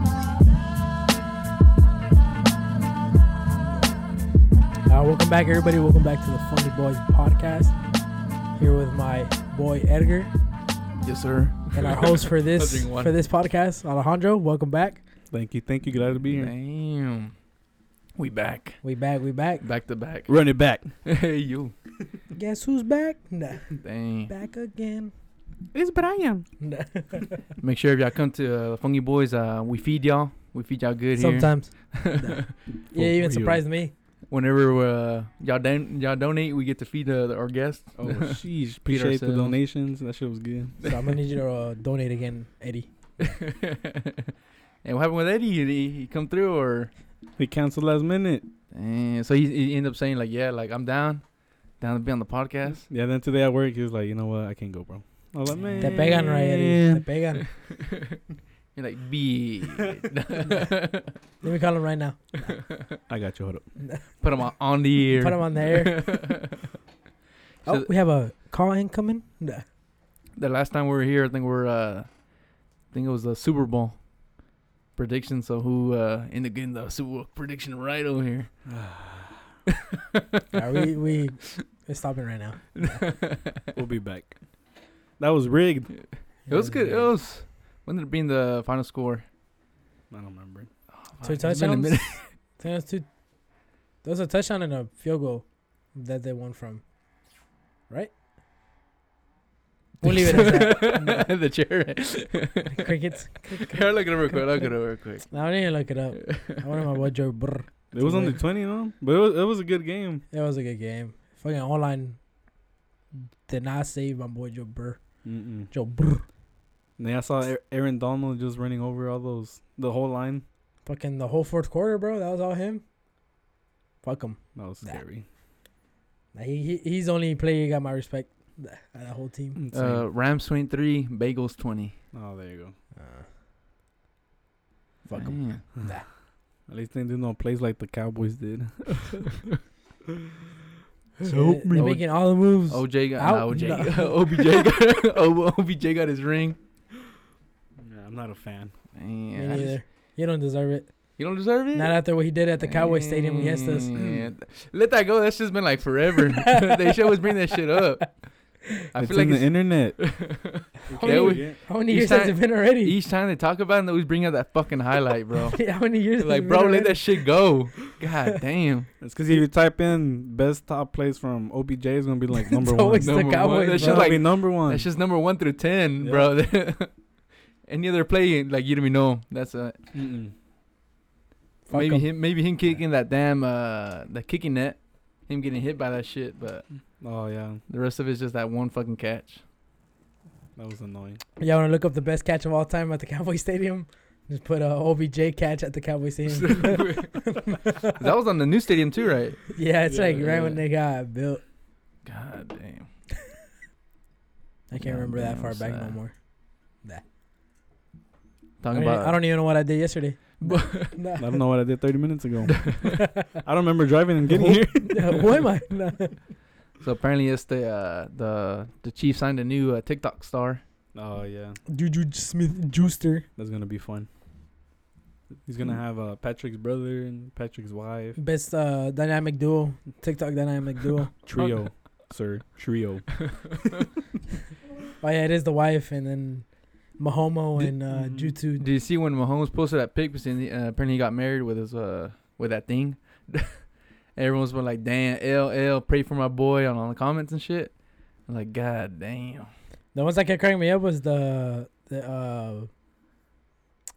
Uh, Welcome back, everybody. Welcome back to the Funny Boys podcast. Here with my boy Edgar Yes, sir. and our host for this Drink one. for this podcast, Alejandro. Welcome back. Thank you. Thank you. Glad to be here. Damn. We back. We back. We back. Back to back. Run it back. hey, you. Guess who's back? Nah, Dang. back again. It's Brian. Nah. Make sure if y'all come to uh, Funky Boys, uh, we feed y'all. We feed y'all good Sometimes. here. Yeah, you even real. surprised me. Whenever uh, y'all don- y'all donate, we get to feed uh, our guests. Oh, sheesh. Appreciate the ourselves. donations. That shit was good. So I'm gonna need you to uh, donate again, Eddie. and what happened with Eddie? Did he, he come through or? He canceled last minute. Dang. So he, he ended up saying like, yeah, like I'm down, down to be on the podcast. Yeah, then today at work, he was like, you know what? I can't go, bro. I was like, man. Te pegan, right, Eddie? Te pegan. You're like, be. Let me call him right now. I got you. Hold up. Put him on, on the air. Put him on the air. So- Oh, we have a call incoming. Nah. the last time we were here, I think we are uh, I think it was the Super Bowl prediction. So who uh, ended up getting the Super Bowl prediction right over here? Nah, we we we're stopping right now. We'll be back. That was rigged. It was good. It was. When did it be in the final score? Oh, I don't remember. Two It's been a touchdowns? minute. There was two. There was a touchdown and a field goal that they won from. Right? We'll leave it at that. the chair. No. Crickets. Crick, Here, crick. look it up real quick. Look it up real quick. No, I didn't look it up. I wanted my boy Joe Brr. It was only Weird. 20, no? But it was, it was a good game. That was a good game. Fucking online did not save my boy Joe Brr. Mm-mm. Joe Brr. And then I saw Aa- Aaron Donald just running over all those, the whole line. Fucking the whole fourth quarter, bro. That was all him. Fuck him. That was Nah. scary. Like, he, he he's the only player you got my respect. Nah, That whole team. Insane. Uh, Rams 23, Bagels 20. oh, there you go. Mm. Uh, Fuck 'em. Man. Nah. At least they didn't know plays like the Cowboys did. Help They're me. making all the moves. OJ got Out- no, OJ. no. OBJ got O- OBJ got his ring. Yeah, I'm not a fan. Me Man, I just- neither. You don't deserve it. you don't deserve it. Not after what he did at the Cowboy Stadium against us. Yeah. Let that go. That's just been like forever. Mm, they should always bring that shit up. I it's feel like in the it's, internet. Yeah, we- How many Each years has time- it been already? each time they talk about it, they always bring out that fucking highlight, bro. How many years? has it like, been bro, let already? that shit go. God damn. It's because if you type in best top plays from OBJ, it's gonna be like number It's one. always It's the Number one. Cowboys. That shit bro. gonna like- be number one. That's just number one through ten, Yeah. bro. Any other play, like you don't even know. That's a Mm-mm. Fuck maybe 'em. him, maybe him kicking that damn uh the kicking net, him getting hit by that shit. But Oh yeah, the rest of it's just that one fucking catch. that was annoying. Y'all want to look up the best catch of all time at the Cowboy Stadium? Just put a OBJ catch at the Cowboy Stadium. that was on the new stadium too, right? yeah, it's Yeah, like right yeah. when they got built. God damn. I can't God remember that damn, far back no sad. more. I Talking don't, about I don't even know what I did yesterday. Nah. I don't know what I did 30 minutes ago. I don't remember driving and getting Who- here. Who am I? Nah. so apparently it's the uh, the the Chiefs signed a new uh, TikTok star. Oh yeah, Juju Smith Juicer. that's gonna be fun. He's gonna have uh, Patrick's brother and Patrick's wife Best uh, dynamic duo. TikTok dynamic duo. trio, sir trio. Oh yeah, it is the wife and then Mahomo Did- and uh, Mhm. Jutu. Did you see when Mahomes posted that pic? Because uh, apparently he got married with his uh with that thing. Everyone's been like, "Damn, LL, pray for my boy" on all the comments and shit. I'm like, God damn. The ones that kept cracking me up was the the uh,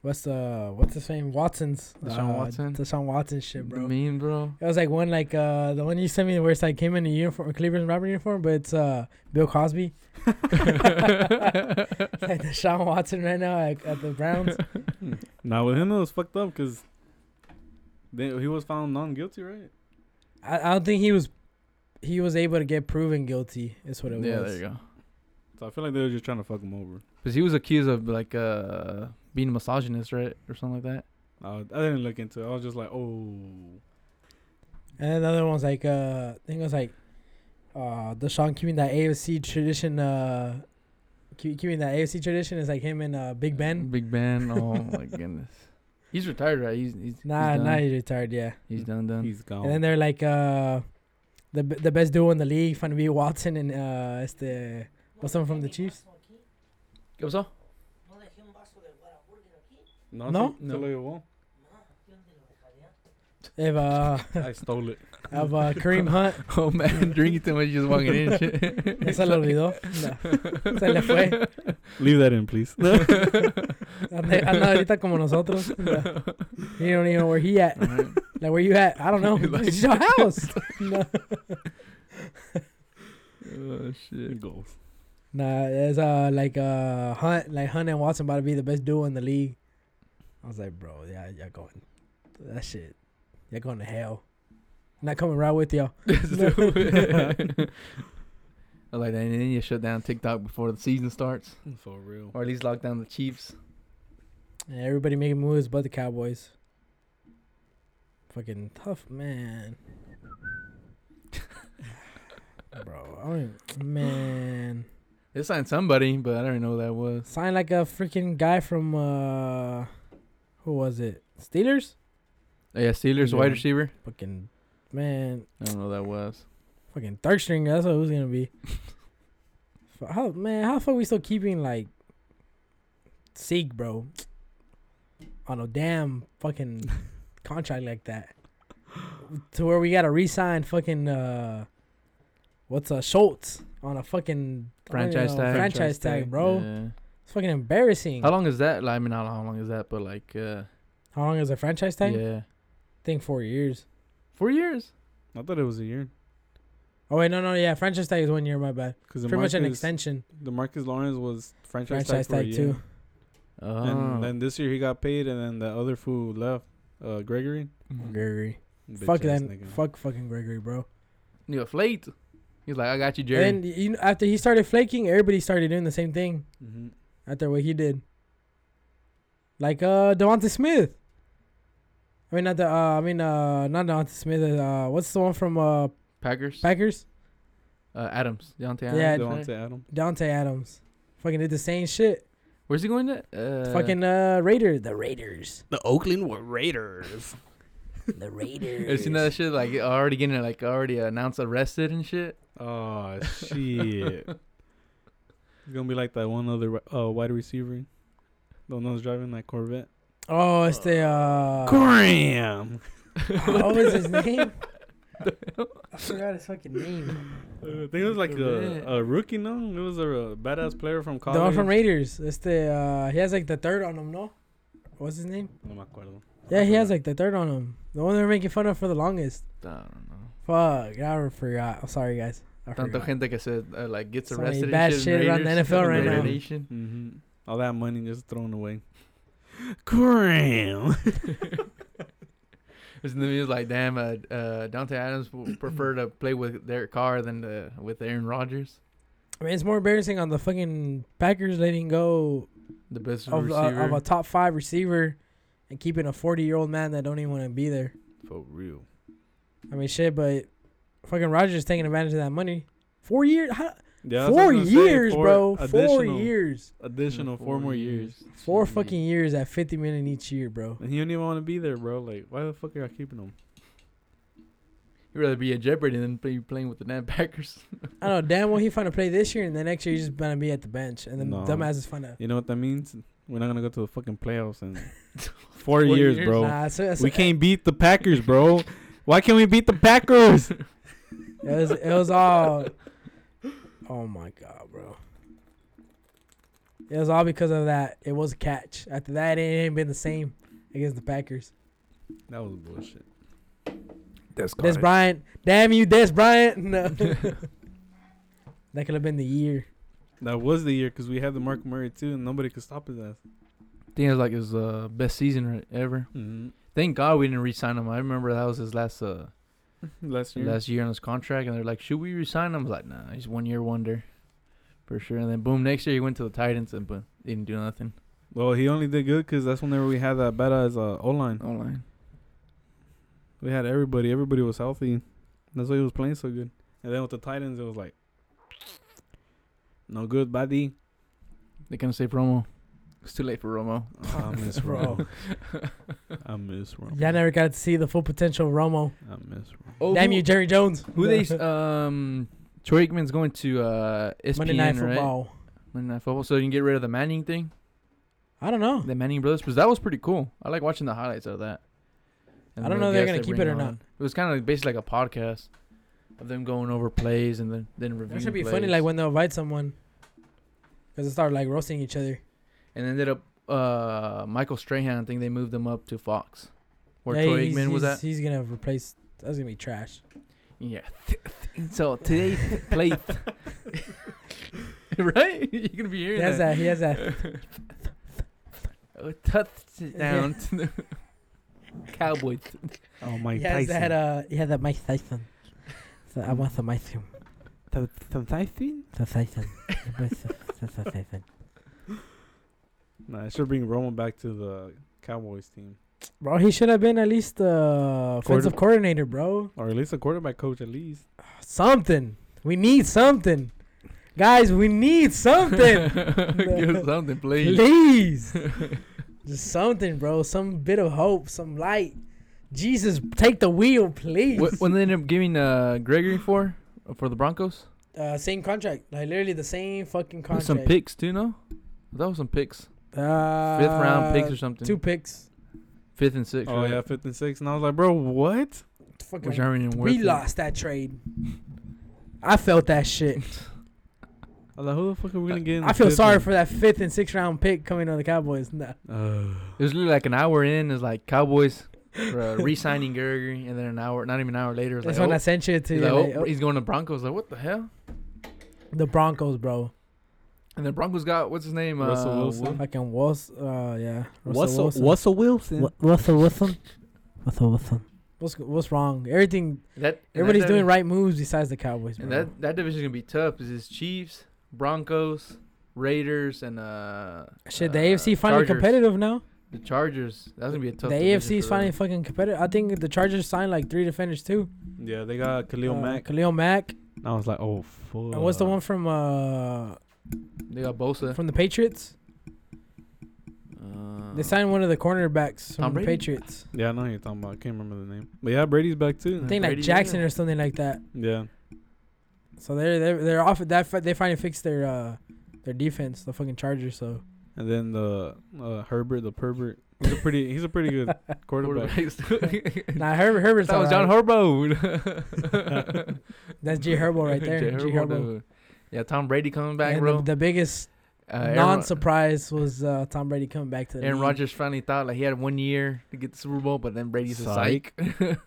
what's the what's his name Watson's Deshaun uh, Watson? Deshaun Watson shit, The bro. meme, bro. It was like one like uh the one you sent me where it's like him in a uniform, a Cleveland Robert uniform, but it's uh Bill Cosby, like Deshaun Watson right now at, at the Browns. now with him, it was fucked up because he was found non guilty, right? I, I don't think he was he was able to get proven guilty. Is what it yeah, was. there you go. So I feel like they were just trying to fuck him over. Because he was accused of like uh being a misogynist, right, or something like that. I, I didn't look into it. I was just like, oh. And then the other one's like uh I think it was like uh Deshaun keeping that AFC tradition uh keep- keeping that AFC tradition is like him and uh Big Ben. Big Ben. Oh my goodness. He's retired, right? He's he's he's Nah, done. Oh. nah he's retired, yeah. He's done done. He's gone. And then they're like uh the b- the best duo in the league, fun to be Watson and uh, este, what's someone from the Chiefs? ¿Qué pasó? No, No? se- se lo llevó. If uh, I stole it. of uh, Kareem Hunt, Oh man, drinking too much, just walking in and shit. ya se lo olvidó. No, se le fue. Leave that in, please. Anda anda ahorita como nosotros. No. You don't even know where he at. Alright. Like where you at? I don't know. Like- it's your house. no. Oh shit. Goals. Nah, there's uh like uh Hunt, like Hunt and Watson about to be the best duo in the league. I was like, bro, yeah, y'all going that shit. Y'all going to hell. Not coming right with y'all. like that, and then you shut down TikTok before the season starts, For real. or at least lock down the Chiefs. And everybody making moves but the Cowboys. Fucking tough man. bro, I don't man. They signed somebody, but I don't even know who that was. Signed like a freaking guy from uh who was it? Steelers? Oh, yeah, Steelers wide Yeah. receiver. Fucking man. I don't know who that was. Fucking third stringer. That's what it was gonna be. Fu- how man? How the fuck we still keeping like Sieg, bro? On a damn fucking contract like that, to where we gotta resign fucking uh, what's uh Schultz on a fucking I don't even Franchise know, tag. franchise Franchise tag, tag, bro. Yeah. It's fucking embarrassing. How How long is that? Like, I mean, not how long is that, but like, uh, long is a franchise tag? yeah, I think four years. four years. I thought it was a year. Oh wait, no, no, yeah, franchise tag is one year. My bad. Because Pretty much an extension. The Marcus Lawrence was franchise, Franchise tag, for a tag year. too. Ah. Oh, And then this year he got paid, and then the other fool left, uh, Gregory. Gregory. Bitch Fuck ass that. nigga. Fuck fucking Gregory, bro. you were late. He's like, I got you, Jerry. And then you know, after he started flaking, everybody started doing the same thing Mhm. after what he did. Like uh Devonta Smith. I mean not the uh, I mean uh not Devonta Smith, uh what's the one from uh Packers. Packers? uh, Adams. Deontay Adams. Yeah, right? Devontae Adam. Dante Adams. Fucking did the same shit. Where's he going to? Uh, fucking uh Raiders. The Raiders. The Oakland were Raiders. The Raiders. Have you seen that shit? Like already getting like already announced arrested and shit. oh shit! It's gonna be like that one other uh, wide receiver, the one that was driving that Corvette. Oh, it's the uh Graham. what was his name? I forgot his fucking name. Uh, I think it was like Corvette. a, a rookie. No, it was a, uh, badass player from college. The one from Raiders. It's the uh he has like the third on him, no? What's his name? No me acuerdo. Yeah, he has like the third on him. The one they were making fun of for the longest. I don't know. Fuck, I forgot. I'm sorry, guys. I Tanto forgot. gente que se uh, like gets So many arrested. and bad shit, in shit around the Raiders, NFL right Raider now. Nation. hmm All that money just thrown away. Graham. It's in the news like, damn, uh, uh, Dante Adams would prefer to play with Derek Carr than to, with Aaron Rodgers, I mean, it's more embarrassing on the fucking Packers letting go the best of, uh, receiver. of a top five receiver and keeping a 40 year old man that don't even want to be there. For real. I mean, shit, but fucking Rogers taking advantage of that money. Four years? How, Yeah, that's what I four was gonna say, years, four bro. Four additional- Mm-hmm. years. Additional four, more years. Four Shit. fucking years at 50 million each year, bro. And he don't even want to be there, bro. Like, why the fuck are y'all keeping him? You'd rather be at Jeopardy than be playing with the damn Packers. I know, damn well he find to play this year, and then next year he's just gonna be at the bench, and then No. dumbasses find out. You know what that means? We're not gonna go to the fucking playoffs in four, years, years? bro. Nah, so, so we can't beat the Packers, bro. Why can't we beat the Packers? It was it was all. Oh my god, bro! It was all because of that. It was a catch. After that, it ain't been the same against the Packers. that was bullshit. That's Des Bryant, damn you, Des Bryant! No. that could have been the year. That was the year because we had the Mark Murray too, and nobody could stop his ass. I think it was like his uh, best season right- ever. Mm-hmm. Thank God we didn't re-sign him. I remember that was his last uh, Last year, last year on his contract, and they're like, "Should we resign him?" I was like, "Nah, he's one year wonder, for sure." And then boom, next year he went to the Titans and boom, he didn't do nothing well, he only did good because that's whenever we had that badass uh, O line. online. We had everybody. Everybody was healthy. That's why he was playing so good. And then with the Titans, it was like, no good, buddy. They couldn't say promo. It's too late for Romo. I miss Bro. Romo. I miss Romo. Y'all never got to see the full potential of Romo. I miss Romo. Oh, Damn who, you, Jerry Jones. Who they? Uh, s- Um, Troy Aikman's going to uh ESPN, Monday Night right? Football. Monday Night Football. So you can get rid of the Manning thing, I don't know. the Manning brothers, because that was pretty cool. I like watching the highlights of that. And I don't the know if they're guests gonna they keep bring it or on. not. It was kind of like basically like a podcast of them going over plays and then then reviewing. That should be plays. funny, like when they invite someone, because they start like roasting each other. and ended up uh Michael Strahan. I think they moved him up to Fox, where Yeah, Troy he's- Aikman was he's- at. He's gonna replace. That's gonna be trash. Yeah. so today play, right? You're gonna be He hearing has that. He has that. A touchdown to the Cowboys. Oh, Mike he has that. Uh, he has that Mike Tyson. So I want some ice cream. Tyson? The Tyson. I want some- some- some Tyson. Nah, I should bring Romo back to the Cowboys team. Bro, he should have been at least uh, offensive coordinator, bro. Or at least a quarterback coach, at least. Something. We need something, guys. We need something. Give us something, please. Please. Just something, bro. Some bit of hope, some light. Jesus, take the wheel, please. what, what they ended up giving uh, Gregory for for the Broncos? Uh, same contract. Like, literally the same fucking There's contract. Some picks too, no? That was some picks, Uh, fifth round picks or something. Two picks. Fifth and sixth. Oh, right? yeah, fifth and sixth. And I was like, bro, what? Fucking- which aren't even worth we it. lost that trade. I felt that shit. I was like, who the fuck are we going to get in I the feel fifth sorry one? for that fifth and sixth round pick coming on the Cowboys. Nah. Uh, It was literally like an hour in. It's like Cowboys for, uh, re-signing Gregory, and then an hour, not even an hour later, it's That's like, when oh, I sent you to he's, you, like, like, oh, he's going to Broncos. Like what the hell? oh, the Broncos, bro. And then Broncos got what's his name? Russell uh, Wilson. Wil- Fucking Wilson. Uh, yeah. Russell Wilson? Russell Wilson. Russell Wilson. What's what's wrong? Everything. That and Everybody's that, doing right moves besides the Cowboys, bro. And that that division gonna be tough. Is it's Chiefs, Broncos, Raiders, and uh Shit, the uh, AFC finally Chargers. competitive now. The Chargers. That's gonna be a tough. the division AFC is for finally them. fucking competitive. I think the Chargers signed like three defenders too. Yeah, they got Khalil Uh, Mack. Khalil Mack. And I was like, oh, fuck. and what's the one from uh They got Bosa. from the Patriots? Uh, They signed one of the cornerbacks from Tom the Brady? Patriots. Yeah, I know who you're talking about. I can't remember the name. But yeah, Brady's back I too. think like Brady, Jackson yeah. or something like that. Yeah. So they're they're, they're off that. fi- They finally fixed their uh their defense, the fucking Chargers. So And then the uh, Herbert, the pervert. He's a pretty he's a pretty good quarterback. quarterbacks. now Herbert Herbert's that was John Herb. Harbaugh. That's G Herbo right there. G Jay Herbo, Herbo. dude. Yeah, Tom Brady coming back, And bro. the, the biggest Uh, Aaron Rod- non surprise was uh, Tom Brady coming back to the Aaron league. Rodgers finally thought like he had one year to get the Super Bowl, but then Brady's a Psych. psych.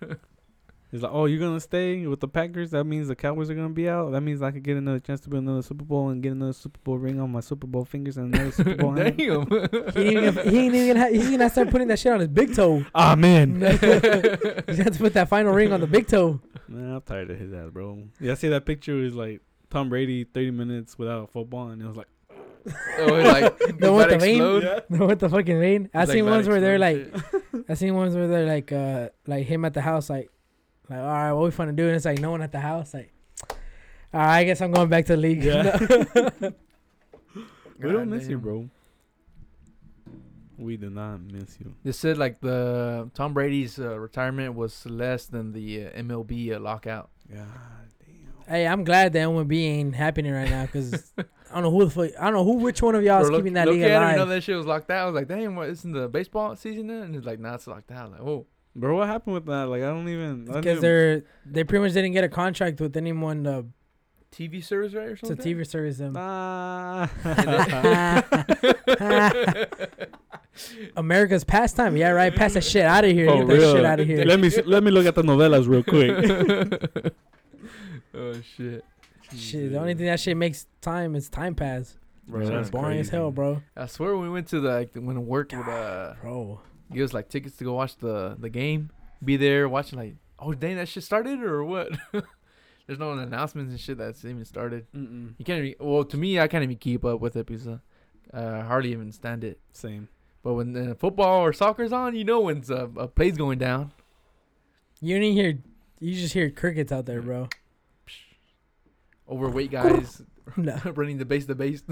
He's like, Oh, you're gonna stay with the Packers? That means the Cowboys are gonna be out. That means I could get another chance to win another Super Bowl and get another Super Bowl ring on my Super Bowl fingers and another Super Bowl Damn. hand. He ain't even, he ain't even gonna ha- he's gonna start putting that shit on his big toe. Amen. he's gonna have to put that final ring on the big toe. Man, I'm tired of his ass, bro. Yeah, I see that picture is like Tom Brady thirty minutes without football and it was like Oh, it's like, is the one that with the vein. explode? what the fucking vein? I It's like seen that ones where they're like, explode I seen ones where they're like, uh, like him at the house, like, like, all right, what we finna do? And it's like no one at the house, like, all right, I guess I'm going back to the league. Yeah. shit. We don't miss you, Goddamn. bro. We do not miss you. They said like the Tom Brady's uh, retirement was less than the uh, MLB uh, lockout. God damn. hey, I'm glad the MLB ain't happening right now because I don't know who the fuck, I don't know who, which one of y'all is Bro, look- keeping that look league at it, you know alive. that shit was locked out. I was like, damn, what, isn't the baseball season now? And it's like, nah, it's locked out. Like, oh, Bro, what happened with that? Like I don't even I don't Because even- they're they pretty much didn't get a contract with anyone to, TV service right or to something. TV service them. Nah. America's pastime. Yeah, right. Pass that shit out of here. For Get that real. shit out of here. Let me s- let me look at the novellas real quick. oh shit, Shit, the only thing that shit makes time is time pass. bro, Yeah, It's that's boring as crazy. hell, bro. I swear when we went to the like, when work would uh Bro, give us like tickets to go watch the the game, be there watching like, oh dang, that shit started or what? There's no announcements and shit that's even started. Mm-mm. You can't even. Well, to me, I can't even keep up with it because uh, uh, hardly even stand it. Same. But when uh, football or soccer's on, you know when uh, a play's going down. you didn't hear. You just hear crickets out there, bro. Overweight guys No, running the base, the base,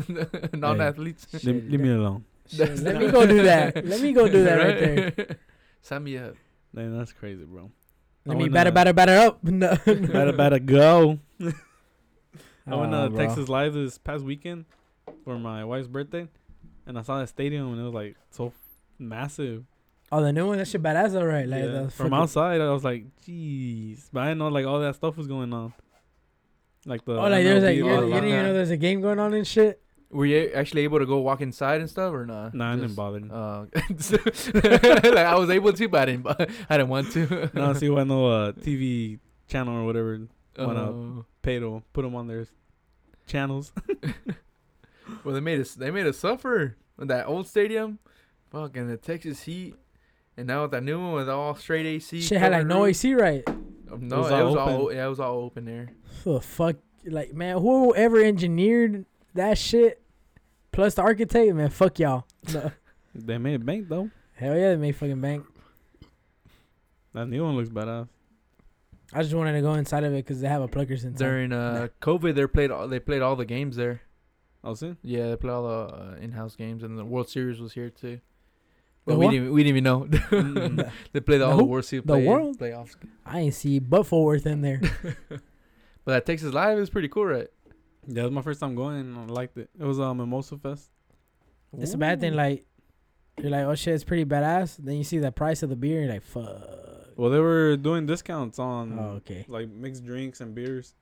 non-athletes. Leave, leave me alone. Shit, let me go do that. Let me go do that right there. there. Sign me up. Man, that's crazy, bro. Let I me wanna- batter, batter, batter up. No. Better, better go. I went to Aw, bro. Texas Live this past weekend for my wife's birthday, and I saw that stadium and it was like so massive. Oh, the new one. That shit badass, all right. Like Yeah. the from fucking- outside, I was like, "Jeez," but I didn't know like all that stuff was going on. Like the Oh, like there's like MLB you, all you about didn't even that. know there's a game going on and shit. Were you actually able to go walk inside and stuff or not? Nah, I didn't bother. Uh, like I was able to, but I didn't. bo- I didn't want to. no, see why no uh, TV channel or whatever wanna- Oh. pay to put them on their channels. Well, they made us. They made us suffer with that old stadium, fucking the Texas heat, and now with that new one with all straight AC. Shit had like covered no roof. AC, right? Um, No, it was was, all all. open. Yeah, it was all open there. The fuck, like man, whoever engineered that shit, plus the architect, man, fuck y'all. No. they made bank though. Hell yeah, they made fucking bank. That new one looks badass. I just wanted to go inside of it because they have a pluckers inside. During uh COVID, they played all. They played all the games there. Oh, see, Yeah, they played all the uh, in-house games, and the World Series was here too. But The we what? didn't. We didn't even know. Mm. they played all who? the World Series. The play- world? playoffs. I ain't see but Forworth in there. But that Texas Live is pretty cool, right? yeah, it was my first time going. and I liked it. It was uh, Mimosa Fest. It's a bad thing. Ooh. Like you're like, oh shit, it's pretty badass. Then you see the price of the beer, and you're like, fuck. Well, they were doing discounts on Oh, okay. like mixed drinks and beers.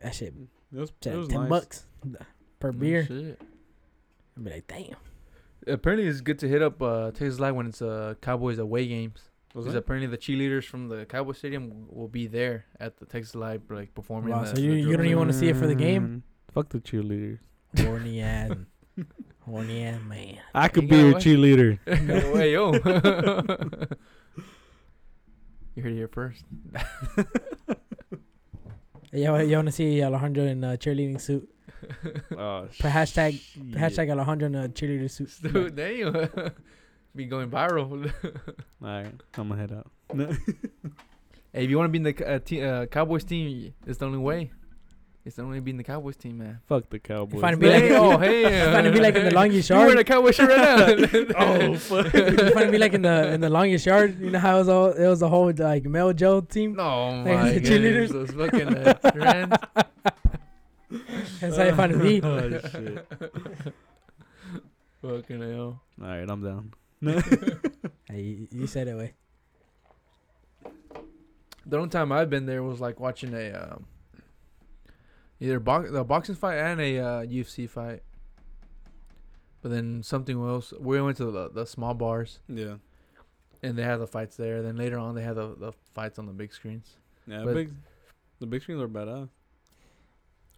That shit, It was, it ten was nice. bucks per Oh, beer. shit. I'd be like, damn. Apparently, it's good to hit up uh, Texas Live when it's uh, Cowboys away games. Was Because it? apparently the cheerleaders from the Cowboy Stadium w- will be there at the Texas Live, like performing. Wow, the, so you- the you don't even drill. wanna see it for the game? Mm, Fuck the cheerleader. Horny ass, horny ass man. I could You could be be got your your what? cheerleader. Hey, yo. you heard it here first. Yeah, you want to see Alejandro in a cheerleading suit? Oh, Per hashtag- shit. Hashtag Alejandro in a cheerleader suit. So, damn. be going viral. uh, All right, I'm gonna head out. hey, if you want to be in the c- uh, te- uh, Cowboys team, it's the only way. It's the only way to be in the Cowboys team, man. Fuck the Cowboys. find me like- oh, hey. uh, trying to uh, be like in the longest You wearing yard. a Cowboy shirt right now. oh fuck. It's trying to be like in the in the longest yard. You know how it was all it was the whole like male Joe team. Oh, Like, my the goodness. cheerleaders. Those fucking uh, trends. That's how you find me. oh shit. Fucking hell. All right, I'm down. Hey, you- you said it way. The only time I've been there was like watching a um, either box a boxing fight and a uh, UFC fight. But then something else. We went to the, the small bars Yeah. and they had the fights there. Then later on, they had the, the fights on the big screens. Yeah. But- big. The big screens are badass.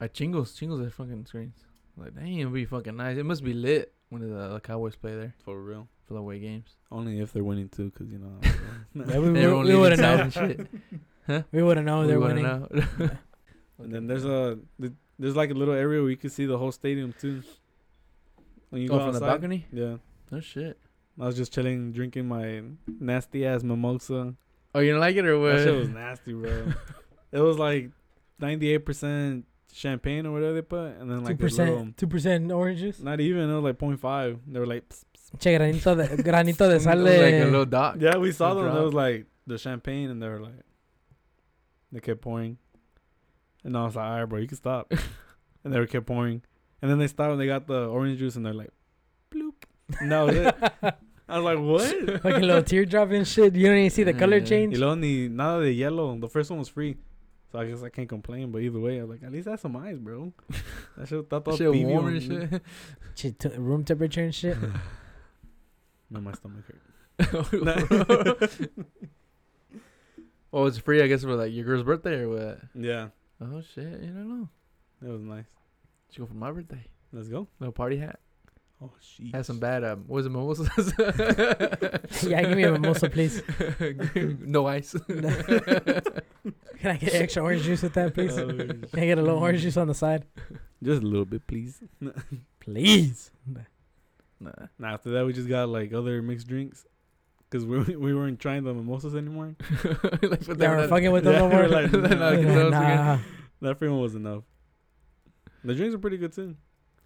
Like Chingos, Chingos are fucking screens. Like damn, it'd be fucking nice. It must be lit when the, the Cowboys play there For real. for the away games. Only if they're winning too, because you know. Yeah, we Everyone leaves would have inside known. and shit. We would have known We they're wanna winning. know. and then there's a th- there's like a little area where you can see the whole stadium too. When you oh, go from the outside. balcony. Yeah. No shit. I was just chilling, drinking my nasty ass mimosa. Oh, you do not like it or what? That shit was nasty, bro. it was like 98% champagne or whatever they put, and then Two like a little, percent, two percent oranges. not even. It was like 0.5. They were like, psst. Che granito de granito de It was like a sale. little dot. yeah, we saw The them. It drop. was like the champagne, and they were like, they kept pouring, and I was like, all right, bro, you can stop. and they were kept pouring, and then they stopped and they got the orange juice, and they're like, bloop. And that was it. I was like, what? Fucking little teardrop and shit. You don't even see the color Yeah. change. Y luego ni nada de yellow. The first one was free. So I guess I can't complain, but either way, I'm like, at least that's some ice, bro. That shit, That that thought shit PB warm on and me. shit. Shit, t- room temperature and shit. No, my stomach hurt. oh, it's free, I guess, for like your girl's birthday or what? Yeah, Oh shit, you don't know. that was nice. She go for my birthday. Let's go. Little party hat. Oh, shit. Had some bad um. Was it mimosas? yeah, give me a mimosa, please. no ice. Can I get extra orange juice with that, please? Oh, Can I get a little orange juice on the side, Just a little bit, please. please? Nah. Nah, after that, we just got like other mixed drinks. Because we, we weren't trying the mimosas anymore. like, but They were not- fucking with them Yeah, no more. we're like, They're not nah, fucking with us Uh, again. nah. that free one was enough. The drinks were pretty good too.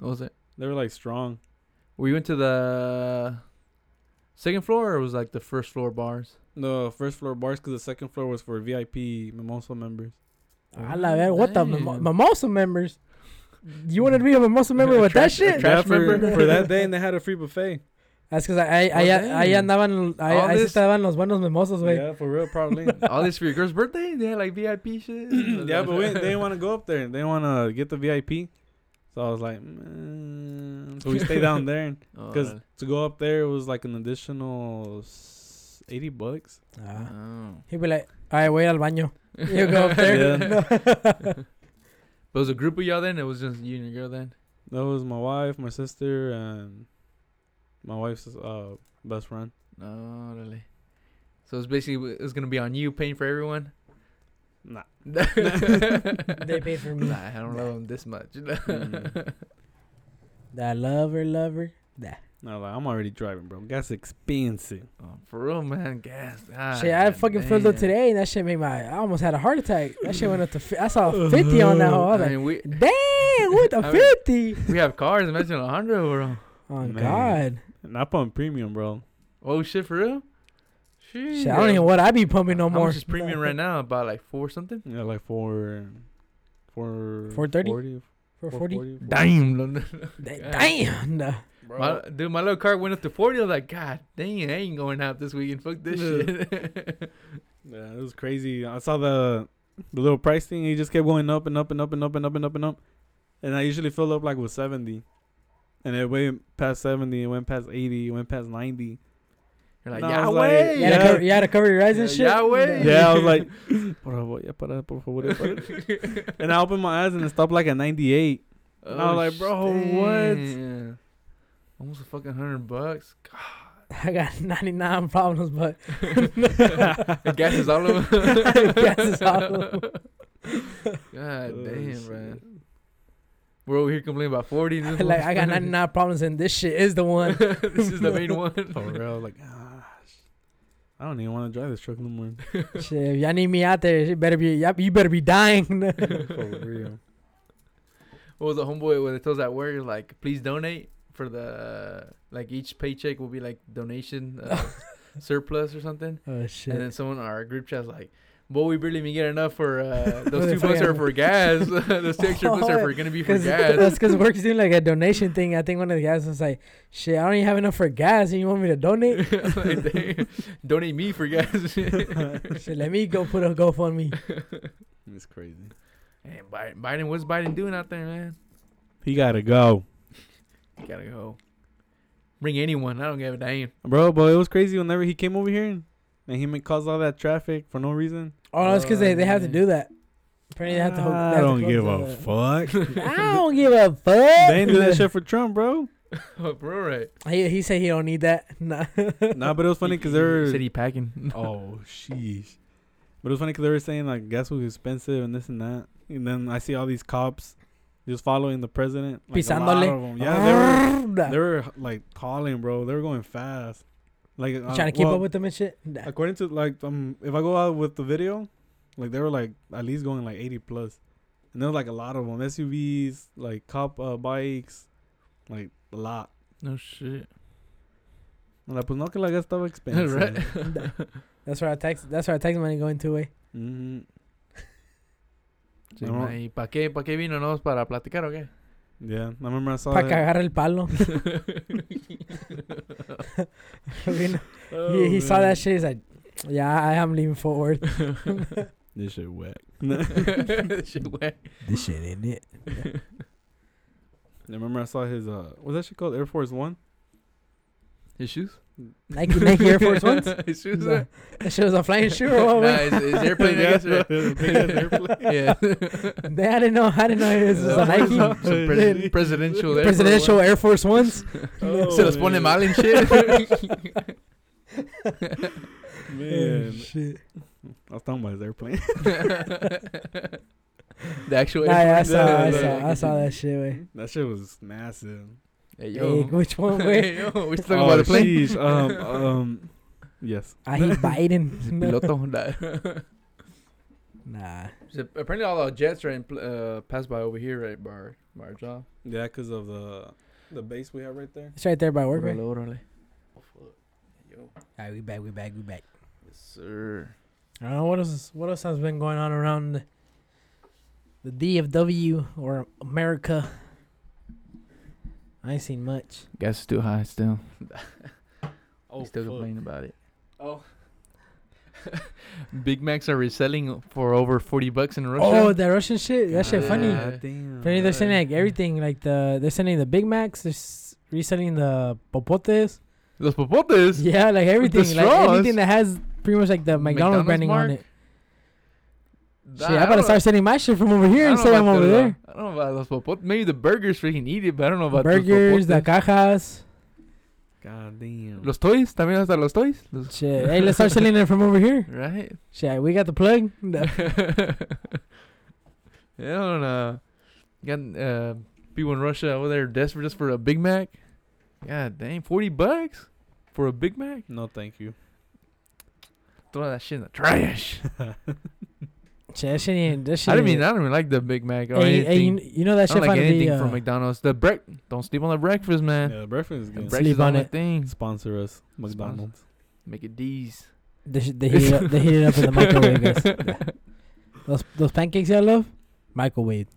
What was it? They were like strong. Were you into the second floor or was like the first floor bars? The first floor bars, because the second floor was for VIP Mimosa members. I love it. What the mimo- Damn. mimosa members? You wanted to be a mimosa member with that shit? Yeah, for, member. for that day, and they had a free buffet. That's because I, I, Well, I, ahí damn. andaban, ahí, Oh, All ahí sí this- estaban los buenos mimosos, güey. Yeah, for real, probably. All this for your girl's birthday? They had like VIP shit. yeah, but we, they didn't want to go up there. They didn't want to get the VIP. So I was like, "Mm." so we stayed down there Oh, because to go up there it was like an additional s- eighty bucks. Ah. oh. He'd be like, ay, voy al baño. You go up there. Yeah. No. But it was a group of y'all then? It was just you and your girl then? That was my wife, my sister, and my wife's uh, best friend. No, really. So it's basically it's gonna be on you paying for everyone. Nah. they they paid for me. Nah, I don't love them this much. Mm. That lover, lover. I was like, I'm already driving, bro. Gas expensive. Oh, for real, man. Gas. Ah, Shit, I fucking filled up man. today, and that shit made my. I almost had a heart attack. That shit went up to. Fi- I saw a fifty on that. Hoe. I was I like, mean, we dang, what I the mean- fifty? we have cars. Imagine a hundred, bro. Oh Man. God, And I pump premium, bro. Oh shit, for real. Shit. shit, I don't even what I be pumping no How more. much is premium right now? About like four something. Yeah, like four, four, 430? 40, For forty, 440, Damn. damn. nah. bro. My, dude, my little cart went up to forty. I was like, God dang, I ain't going out this weekend. Fuck this Yeah. shit. Yeah, it was crazy. I saw the the little price thing. It just kept going up and up and up and up and up and up and up. And I usually fill up like with seventy, and it went past seventy. It went past eighty. It went past ninety. You're like, No, I was like, Yahweh. You, had to Yeah. cover, you had to cover your eyes and Yeah, shit. Yahweh. Nah. Yeah, I was like, por favor, ya para, por favor, ya para." and I opened my eyes and it stopped like at ninety eight. Oh, And I was like, bro, what? what? Almost a fucking hundred bucks. I got ninety nine problems, but God. gas is all over. Gas is all over. God Oh, damn, man. We're over here complaining about forty. This like I got ninety nine problems, and this shit is the one. motherfucker- this is the main one. For real, like, ah, sh- I don't even want to drive this truck no more. shit, if y'all need me out there, it better be. Y'all, you better be dying. For real. What was the homeboy when it tells that word? Like, please donate for the like each paycheck will be like donation uh, surplus or something. oh shit. And then someone in our group chat's like, "Boy, we barely even get enough for uh, those They two bucks fucking- are for gas. those two extra bucks are Oh, for gonna be for Cause, gas." that's because work's doing like a donation thing. I think one of the guys was like, "Shit, I don't even have enough for gas, and you want me to donate? Like, damn, Donate me for gas and Shit, let me go put a GoFundMe." It's crazy. Biden, Biden, what's Biden doing out there, man? He gotta go. You gotta go. Bring anyone. I don't give a damn. Bro, but it was crazy whenever he came over here and he ma- caused all that traffic for no reason. Oh, that's because they, they have to Right. do that. Apparently, they have to. ho- they I have to don't close give the- a fuck. I don't give a fuck. They they ain't do that shit for Trump, bro. Oh, bro, right? He, he said he don't need that. Nah. Nah, but it was funny because they were. city packing. Oh, sheesh. But it was funny because they were saying, like, guess who's expensive and this and that. And then I see all these cops just following the president. Like, a lot Pisándole. Ah. of 'em. Yeah, they Nah. were, they were, like, calling, bro. They were going fast. Like, You uh, trying to keep well, up with them and shit. Nah. uh, According to, like, um, if I go out with the video, like, they were, like, at least going, like, 80 plus. And there was, like, a lot of them SUVs, like, cop uh, bikes, like, a lot. no shit. Like, pues no que la gastaba expensive. right? That's where I tax. That's where I tax money going to way. hmm Sí, man, ¿Y pa qué? ¿Pa qué vino? ¿No? ¿Para platicar o qué? Yeah, I remember I saw Para that. cagar el palo. he Oh, he saw that shit. He's like, "Yeah, I am leaving forward. This shit wet. shit wet. this shit ain't it." I remember I saw his uh, what's that shit called? Air Force One. His shoes? Nike, Nike Air Force Ones. His shoes? Nah. are- That shit was a flying shoe or what? nah, man? his, his airplane, I Yeah, guess. right? the big ass airplane. yeah. They- I didn't know. I didn't know it was a Nike Some pres- presidential. airport presidential Air Force Ones. one. Se los man. pone mal and shit. Man, Shit. I was talking about his airplane. the actual Nah, yeah, I saw, I Yeah, saw, yeah. I saw that shit. Way. that shit was massive. Hey, Hey, yo. which one? Way? Hey, yo. We're talking Oh, about the plane. sheesh. Um, um, yes. I hate Biden. Nah. Piloto. Nah. So apparently, all our jets are in, pl- uh, passed by over here, right, by our, by our job. Yeah, because of the The base we have right there. It's right there by work. Right? Órale, órale. Yo. Alright, we back, we back, we back. Yes, sir. I don't know what else. What else has been going on around the DFW or America? I ain't seen much. Gas is too high still. Oh, We still fuck. complaining about it. Oh. Big Macs are reselling for over 40 bucks in Oh, Russia. that Russian shit. That shit funny. Yeah. Damn. Apparently they're sending like Right. everything, like the they're sending the Big Macs, they're s- reselling the popotes. Los popotes. Yeah, like everything, like straws? anything that has pretty much like the McDonald's, McDonald's branding on mark? it. shit, I better start sending my shit from over here instead of over there. I don't know about los popotes. Maybe the burgers freaking eat it, but I don't know uh, about los Burgers, the popotes. cajas. God damn. Los toys, también hasta los toys. Los- Shit, hey, let's start selling it from over here. Right? Shit, we got the plug. The- yeah, I don't know. Got uh, people in Russia over there desperate just for a Big Mac. God dang, 40 bucks for a Big Mac? no, thank you. Throw that shit in the trash. shit, that shit ain't. That shit I don't mean ain't- I don't even like the Big Mac or Hey, hey, you, anything. kn- you know that I shit don't like finally anything be, uh, from McDonald's. The break don't sleep on the breakfast, man. Yeah, breakfast is The Breakfast. good. breakfast is on the it. thing. Sponsor us, McDonald's. Make it D's. They, sh- they, heat it up, they heat it up in the microwave, guys. Yeah. Those, those pancakes y'all love? Microwave.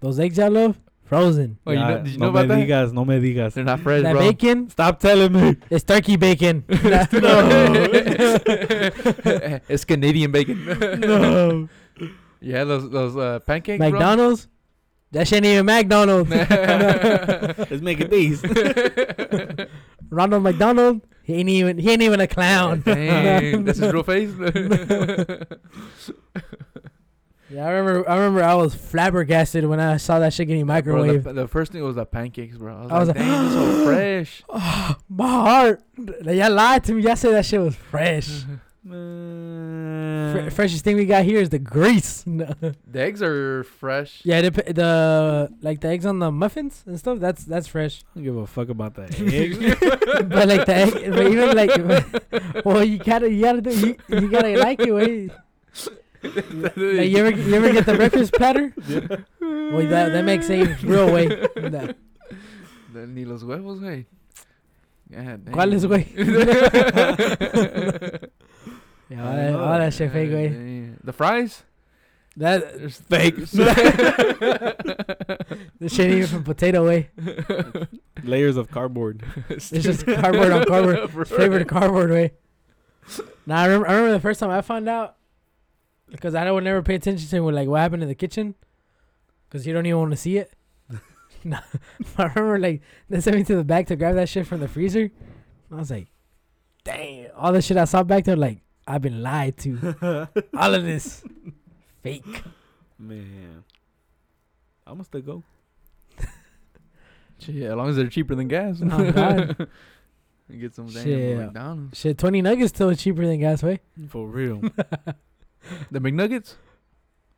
Those eggs y'all love? Frozen. Oh, you know, Nah, did you no know about me that? digas, no me digas. They're not fresh, that bro. bacon? Stop telling me. It's turkey bacon. No. it's Canadian bacon. no. yeah, those those uh, pancakes. bro. McDonald's? That shit ain't even McDonald's. Let's make it these. Ronald McDonald? He ain't even he ain't even a clown. Dang, that's his real face. Yeah, I remember I remember I was flabbergasted when I saw that shit getting bro, microwave. the, the first thing was the pancakes, bro. I was, I was like, like, dang, this is so fresh. My heart. Y'all lied to me. Y'all said that shit was fresh. Fre- Man. freshest thing we got here is the grease. No. The eggs are fresh. yeah, the, p- the like the eggs on the muffins and stuff. That's that's fresh. I don't give a fuck about that. egg. But like the egg, but even like, well, you gotta you gotta do, you, you gotta like it. Wait. Like, you ever you ever get the breakfast platter? Well, that that makes a real way. No. The- Ni los huevos, güey. God dang. ¿Cuáles, güey? Yeah, all, that, all that shit fake, way. Damn. The fries? That There's Fake. the shit ain't even from potato way. Layers of cardboard. It's just cardboard on cardboard. It's favorite cardboard way. Now I remember, I remember the first time I found out because I would never pay attention to like what happened in the kitchen because you don't even want to see it. Nah, I remember like they sent me to the back to grab that shit from the freezer. And I was like, "Damn!" All the shit I saw back there, like I've been lied to. All of this fake. Man. I must still go. Shit, as long as they're cheaper than gas. Oh, God. You Get some damn Shit. McDonald's. Shit, twenty nuggets still cheaper than gas way. For real. The McNuggets?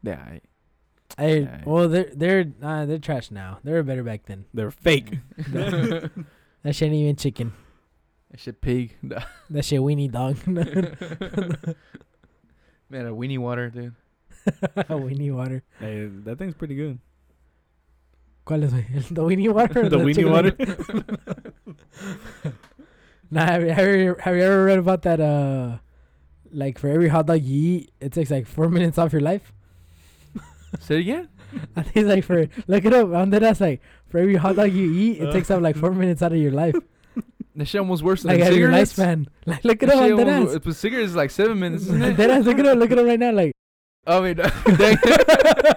Yeah. I- Hey, Yeah. well they're they're nah, they're trash now. They were better back then. They're fake. that That shit ain't even chicken. shit pig. That shit weenie dog. Man, a weenie water, dude. weenie water. Hey, that thing's pretty good. ¿Cuál es? güey? ¿The weenie water? or The weenie chicken water? nah, have you, have, you, have you ever read about that? Uh, like for every hot dog you eat, it takes like four minutes off your life. Say it again? I think it's like for look it up. On that, that's like for every hot dog you eat, it takes up like four minutes out of your life, That shit almost worse than like out of your cigarettes. lifespan. Like look it That up shit on that almost ass. wor- But cigarettes is like seven minutes, isn't it? That ass. Look it up. Look it up right now. Like I mean, dang.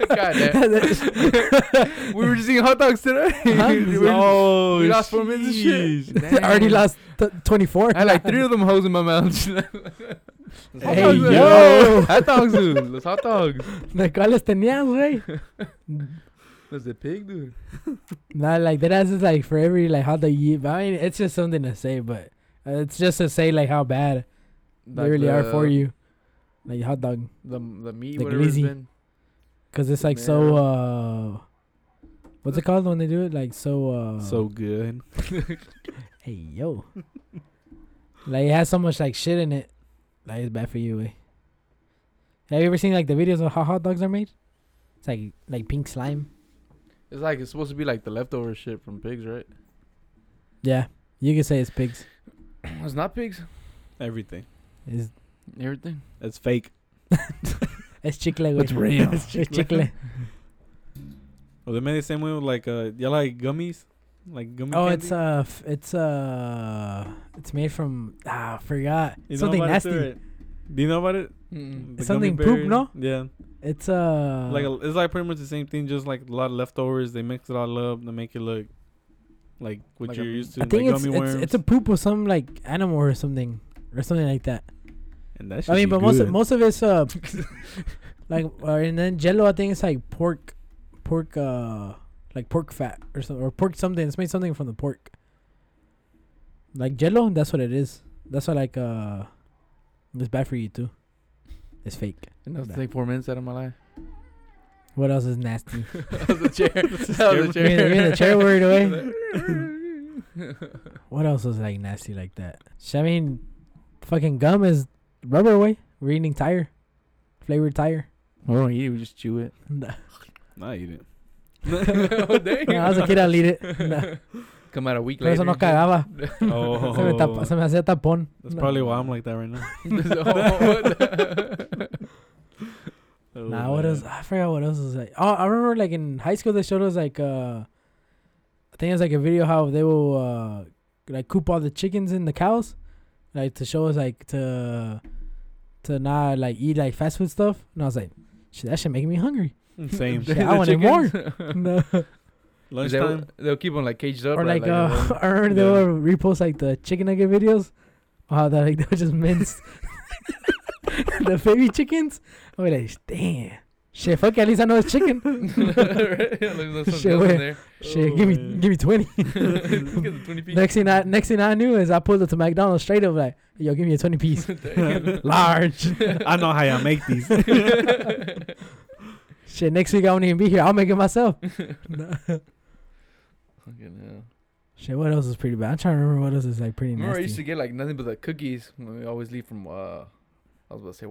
God damn. we were just eating hot dogs today. We were- oh, we lost four minutes of shit. I already Dang. lost t- twenty four. I had like three of them hoes in my mouth. Hey, Hot dogs, yo. eh. Hot dogs, dude. Los hot dogs. ¿De cuáles tenías, güey? Los de pig, dude. Nah, like that ass is like for every like hot dog you eat. But I mean, it's just something to say, but uh, it's just to say like how bad they really are for you, like hot dog, The, the meat, The whatever it's glizzy. been. because it's like so. uh What's it called when they do it? Like so. uh So good. Hey yo. like it has so much like shit in it, like it's bad for you. Eh? Have you ever seen like the videos of how hot dogs are made? It's like like pink slime. It's like, it's supposed to be like the leftover shit from pigs, right? Yeah, you can say it's pigs. it's not pigs. Everything. It's Everything. It's fake. it's chicle. It's real. it's chicle. Oh, they made the same way with like uh, you like gummies, like gummy. Oh, candy? it's uh, f- it's uh, it's made from ah, I forgot You know something about it, nasty. too, right? Do you know about it? Mm-mm. The Something gummy poop, no? bears? Yeah. It's uh, like a, it's like pretty much the same thing, just like a lot of leftovers. They mix it all up to make it look like what Like a- you're used to. I think like it's, gummy it's worms. it's a poop of some like animal or something or something like that. and that I should mean, be but most of, good. most of it's uh, like uh, and then Jello. I think it's like pork, pork uh, like pork fat or something or pork something. It's made something from the pork. Like Jello, that's what it is. That's why like uh, it's bad for you too. It's fake. Enough to take four minutes out of my life. What else is nasty? that was the chair. that was the you're, in the, chair. you're in the chair worried away. What else was like nasty like that? Sh- I mean, fucking gum is rubber away. We're eating tire, flavored tire. we don't eat it. We just chew it. Nah, you didn't. oh, dang. When I was a kid, I'll eat it. No. Come out a week Por eso later. no cagaba. Oh, Se me, tapa, se me hacía tapón. that's No. probably why I'm like that right now. Oh, Nah, what else? I forgot what else was like. Oh, I remember like in high school they showed us like uh, I think it was like a video how they will uh like coop all the chickens and the cows, like to show us like to to not like eat like fast food stuff. And I was like, shit, that shit making me hungry. Same. Shit, I wanted more. No. Is that Lunchtime. what- They'll keep them like caged up. or like uh, I remember Yeah. they would repost like the chicken nugget videos. Wow, that like they were just minced. the baby chickens. I was like, damn. Shit, fuck. At least I know it's chicken. right? Yeah, look, there's Shit, something else in wait. there. Shit, Oh, give me man. give me twenty. Look at the 20 piece. next thing I next thing I knew is I pulled up to McDonald's straight up like, yo, give me a twenty piece, large. I know how y'all make these. Shit, next week I won't even be here. I'll make it myself. Fucking hell. Shit, what else is pretty bad? I'm trying to remember what else is like pretty Remember, I used to nasty. get like nothing but the cookies. when We always leave from. uh I was about to say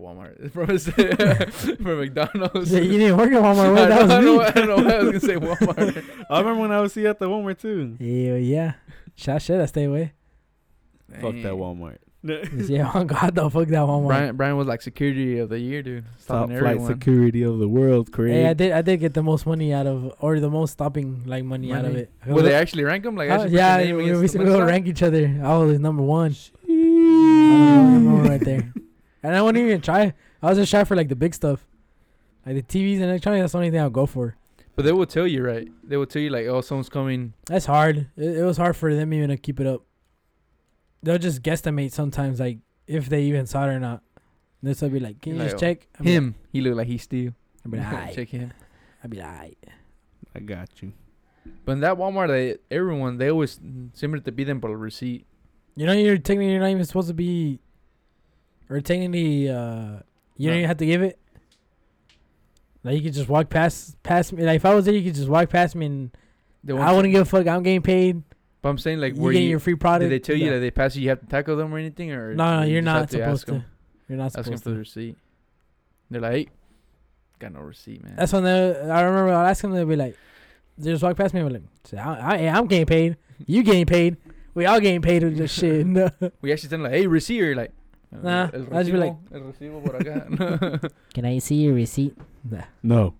Walmart. from, from McDonald's. Yeah, you didn't work at Walmart. I, Right? know, I, That know, was I don't know why I was gonna say Walmart. I remember when I would see you at the Walmart too. me. Hell yeah. Shit, I should I stay away? Fuck Dang. that Walmart. yeah, oh God, the fuck that Walmart. Brian, Brian was like security of the year, dude. Top Stopping flight everyone. security of the world, Craig. Hey, I did. I did get the most money out of, or the most stopping like money, out of Money. it. Will they actually rank them? Like, Huh? actually put Oh, yeah, your we, name we, against we, the will website? rank each other. I was number one. I don't know, I'm right there. And I wouldn't even try. I was just shy for like the big stuff, like the TVs and electronics. That's the only thing I'll go for. But they will tell you, right? They will tell you like, oh, someone's coming. That's hard. It, it was hard for them even to keep it up. They'll just guesstimate sometimes, like if they even saw it or not. This will be like, can you Like, just check I'll be Him. He looked like he's Steve. Like, I'll be like, "Aight." Check him. I'll be like, "Aight." I got you. But in that Walmart, they, everyone they always siempre te piden por el receipt. You know, you're technically you're not even supposed to be, or technically, uh, you No. don't even have to give it. Like you could just walk past past me. Like if I was there, you could just walk past me, and They I wouldn't give a fuck. I'm getting paid. But I'm saying like, you were getting you? your free product. did they tell you No. that they pass you? You have to tackle them or anything, or No, no, you you're just have not supposed ask to. 'em? You're not Ask them supposed for the to. receipt. They're like, "Hey, got no receipt, man. That's when they. I remember I'll ask them. They'll be like, they just walk past me. and be like, "So I, I, I'm getting paid. You getting paid. We all getting paid with this shit. No. we actually send like, hey, receipt. You're like, Nah, "El I'd just be like- recibo, el recibo por acá." Can I see your receipt? Nah. No.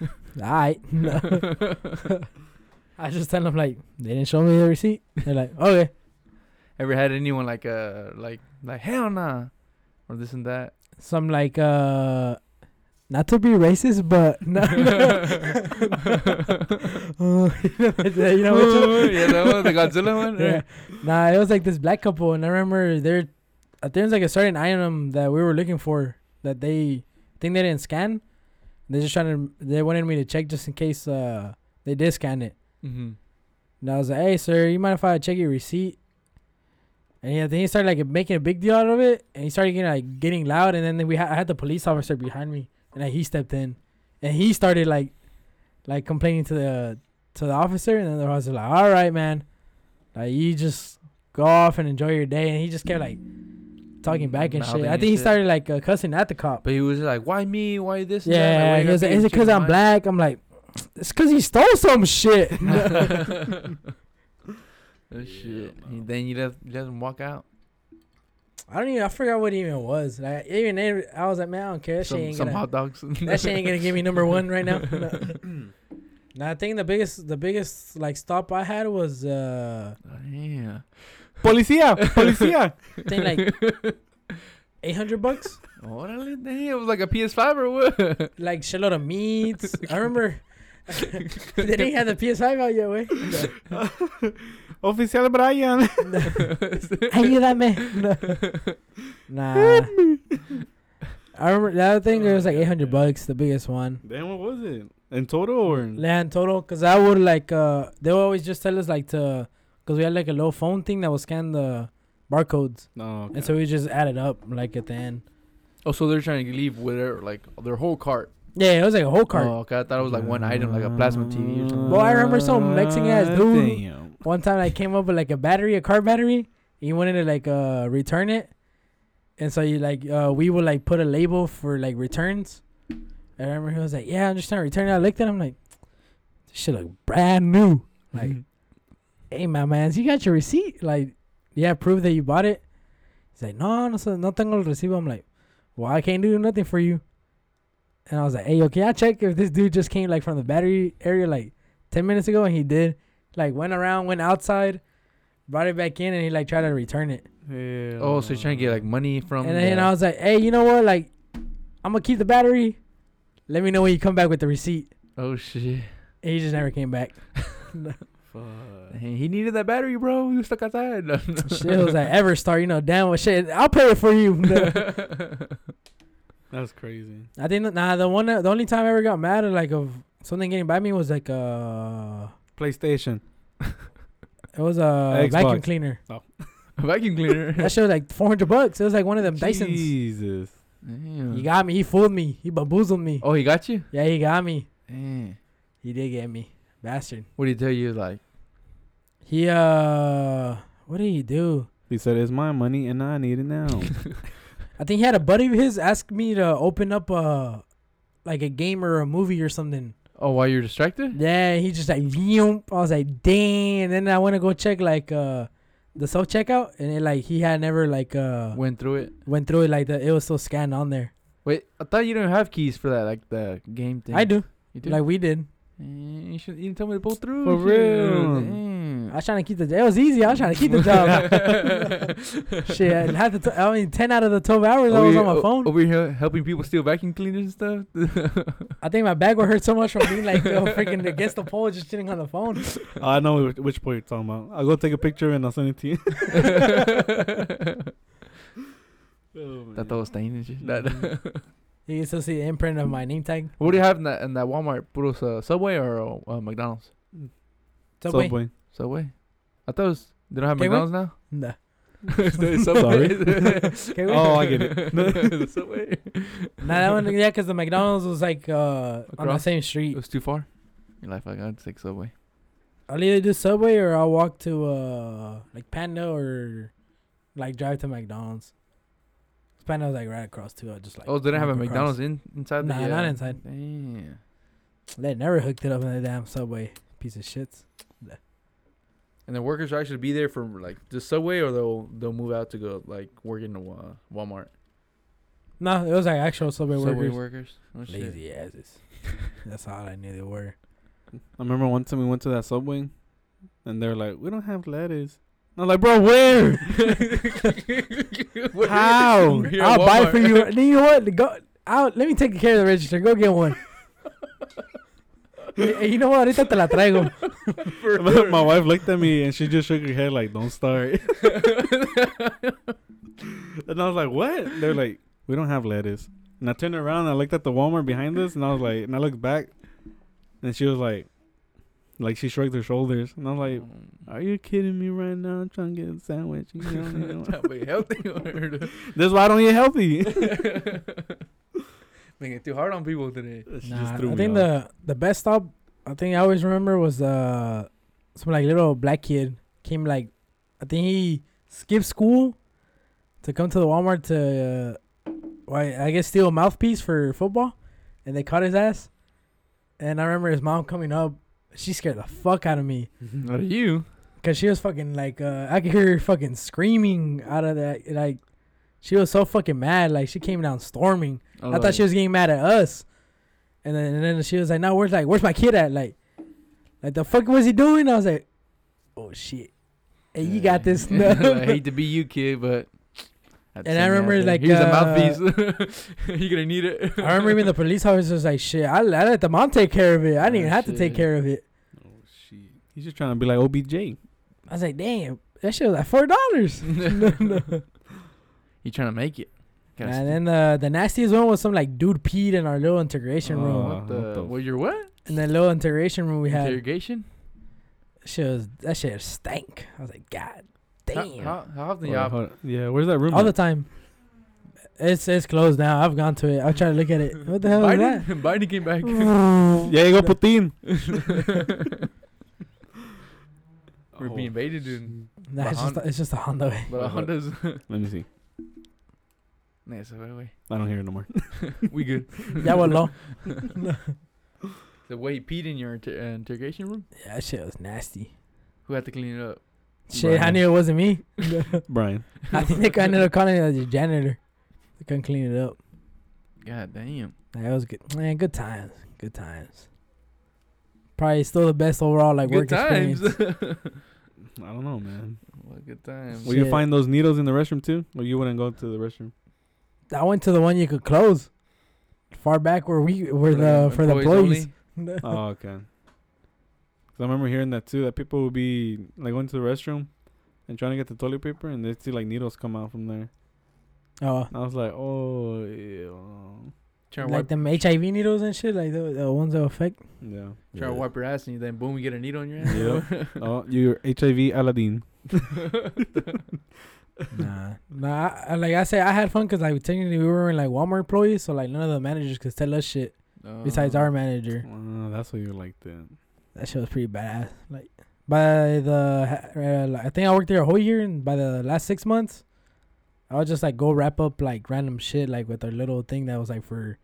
All right. No. I just tell them like they didn't show me the receipt. They're like, okay. Ever had anyone like uh like like hell nah, or this and that? some like uh not to be racist but no, Uh, you know which one? yeah, that one, the Godzilla one. yeah. nah it was like this black couple and i remember there uh, there was like a certain item that we were looking for that they I think they didn't scan they just trying to they wanted me to check just in case uh they did scan it Mm-hmm. and I was like, "Hey, sir, you mind if I check your receipt?" And yeah, then he started like making a big deal out of it, and he started getting like getting loud. And then we had I had the police officer behind me, and like, he stepped in, and he started like like complaining to the to the officer, and then the officer was like, "All right, man, like you just go off and enjoy your day." And he just kept like talking back and shit. Mouthing I and think he shit. started like uh, cussing at the cop. But he was like, why me? Why this? and that? Like, why Yeah, you he gotta was be like, "Is a it because chicken I'm mine?" black?" I'm like, "It's because he stole some shit." Nah, That shit. Yeah, He- no. then you let let him walk out. I don't even. I forgot what it even was. Like even they- I was like, man, I don't care. That shit Some, ain't some gonna. hot dogs. That shit ain't gonna give me number one right now. No. Nah, I think the biggest, the biggest like stop I had was uh, Yeah. Policía, policía. I think like eight hundred bucks, Orale, damn, it was like a PS5 or what? like shitload of meats. I remember they didn't have the PS5 out yet, way. Oficial Brian. Ayúdame. No. Nah. I remember the other thing. It was like eight hundred bucks, the biggest one. Damn, what was it? In total or in? Land total, Mm. cause I would like uh they would always just tell us like to, cause we had like a low phone thing that would scan the barcodes, no. Oh, okay. and so we just added up like at the end. oh, so they're trying to leave whatever, like their whole cart. Yeah, it was like a whole cart. Oh, okay. I thought it was like one item, like a plasma TV or something. Well, I remember some Mexican-ass dude- Damn. One time I came up with like a battery, a car battery. And you wanted to like uh return it, and so you like uh we would like put a label for like returns. I remember he was like, "Yeah, I'm just trying to return it." I looked at him like, "This shit look brand new." Like, hey, my man, you got your receipt? Like, yeah, prove that you bought it. He's like, no, no, so no tengo el recibo. I'm like, well, I can't do nothing for you. And I was like, hey, yo, can I check if this dude just came like from the battery area like 10 minutes ago? And he did. Like, went around, went outside, brought it back in, and he like tried to return it. Yeah. Oh, so you're trying to get like money from? and then the- I was like, hey, you know what? Like, I'm gonna keep the battery. Let me know when you come back with the receipt. oh shit. And he just never came back. Fuck. Hey, he needed that battery, bro. He was stuck outside. No, no. shit was like Everstar, you know, damn what shit. I'll pay it for you. That's crazy. I think that- nah the one the only time I ever got mad at like of something getting by me was like uh PlayStation. it was a vacuum Xbox. cleaner. Vacuum cleaner. That shit was like four hundred bucks. It was like one of them Dysons. Jesus. Damn. He got me. He fooled me. He bamboozled me. oh, he got you. Yeah, he got me. Damn. He did get me, bastard. What did he tell you? Like, He uh, what did he do? He said, "It's my money, and I need it now." I think he had a buddy of his ask me to open up a like a game or a movie or something. oh, while you're distracted? Yeah, he just like Veom. I was like, damn. And then I went to go check like uh the self checkout, and it like he had never like uh Went through it. went through it like that. It was still scanned on there. Wait, I thought you didn't have keys for that, like the game thing. I do, You do. like we did. Mm, you should. You didn't tell me to pull through. For shit. real. I was trying to keep the. It was easy. I was trying to keep the job. job. Shit, I had to. T- I mean, ten out of the twelve hours I Oh, was on my phone. Over here helping people steal vacuum cleaners and stuff. I think my back would hurt so much from being like uh, freaking against the pole, just sitting on the phone. I know wh- which point you're talking about. I'll go take a picture and I'll send it to you. that oh, that was stained and shit. That- You can still see the imprint of my name tag. what do you have in that, in that Walmart? Puros uh, Subway or uh, McDonald's? Subway. Subway. Subway. I thought it was, they don't have K-Way? McDonald's now. Nah. It's the Sorry. K-Way? Oh, I get it. The Subway. Nah, that one. Yeah, because the McDonald's was like uh, on the Across? same It street. was too far. You're like, fuck, I'd take Subway. I'll either do Subway or I'll walk to uh like Panda or like drive to McDonald's. Panda's like right across too. I just like Oh, they didn't have a walk across. McDonald's in, inside Nah, the uh, not inside. Damn. They never hooked it up in the damn subway. Piece of shit. And the workers will actually be there for like the subway, or they'll they'll move out to go like work in the wa- Walmart. No, it was like actual subway, subway workers. workers. Oh, shit. Lazy asses. That's all I knew they were. I remember one time we went to that Subway, and they were like, "We don't have lettuce." And I'm like, "Bro, where? How? You're at I'll buy it for Walmart. you. You know what? Go out. Let me take care of the register. Go get one. Hey, you know what? Ahorita te la traigo. my, my wife looked at me and she just shook her head like, "Don't start." and I was like, "What?" They're like, "We don't have lettuce." And I turned around and I looked at the Walmart behind us, and I was like, and I looked back, and she was like, like she shrugged her shoulders, and I was like, "Are you kidding me right now? I'm trying to get a sandwich." You know? Trying to be healthy or- That's why I don't eat healthy. Making it too hard on people today. She just Nah, threw I me think off. the the best stop I think I always remember was uh some like little black kid came like I think he skipped school to come to the Walmart to uh, well, I I guess steal a mouthpiece for football and they caught his ass and I remember his mom coming up she scared the fuck out of me Not you. Cause she was fucking like uh, I could hear her fucking screaming out of that like she was so fucking mad like she came down storming. I thought she was getting mad at us, and then and then she was like, "No, where's like where's my kid at? Like, like the fuck was he doing?" I was like, "Oh shit, hey, you got this." No. I hate to be you, kid, but. at And the I same remember, goddamn- like, here's uh, a mouthpiece. You're gonna need it. I remember even the police officer was like, "Shit, I, I let the mom take care of it. I didn't Oh, even have to take shit. care of it." Oh shit. He's just trying to be like OBJ. I was like, "Damn, that shit was like four dollars." You trying to make it? Gotta And stick- then uh, the nastiest one was some like dude peed in our little integration room. Oh, what the? what the well, you're what? In the little integration room we had, Interrogation. she was that shit stank. I was like, "God damn." How, how, how often Or- y'all? or- yeah, where's that room? All the at? time. It's it's closed now. I've gone to it. I've tried to look at it. What the hell is Biden? that? Biden came back. yeah, you go Putin. Oh, We're being invaded, dude. Nah, it's just Honda. it's just a Honda. way. But Honda's. Let me see. Nah, so wait, wait. I don't hear it no more. We good. That was long. The way he peed in your inter- uh, interrogation room. Yeah, that shit was nasty. Who had to clean it up? Shit, I Brian. knew it wasn't me. Brian. I think they ended up calling it the janitor. They couldn't clean it up. God damn. Nah, That was good. Man, good times. Good times. Probably still the best overall like work good times. experience. I don't know, man. what good times. Will you Shit. find those needles in the restroom too? Or you wouldn't go to the restroom? I went to the one you could close. Far back where we were For the for the employees. only? oh, okay. 'Cause I remember hearing that too. That people would be like going to the restroom and trying to get the toilet paper, and they'd see like needles come out from there. Oh, And I was like, oh, ew. Trying to like wipe, them HIV needles and shit, like the, the ones that affect. yeah. trying to wipe your ass, and you then boom, you get a needle on your Yep. ass. Oh, you're HIV Aladdin. nah, nah. I- I, like I say, I had fun because like technically we were in like Walmart employees, so like none of the managers could tell us shit besides our manager. Oh, that's why you like that. That shit was pretty badass. Like by the, ha- uh, like, I think I worked there a whole year, and by the last six months, I would just like go wrap up like random shit, like with our little thing that was like for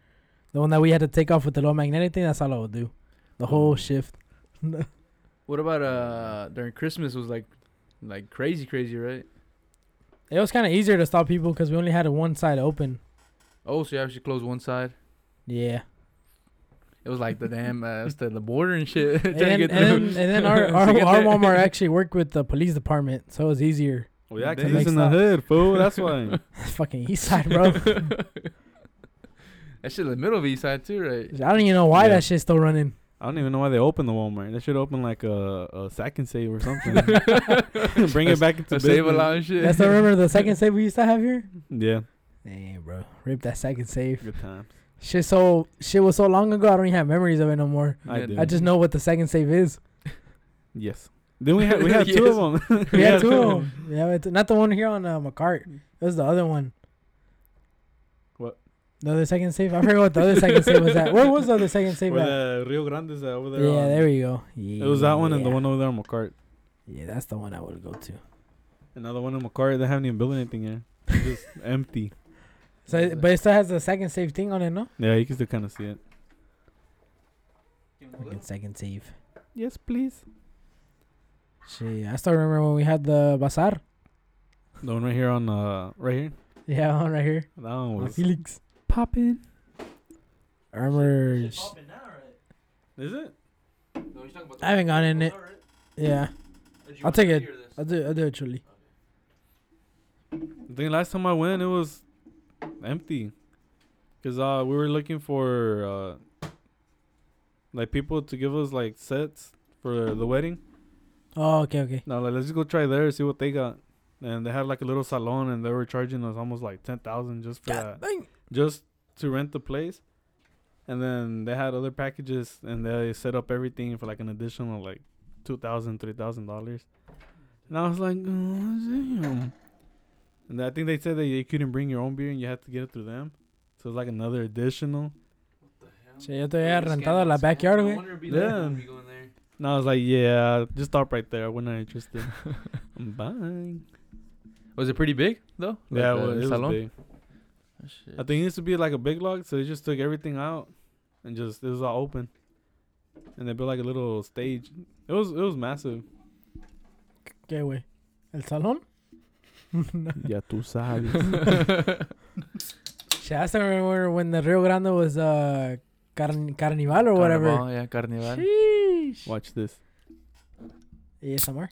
the one that we had to take off with the low magnetic thing. That's all I would do, the Mm. whole Oh. shift. What about uh during Christmas was like, like crazy, crazy, right? It was kind of easier to stop people because we only had one side open. Oh, so you actually closed one side. Yeah. It was like the damn uh, it's the, the border and shit. trying and, then, to get and, through. then, and then our, To our, get our there. Walmart actually worked with the police department, so it was easier. Well, Oh, yeah, They 'cause make it's in the stuff. hood, fool. That's why. Fucking east side, bro. That shit in the middle of East Side too, right? I don't even know why Yeah. that shit's still running. I don't even know why they opened the Walmart. They should open like a, a sack and save or something. Bring it back into To business. save a lot of shit. That's the remember the second save we used to have here. Yeah, Damn, bro, rip that second save. good times. Shit, so shit was so long ago. I don't even have memories of it no more. I Yeah, do. I just know what the second save is. yes. Then we had we had two of them. We had two. of 'em. Yeah, we had two- not the one here on uh, McCart. It was the other one. What? The other second save. I forgot what the other second save was at. Where was the other second save Where at? the Rio Grande's at over there. um, Yeah, on- there we go. Yeah, It was that one and the one over there on McCart. Yeah, that's the one I would go to. Another one in McCart. They haven't even built anything yet. It's just empty. So, it- but it still has the second save thing on it, no? Yeah, you can still kind of see it. Fucking second save. Yes, please. Shit, I still remember when we had the bazaar. The one right here on uh right here. Yeah, one right here. That one On was Felix. popping. I remember. sh- Is it? I haven't gone in it. Yeah, I'll take it. I'll do. I'll do it truly. I think last time I went, it was empty. Cause uh, we were looking for uh, like people to give us like sets for the wedding. Oh, okay, okay. Now like let's just go try there, see what they got. And they had like a little salon, and they were charging us almost like ten thousand just for that, Dang. just to rent the place. And then they had other packages, and they set up everything for like an additional like two thousand, three thousand dollars. And I was like, oh, damn. And I think they said that you couldn't bring your own beer, and you had to get it through them. So it's like another additional. Shit, yo te había rentado la backyard, güey. Yeah. And I was like, yeah, just stop right there. We're not interested. I'm buying. Was it pretty big though? Yeah, Like, Oh, well, uh, it was salon? big. I think it used to be like a big log, so they just took everything out and just it was all open. And they built like a little stage. It was it was massive. ¿Qué, güey? ¿El salón? Ya tú sabes. Shit, I still remember when the Rio Grande was uh, carn- Carnival or whatever. Carnaval, yeah, carnival. Sheesh. Watch this. ASMR.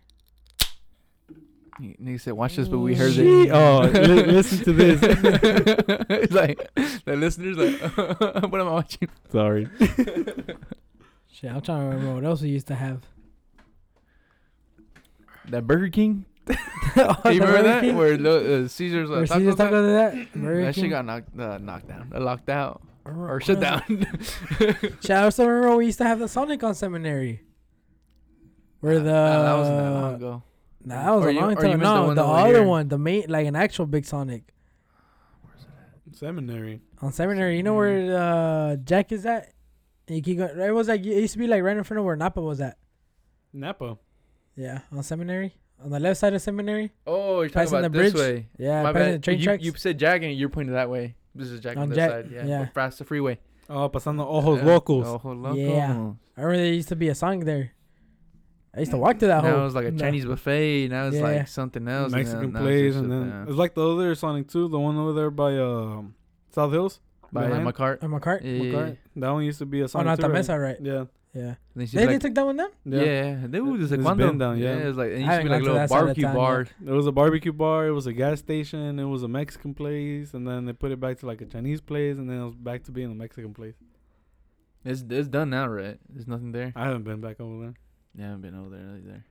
N- Nigga said, "Watch this," but we heard Shee- it. oh, li- listen to this. it's like the listeners like, "What am I watching?" Sorry. Shit, I'm trying to remember what else we used to have. That Burger King. Oh, you the remember Burger that? King? Where lo- uh, Caesar's uh, Where taco Caesar's Bell- Taco did that? Burger That shit King? got knocked uh, knocked down, uh, locked out, I don't or remember. shut down. Shit, I also remember we used to have the Sonic on Seminary. Where Uh, the uh, that wasn't that long ago. Nah, that was Or a you- long or you time. meant the No, one the, over other here. one, the main, like an actual big Sonic Seminary. on Seminary. You know Seminary. where Mm-hmm. uh, Jack is at? And you keep going. It was like it used to be like right in front of where Napa was at. Napa. Yeah, on Seminary, on the left side of Seminary. Oh, you're Passing talking the about this bridge. way. Yeah, My past bad. the train you, tracks. you said Jack, and you're pointing that way. This is Jack on, On this Jack, side. Yeah, yeah. but past the freeway. Oh, pasando ojos Yeah. locos. Ojo loco. Yeah. I remember there used to be a song there. I used to walk to that Now hole. it's like a No. Chinese buffet. Now it's Yeah. like something else. now- Mexican now it's place, just and a- then it's like the other Sonic 2, the one over there by um, South Hills. by behind my cart. on my cart. Yeah, yeah, McCart. That one used to be a Oh, Sonic not 2. the right? mesa, right? Yeah. Yeah. And then she's They, they like, took that one down. yeah, yeah, they would just It's like cuando. been down, yeah. it was like and I it used to haven't be gone like to little that side of barbecue town yet. bars. There was a barbecue bar. It was a gas station. It was a Mexican place, and then they put it back to like a Chinese place, and then it was back to being a Mexican place. It's it's done now, right? There's nothing there. I haven't been back over there. Yeah, I haven't been over there either.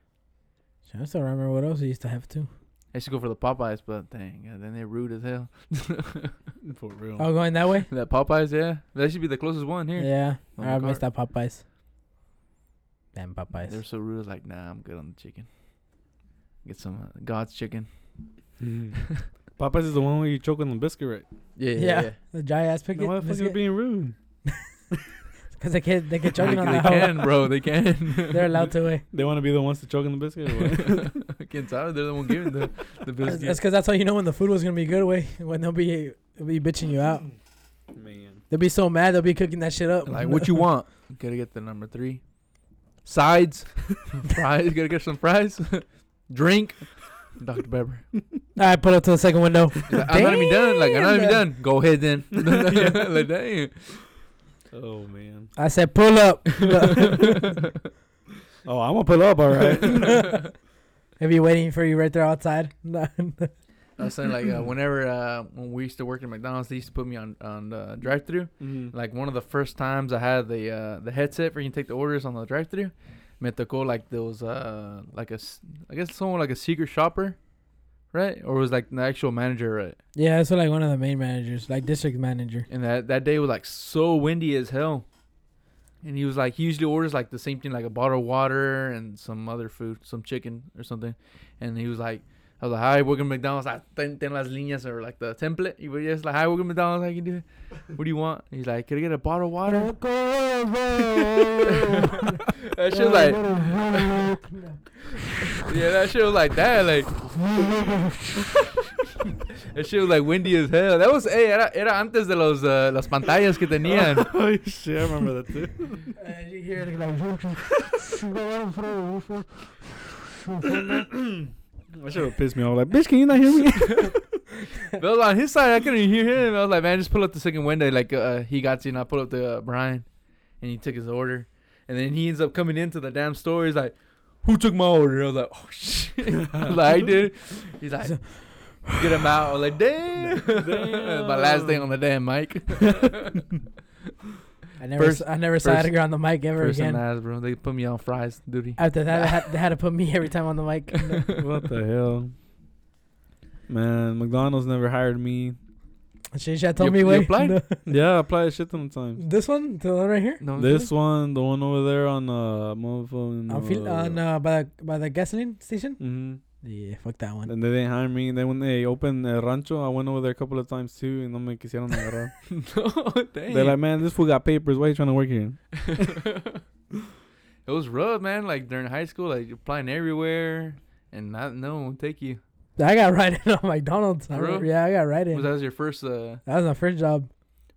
Shit, I still remember what else we used to have too. I used to go for the Popeyes, but dang, yeah, then they're rude as hell. For real. Oh, going that way. that Popeyes, yeah, that should be the closest one here. Yeah, On I the missed that Popeyes. Damn Popeyes. They're so rude. I was like, nah, I'm good on the chicken. Get some uh, God's chicken. Mhm. Popeyes is the one where you choke on the biscuit, right? Yeah, Yeah. the giant ass No, picket. why the fuck are you being rude? Because they can't, they can choking they, on they that can, hole. bro. They can. They're allowed to. Way. They want to be the ones to choke on the biscuit. Or what? Can't tell. They're the one giving the the That's biscuit. because that's how you know when the food was gonna be good. Way when they'll be they'll be bitching you out. Man. They'll be so mad. They'll be cooking that shit up. Like, what you want? Gotta get the number three. Sides, fries. Gotta get some fries. Drink, Dr Pepper. All right, pull up to the second window. I'm not even done. Like I'm not even Damn. done. Go ahead then. like damn. Oh man. I said, pull up. Oh, I'm gonna pull up. All right. They'll be waiting for you right there outside. I was saying like uh, whenever uh, when we used to work at McDonald's, they used to put me on on the drive through. Mhm. Like one of the first times I had the uh, the headset where you can take the orders on the drive through, me tocó like there was uh like a s- I guess someone like a secret shopper, right? Or was like the actual manager, uh, right? yeah, that's what, like one of the main managers, like district manager. And that that day was like so windy as hell. And he was like, he usually orders like the same thing, like a bottle of water and some other food, some chicken or something. And he was like, I was like, hi, welcome to McDonald's. I ten, ten las líneas or like the template. He was just like, hi, welcome to McDonald's. How can do it? What do you want? He's like, can I get a bottle of water? that shit was like, yeah, that shit was like that. Like, that shit was like windy as hell. That was, hey, era, era antes de los, uh, las pantallas que tenían. oh shit! I remember that too. you hear it like, That should have pissed me off. Like, bitch, can you not hear me? Bill on his side, I couldn't hear him. I was like, man, just pull up the second window. Like, uh, he got you, and I pulled up to uh, Brian, and he took his order. And then he ends up coming into the damn store. He's like, who took my order? I was like, oh, shit. I was like, I did. He's like, get him out. I was like, damn. Damn. my last thing on the damn mic. I never, First- s- I never saw first- Edgar on the mic ever First again. and last, bro. They put me on fries duty. After that, I had, they had to put me every time on the mic. what the hell? Man, McDonald's never hired me. She should have told You- me you wait. applied? No. Yeah, I applied shit ton of times. This one, the one right here, No, This one, the one over there on uh, motherfucking. on, fil- on uh, by the, by the gasoline station. hmm Yeah, fuck that one. And they didn't hire me. Then when they opened El Rancho, I went over there a couple of times too, and no me quisieron agarrar. no, dang. They're like, man, this fool got papers. Why you trying to work here? it was rough, man. Like during high school, like you're applying everywhere, and not no one would take you. I got right in on McDonald's. I For real? remember- yeah, I got right in. Was that was your first, uh, that was my first job.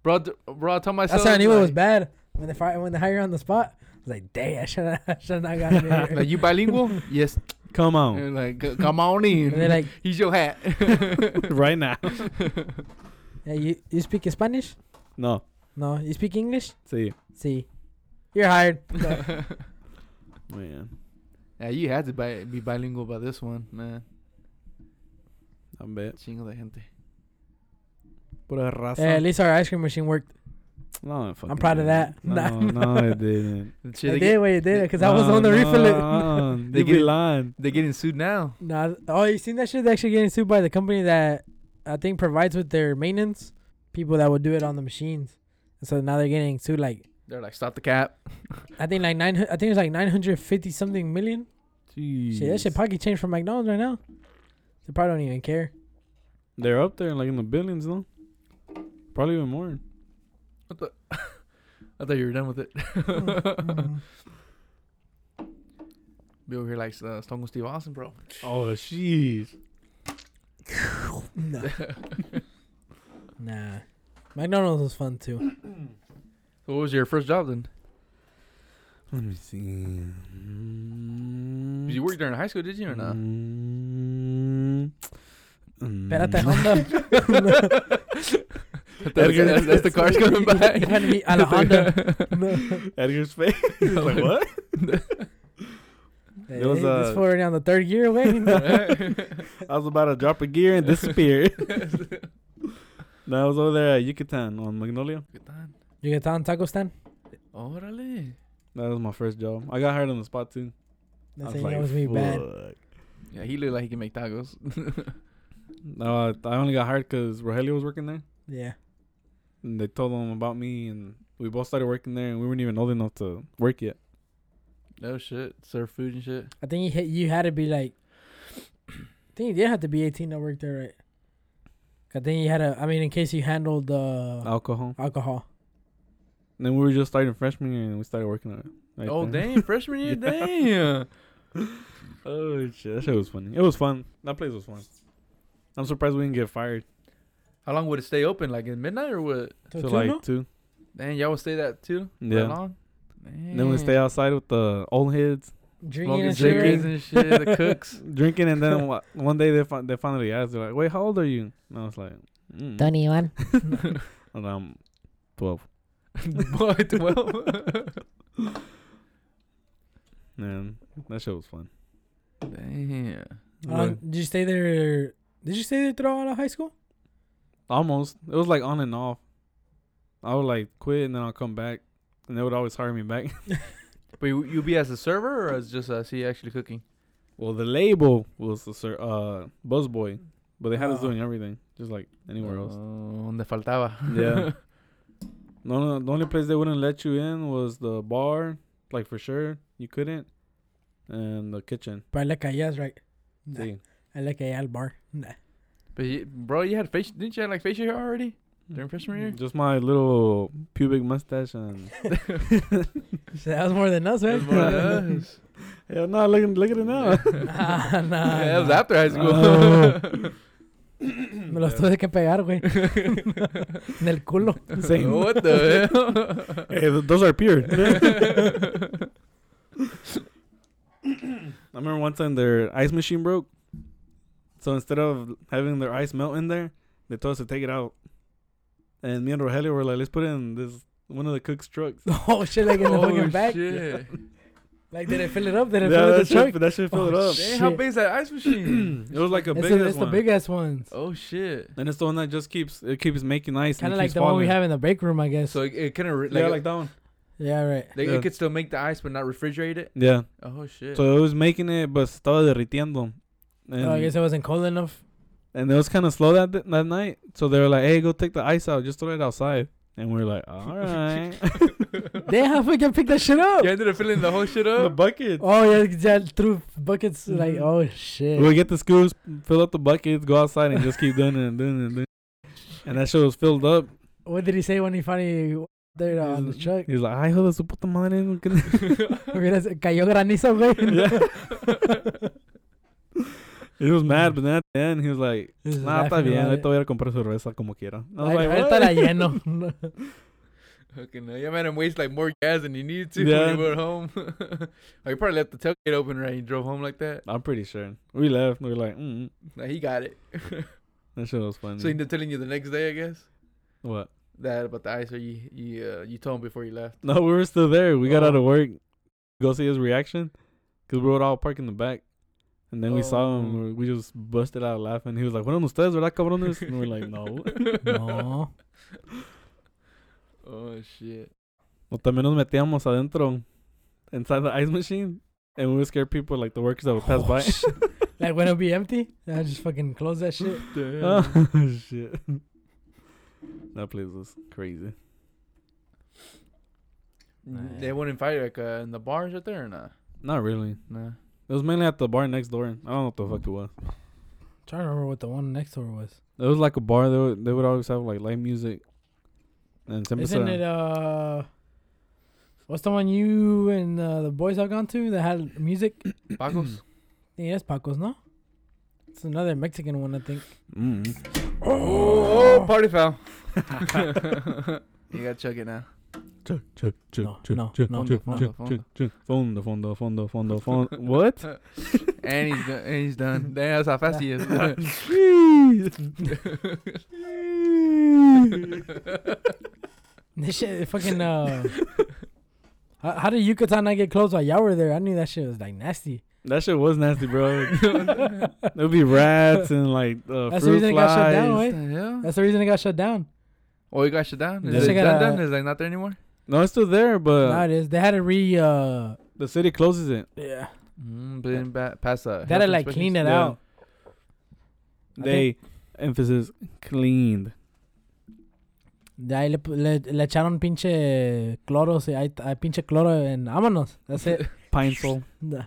bro? I t- Bro, I told myself That's how I knew like, it was bad when they fire, when they hire you on the spot. I was like, dang, I should have, should not gotten it. Like you bilingual? yes, Come on, And like, "C- come on in. And they're like, Here's your hat. right now. yeah, you, you speak Spanish? No, No. You speak English? see, See. You're hired. man, yeah, you had to bi- be bilingual by this one, man. I bet. Chingo de gente. Pura raza. yeah, at least our ice cream machine worked. no, it fucking proud of didn't. that. Nah. No, no, it didn't. Shit, I did they get, what it did because I was No, on the no, refill it. uh-uh. They You be be- lying. they're getting sued now. Nah, oh, you seen that shit? They're actually getting sued by the company that I think provides with their maintenance people that would do it on the machines. And so now they're getting sued like They're like, stop the cap. I think like nine. hun- I think it's like nine hundred fifty something million. Shit, that shit pocket change from McDonald's right now. They probably don't even care. They're up there, like in the billions, though. Probably even more. What the? I thought you were done with it. Mm-hmm. Be over here like uh, Stone Cold Steve Austin, bro. Oh, jeez. nah. nah. McDonald's was fun too. So what was your first job then? Let me see. Did Mm. 'Cause You worked there in high school, did you or not? Mm. Espérate, Honda. That's, that's- that's the cars coming by. You're gonna be a la Honda. No. Edgar's face. He's like, what? Hey, There was this a- fool already on the third gear away. I was about to drop a gear and disappear. no, I was over there at Yucatan on Magnolia. Good time. you get on taco stand? Órale. That was my first job. I got hired on the spot too. I That's that was me bad. "Fuck." Yeah, he looked like he can make tacos. No, I, I only got hired because Rogelio was working there, Yeah. and they told him about me, and we both started working there, and we weren't even old enough to work yet. no Oh, shit. Serve food and shit. I think you, hit, you had to be like, I think you did have to be 18 to work there, right? I think you had to, I mean, in case you handled the Alcohol. alcohol. And then we were just starting freshman year, and we started working on it. right oh, there. damn. Freshman year? Damn. Oh shit, that shit was funny. It was fun. That place was fun. I'm surprised we didn't get fired How long would it stay open? Like at midnight or what? So till like two. Damn, y'all would stay that too? Yeah. That long? Damn. And then we stay outside with the old heads drinking Smoking and shit. cigarettes right? and shit. The cooks. drinking, and then wa- one day they fin- they finally asked, they're like, "Wait, how old are you?" And I was like, mm. one. And I'm twelve. Boy, 12. Man, that shit was fun. Damn. Um, did you stay there? Did you stay there throughout all of high school? Almost. It was like on and off. I would like quit and then I'll come back, and they would always hire me back. But you, you be as a server or as just uh, see actually cooking? well, the label was the sir, uh, busboy, but they had us Oh. doing everything, just like anywhere else. Oh, donde faltaba. Yeah. No, no, the only place they wouldn't let you in was the bar, like for sure you couldn't, and the kitchen. But I like Ayaz, right? Nah. See, I like Ayaz bar. Nah. But you, bro, you had facial. Didn't you have like facial hair already during freshman year? just my little pubic mustache and So that was more than us, man. That's more than us. hell no, look at look at it now. Ah, nah, nah, Yeah, that was nah. after high school. Oh. Me los tuve que pegar, güey. en el culo. Same. what the hell? Hey, th- those are pure. I remember one time their ice machine broke, so instead of having their ice melt in there, they told us to take it out, and me and Rogelio were like, let's put it in this one of the cook's trucks. Oh shit! Like in the oh, fucking back. shit. Like did it fill it up? Did it Yeah, fill that it the truck? shit, that shit filled Oh, it up. Damn, how Shit. big is that ice machine? it was like a It's, big the, it's one. the big ass ones. oh, shit. And it's the one that just keeps it keeps making ice. Kind of like the one we have in the break room, I guess. So it, it kind of re- Like, like, yeah, like that one. yeah, right. they, Yeah. it could still make the ice but not refrigerate it. Yeah. Oh shit. So it was making it, but estaba derritiendo. And, oh, I guess it wasn't cold enough. and it was kind of slow that th- that night. So they were like, "Hey, go take the ice out. Just throw it outside." And we were like, "All right." They how fucking picked that shit up. you ended up filling the whole shit the up. bucket. Oh yeah, yeah, through buckets like Mhm. oh shit. We get the scoops, fill up the buckets, go outside, and just keep doing it and doing it and doing. It. And that shit was filled up. What did he say when he finally there on the truck? He was like, "Ay, joder, su puta madre." no que-" Mira, se- cayó granizo, güey. He was mad, but then at the end, he was like, This is Nah, eh. está laughing bien. about Ahorita it. voy a ir a comprar cerveza como quiera. I was Ahor- like, Ahorita "What?" la lleno. Hooking up. Yeah, man, him waste like more gas than he needed to Yeah. when he went home. oh, he probably left the tailgate open, right? He drove home like that. I'm pretty sure. We left. We were like, mm, Nah, he got it. that shit was funny. So he ended up telling you the next day, I guess, what? that about the ice, or you you uh, you told him before you left. No, we were still there. We got Oh. out of work. Go see his reaction. Because we were all parked in the back. And then we saw him. Oh. and We we just busted out laughing. He was like, ¿Fueron ustedes, verdad, cabrones? And we're like, no. No. Oh shit. No, también nos metíamos adentro inside the ice machine, and we would scare people like the workers that would pass by. Oh, like when it'll be empty, I just fucking close that shit. oh shit! That place was crazy. Mm, They wouldn't fight like uh, in the bars right there or not? Not really. Nah. It was mainly at the bar next door. I don't know what the fuck it was. trying to remember what the one next door was. It was like a bar. They would, they would always have like live music, and siempre Isn't se- it uh? What's the one you and uh, the boys have gone to that had music? Pacos? Yeah, it's Paco's, no? It's another Mexican one, I think. Mm. oh, party foul. you gotta chug it now. Chuck, chuck, chuck, No, chuck, no, chuck, no, no, chuck, chuck, no, chuck, chuck. Fondo, fondo, fondo, fondo, fondo. What? And he's done. And he's done. Damn, that's how fast he is. This shit, fucking uh. how, how did Yucatan not get closed while y'all were there? I knew that shit was like nasty. That shit was nasty, bro. There'd be rats and like uh, That's the fruit reason it got shut flies. down, right? yeah. That's the reason it got shut down. Oh, you got shut down. Yeah. Is They it got, done? Done? uh, Is it not there anymore? No, it's still there, but now it is. They had to re uh. the city closes it. Yeah. Mm, but then ba- past that. They had to like clean it Yeah. out. I They emphasis cleaned. De ahí le, pu- le, le echaron pinche cloro, sí, ahí, ahí pinche cloro en vámonos. That's it. Pineful. Nah.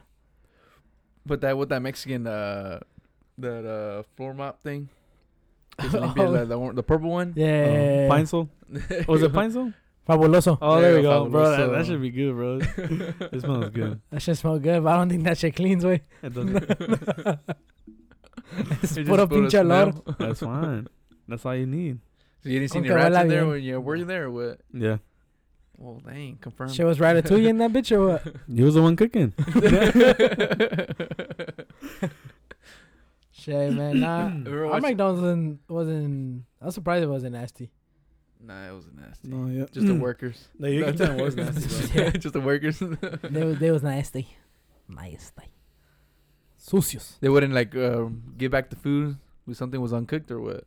Put that with that Mexican uh, that uh floor mop thing. It's Oh, Olympia, like, the, one- the purple one. yeah. Uh, Pineful? Was Oh, it Pineful? Fabuloso. Oh, There there we you go, go, bro. That, fabuloso. that should be good, bro. it smells good. That shit smell good, but I don't think that shit cleans, way. It doesn't. It's It just puro put a pinche olor. smell. That's fine. That's all you need. So you didn't see Con any que rats huela in there bien. when you were you there or what? Yeah, Well, dang, confirmed. Shit was ratatouille in that bitch or what? he was the one cooking. Shit, man, nah. Remember Our watching- McDonald's wasn't, wasn't. I was surprised it wasn't nasty. Nah, it was nasty. No, yeah. Mm. Just Mm. the workers. No, you can tell it was nasty, bro. Just the workers. They was, they was nasty. Nasty. Sucios. they wouldn't like um, give back the food when something was uncooked or what.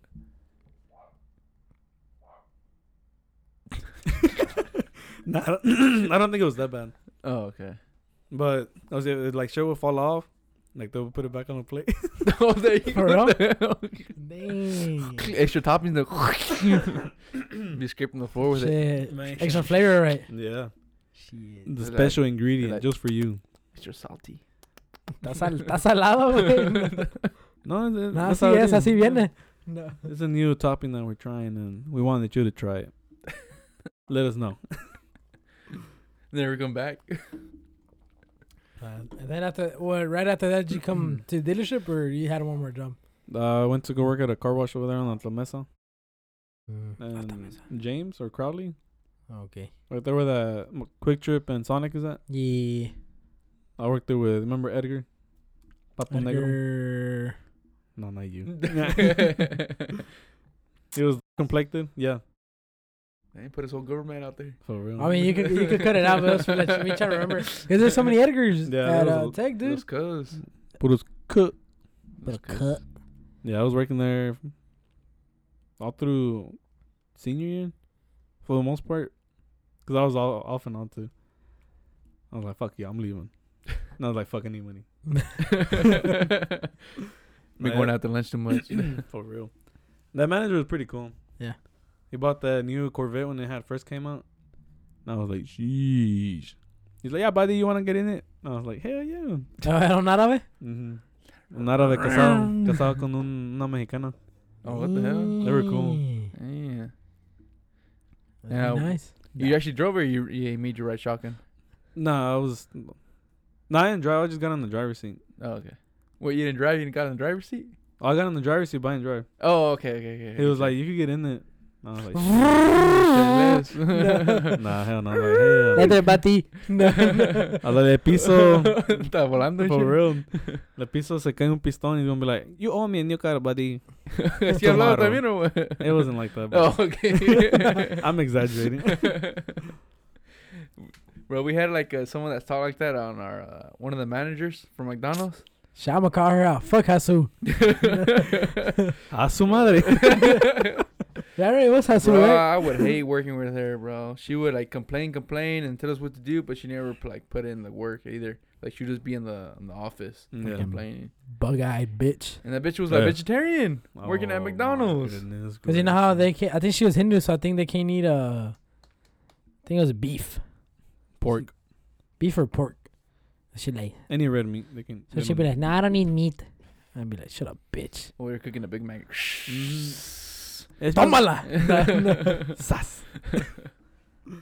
Nah, I don't- I don't think it was that bad. Oh, okay. But I was it, like sure would fall off. Like they would put it back on the plate. oh, there you For go. Dang. Extra toppings. The be scraping the floor with it. Shit. Man. Extra flavor, right? yeah. Shit. The Like- special ingredient like- just for you. Extra salty. Está sal- está salado, güey. No, th- No, that's así how it es, is. así Yeah. viene. No. It's a new topping that we're trying, and we wanted you to try it. Let us know. Never come back. Uh, and then after, well, right after that, did you come to the dealership or you had one more jump? Uh, I went to go work at a car wash over there on La Mesa. And Mm. Um, Mesa. James or Crowley, Ah, Okay. right there where the M- Quick Trip and Sonic is at. Yeah. I worked there with remember Edgar. Papo Negro. Edgar. No, not you. they He was complected. Yeah, put his whole government out there. for real. I mean, you could you could cut it out, but that's what we try to remember because there's so many Edgars Yeah, at there uh, was a- Tech, dude. Just cause. Puros cut. But cut. Yeah, I was working there all through senior year for the most part. Because I was all off and on too. I was like, fuck you, I'm leaving. and I was like, fuck, I need money. Been Like, going out to lunch too much. For real. That manager was pretty cool. Yeah. He bought that new Corvette when it had first came out. And I was like, sheesh. He's like, yeah, buddy, you want to get in it? And I was like, hell yeah. Oh, I don't know. Mm-hmm. Nada de casado. Casado con un, una mexicana. oh, what the Mm. hell? They were cool. Yeah. Yeah. Yeah. Nice. You actually drove or you, you made your ride shotgun? No, I was. No, I didn't drive. I just got on the driver's seat. Oh, Oh, okay. What, you didn't drive? You didn't got in the driver's seat? I got on the driver's seat by and drive. Oh, okay, okay, okay. He was like, "You could get in it." And I was like, Say No. less. nah, hell no. I was like, hell. Leather Bati. No. I was like, piso. Está volando y For shit. real. Le piso se cae un pistón. He's gonna be like, you owe me a new car, buddy. ¿Sí hablaba Tomorrow. también o what? It wasn't like that. Oh, But okay. I'm exaggerating. Bro, we had like uh, someone that's talked like that on our uh, one of the managers from McDonald's. Shit, I'ma call her out. Fuck Hasu. A su madre. That right was Hasu, bro, right? I would hate working with her, bro. She would like complain, complain, and tell us what to do, but she never like put in the work either. Like she would just be in the in the office and Yeah. complaining. Bug eyed bitch. And that bitch was like Yeah. vegetarian, working Oh, at my McDonald's. goodness Cause you know how they gracious. can't. I think she was Hindu, so I think they can't eat uh, I think it was beef, pork beef or pork. She like, any red meat they can. so she'd be like, "Nah, I don't eat meat." I'd be like, "Shut up, bitch." We were cooking a Big Mac. It's just- Tómala. Sas.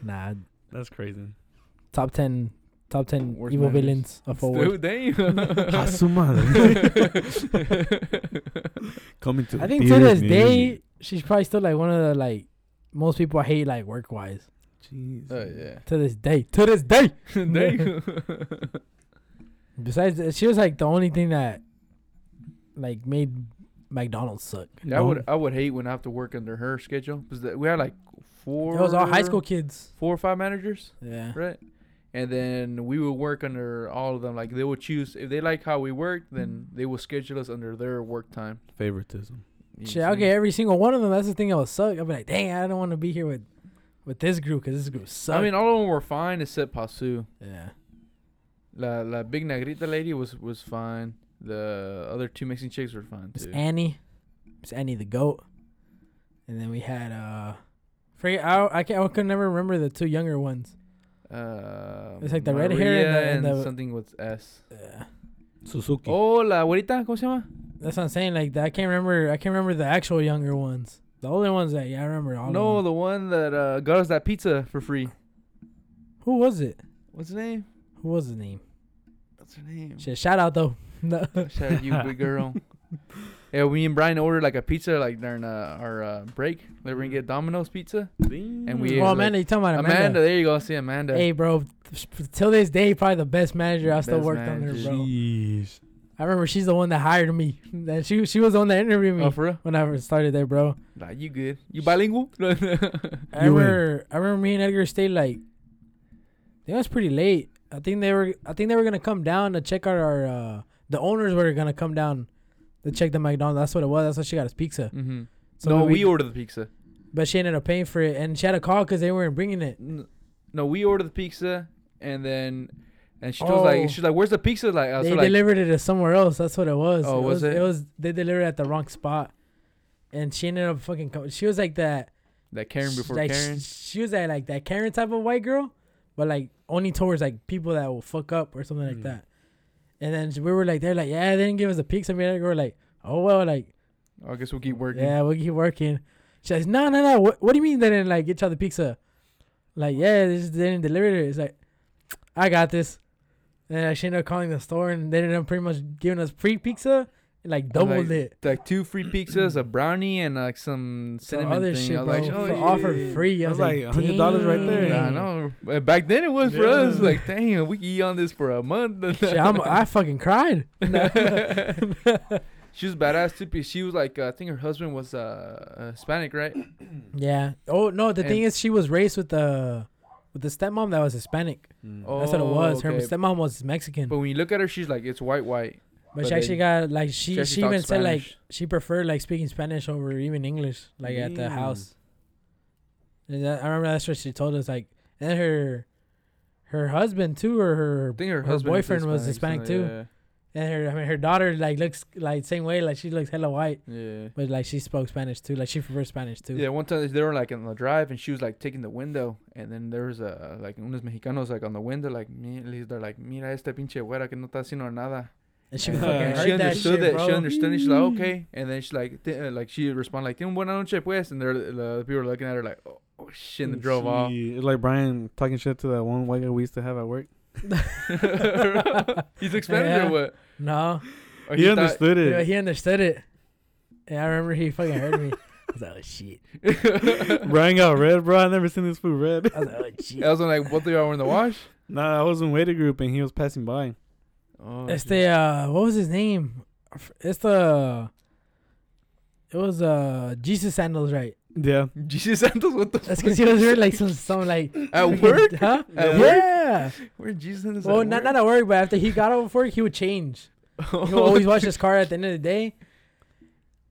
nah, That's crazy. top ten, top ten Worst evil managers. villains of forward. Dude, damn. Oh, A su madre. Coming to. I think to this day, she's probably still like one of the like most people I hate like work wise. Jeez. oh yeah. To this day, to this day. Damn. Besides, that, she was like the only thing that like made McDonald's suck. Yeah, I would I would hate when I have to work under her schedule because we had like four. It was all high school kids. Four or five managers, Yeah. right? And then we would work under all of them. Like they would choose if they like how we worked, then they will schedule us under their work time. Favoritism. You Shit, I'll see? get every single one of them. That's the thing that would suck. I'll be like, dang, I don't want to be here with with this group because this group sucks. I mean, all of them were fine except Pasu. yeah. La la big negrita lady was was fine. The other two Mexican chicks were fine It's too. Annie. It's Annie the goat. And then we had uh, forget I I can I could never remember the two younger ones. uh, It's like the red hair and the- Maria and the- something with S. Yeah. Suzuki. Oh, la abuelita, ¿cómo se llama? That's what I'm saying. Like that, I can't remember. I can't remember the actual younger ones. The only ones that yeah, I remember. All no, Of them. the one that uh, got us that pizza for free. Who was it? What's her name? Who was the name? What's her name? Shit, shout out though. No. Shout out you, big girl. Yeah, we and Brian ordered like a pizza like during uh, our uh, break. Like, we're gonna get Domino's pizza. and we- oh, like- Amanda, you talking about Amanda. Amanda? there you go. See Amanda. Hey, bro. Till this day, probably the best manager I still Best worked under, manager. bro. Jeez. I remember she's the one that hired me. That she she was the one that interviewed me oh, for real? when I first started there, bro. Nah, you good? You bilingual? Mm-hmm. I You win. remember I remember me and Edgar stayed like I think it was pretty late. I think they were I think they were gonna come down to check out our uh the owners were gonna come down to check the McDonald's. That's what it was. That's why she got us pizza. mm-hmm. So no, when we ordered the pizza. but she ended up paying for it and she had a call because they weren't bringing it. N- No, we ordered the pizza, and then, and she was Oh. like, she's like, "Where's the pizza?" Like, I was they like, delivered it to somewhere else. That's what it was. Oh, it was it? It was they delivered it at the wrong spot, and she ended up fucking. Com- she was like that. "That Karen sh- before like, sh- Karen." She was that like that Karen type of white girl, but like only towards like people that will fuck up or something like Hmm. Mm. that. And then we were like, they're like, yeah, they didn't give us a pizza. We were like, oh well, like Oh, I guess we'll keep working. yeah, we'll keep working. She's like, no, no, no. What, what do you mean they didn't like get y'all the pizza? Like yeah, they just didn't deliver it. It's like, I got this. And then she ended up calling the store, and they ended up pretty much giving us free pizza, like doubled like, it. Like two free pizzas, a brownie, and like some Some cinnamon other thing. shit, I bro. was like, for "Oh, yeah." offer free. I That's was like like, $100 right there. "Dang." Nah, I know. Uh, Back then it was for us. Yeah. Like, damn, we could eat on this for a month. Shit, I'm, I fucking cried. she was badass too. because She was like, uh, I think her husband was uh, Hispanic, right? Yeah. Oh no, the thing And- is, she was raised with the with the stepmom that was Hispanic. Mm. Oh, That's what it was. Her okay. stepmom was Mexican, But when you look at her, she's like, it's white, white. but but she actually got like she she she, actually even talks said like Spanish. she preferred like speaking Spanish over even English, like at the Mm. house. And that, I remember that's what she told us. Like, and her her husband too, or her I think her, Her husband is boyfriend was Hispanic, something, and her I mean her daughter like looks like same way. Like she looks hella white, Yeah. yeah. but like she spoke Spanish too. Like she preferred Spanish too. Yeah, one time they were like on the drive, and she was like taking the window, and then there was a like unos mexicanos like on the window, like me, they're like, mira esta pinche güera que no está haciendo nada. And she And fucking Yeah. heard Uh, she that understood shit, that. bro. She understood. And she's like, okay. And then she like, th- uh, like she responded like, "Tiene buena noche, pues." And they're, the people were looking at her like, oh, oh shit, and they drove off. Gee, It's like Brian talking shit to that one white guy we used to have at work. He's expanding Yeah. or what? No, Or he thought- understood Yeah, it. he understood it. Yeah, I remember he fucking heard me. was like, oh shit. Brian got red, bro. I never seen this food red. I was like, oh shit. I was like, what they are in the wash? Nah, I was in waiter group and he was passing by. Oh, It's shit. the uh, what was his name? I f- It's the. It was uh Jesus sandals, right? Yeah. Jesus Santos. What the? That's because he was wearing like some some like At freaking- work? huh? At work? yeah. Where Jesus Santos? Well, not not at work, but after he got off work, he would change. He would always wash his car at the end of the day.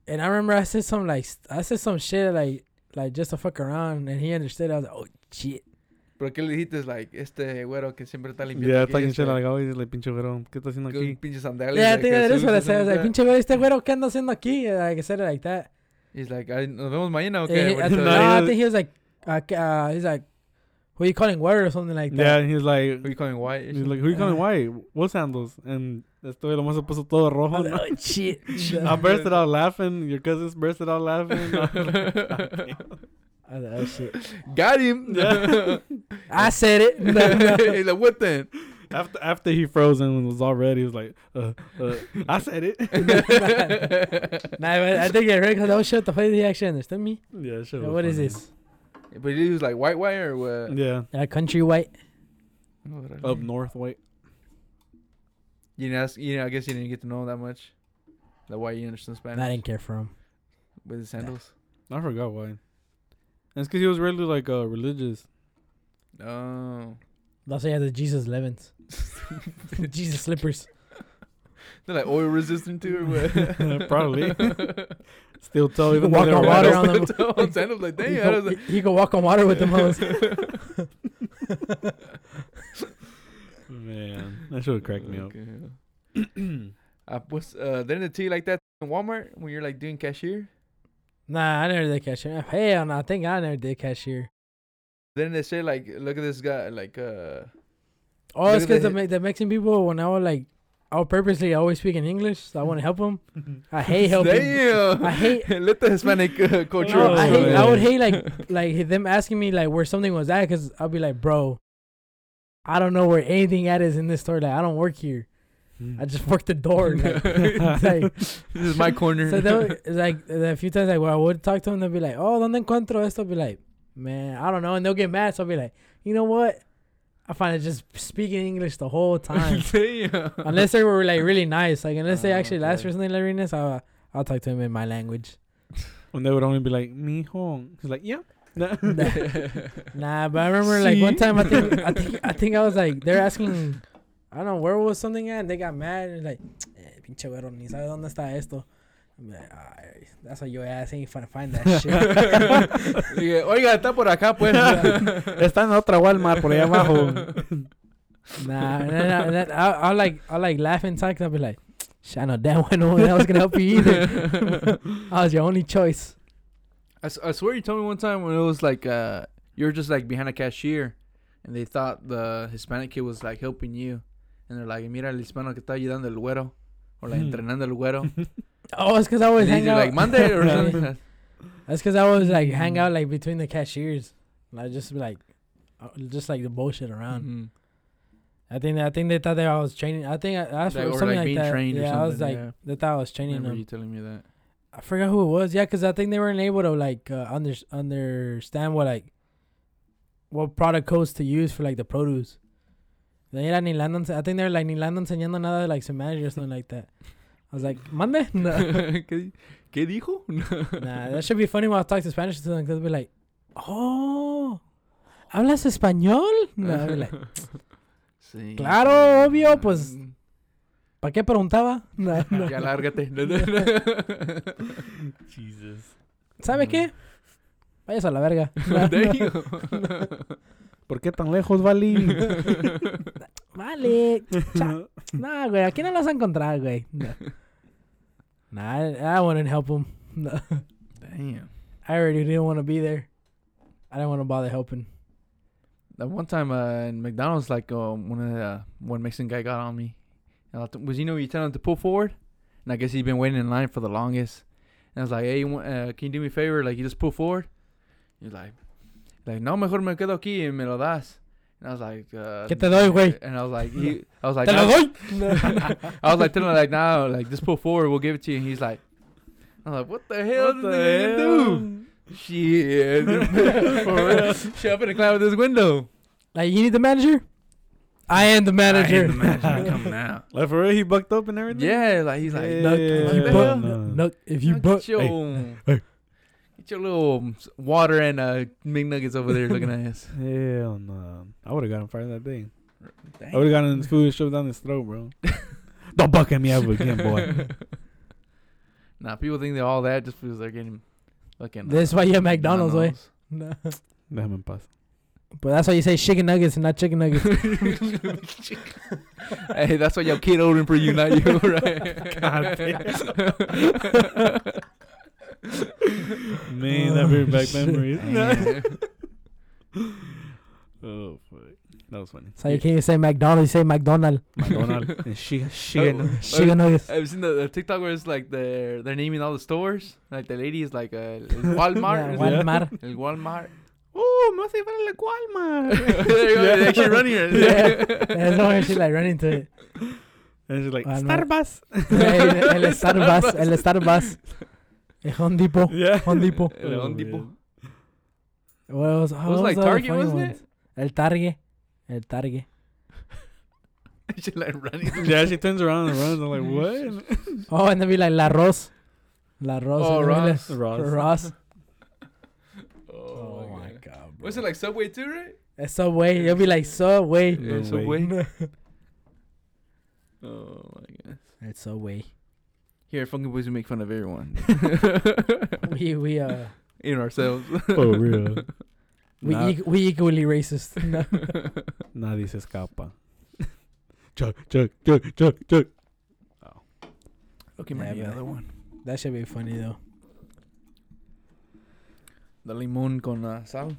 And I remember I said some like st- I said some shit like like just to fuck around, and he understood. I was like, oh shit. Pero qué le dijiste like este güero que siempre está limpiando. Yeah, aquí, talking este, shit like always, like, pinche güerón. ¿Qué está haciendo con aquí? pinches sandalias. Yeah, I like, think que that is se what I usa said. I was like, siempre. pinche güey, este güero, ¿qué anda haciendo aquí? Eh, And, Like I said it like that. He's like, "Ay, nos vemos mañana, And okay. he- I, No, no, I he- think he was like, uh, c- uh, he's like, who you calling word or something like Yeah, that. and he was like, Are you calling white? or he's like, who you calling white? What sandals? And esto lo más se puso todo I rojo. was like, oh shit. I bursted out laughing. Your cousins bursted out laughing. I was like, something?" I was like, oh shit. Got him. Yeah. I said it. He's like, what then? after after he froze and was all red, he was like, uh, uh, I said it. nah, but I think it hurt because I was shit. oh, The fuck did he actually understood me? yeah, sure. Like, what is this? But he was like white white or what? Yeah, Mm-hmm. A country white? up north, white. You know, that's- you know, I guess you didn't get to know him that much. That why you understand Spanish I didn't care for him. with his sandals. I forgot why. And it's because he was really like uh, religious. Oh, Also, he had the Jesus Levens. Jesus slippers. they're like oil resistant too or what? Probably. Still tell You even can though walk they're on water red. Water on them. on sandals like he, dang, I go, was like, he- he could walk on water with them hoes. Man, that should crack me up. Okay. Uh, what's uh? They're in the tea like that in Walmart when you're like doing cashier. Nah, I never did cashier. Hell no, I think I never did cashier. Then they say like, look at this guy, like uh, Oh, it's Look at because the, the- Me- the Mexican people, when I would like, I would purposely always speak in English, so I wouldn't help them. I hate helping. Damn. I hate. Let the Hispanic uh, culture. No, I, hate I would man. hate like like them asking me like where something was at because I'll be like, bro, I don't know where anything at is in this store. Like I don't work here. I just work the door. Like, it's like- this is my corner. so they would, it's like a few times like when I would talk to them, they'll be like, oh, donde encuentro esto? I'll be like, man, I don't know, and they'll get mad. So I'll be like, you know what? I find it just speaking English the whole time. Damn. unless they were like really nice, like unless they Ah, actually asked okay. for something like really nice, I'll, I'll talk to him in my language. When they would only be like, mi hong. He's like, yeah. nah, nah, but I remember like one See? time I think I think I think I was like they're asking, I don't know where was something at, and they got mad and like, eh, pinche güero, ni sabe dónde está esto. I'm like, "Ay, that's why your ass ain't finna find that shit. Dije, Oiga, está por acá, pues. Está en otra Walmart por allá abajo. nah, and then, I, and then I, I like I like laughing talk. I'll be like, shit, I know damn well no one else can help you either. I was your only choice. I, s- I swear you told me one time when it was like uh, you were just like behind a cashier, and they thought the Hispanic kid was like helping you, and they're like, mira el hispano que está ayudando el güero, or like Hmm. entrenando el güero. Oh, it's because I always And hang then you're out like Monday or Yeah. something. like That's because I always like Mm. hang out like between the cashiers, and I just be like, uh, just like the bullshit that. around. Mhm. I think that, I think they thought that I was training. I think I, I asked Like, for or, like, something like, being that. trained or yeah, I was something, like yeah. they thought I was training Remember you them. telling me that? I forgot who it was. Yeah, because I think they weren't able to like uh, under, understand what like what product codes to use for like the produce. They era ni le andan- I think they were like ni le andan enseñando nada de, like some manager or something like that. I was like, Monday? No. ¿Qué, qué dijo? Nah, that should be funny when I talk to Spanish to them because they'll be like, oh, ¿hablas español? No, I'll be like, Sí. claro, obvio, pues, ¿para qué preguntaba? No, no. Ya lárgate. Jesus. Mm. ¿Sabe qué? Vayas a la verga. No, There no. you go. ¿Por qué tan lejos, Vali? Vale. Cha- Nah, güey, aquí no los vas a encontrar, güey. No. Nah, I, I wouldn't help him. No. Damn. I already didn't want to be there. I didn't want to bother helping. That one time uh, in McDonald's, like um, one of the uh, one Mexican guy got on me, and I th- was you know you tell him to pull forward, and I guess he'd been waiting in line for the longest, and I was like, hey, you want, uh, can you do me a favor? Like you just pull forward. He's like, like no, mejor me quedo aquí y me lo das. And I was like, uh, ¿Qué te doy, güey? And I was like, he, I was like, ¡Te "No." lo doy! No. I was like telling him like, no, like just pull forward, we'll give it to you. And he's like, I'm like, what the hell? did What the they even do? hell? Shit. For real. Shit, I'm gonna climb out this window. Like you need the manager. I am the manager. I ain't the manager. Come now. Like for real, he bucked up and everything. Yeah, like he's like, Yeah. Nuck, if you Yeah. buck, No. Nuck, if you "Now buck, get your, get your little um, s- water and uh, McNuggets over there looking at us. Hell no. I would have got him fired that day. I Dang. would have gotten his food shoved down his throat, bro. Don't buck at me ever again, boy. Nah, people think they're all that just because they're getting fucking. uh, That's why you have McDonald's, way. No. Déjame en paz. But that's why you say chicken nuggets and not chicken nuggets. hey, that's why your kid ordering for you, not you, right? God Man, that bring back memories. oh fuck, that was funny. So you can't even say McDonald's. You say McDonald. McDonald's and she Oh, she Chicken nuggets. I've seen the, the TikTok where it's like they're they're naming all the stores. Like the lady is like uh, Walmart. Yeah, is it? Walmart. El Walmart. Oh, me hace falta la Walmart. there you go. They actually run here. Yeah. That's why she like running to it. And she's like Walmart. Starbucks. el, el Starbucks. El Starbucks. El Home Depot. Yeah. Oh, Home Depot. El Oh, Tipo. man. What else? It was like Target, wasn't it? El Target. El Target. she like running. Yeah, she turns around and runs. I'm like, what? Oh, and then be like La Ross. La Ross. Oh, and then be Ross. like- Ross. Ross. Oh, Oh my God. god. Bro. Was it like Subway too, right? A Subway. You'll be like Subway. No Yeah, Subway. No. Oh my God. It's Subway. Here, funky boys, we make fun of everyone. We we uh In ourselves. For real. we Nah. equ- we equally racist. No. Nadie se escapa. Chuck, Chuck, Chuck, Chuck, Chuck. okay, Yeah, maybe but- another one. That should be funny though. The limon con uh, sal.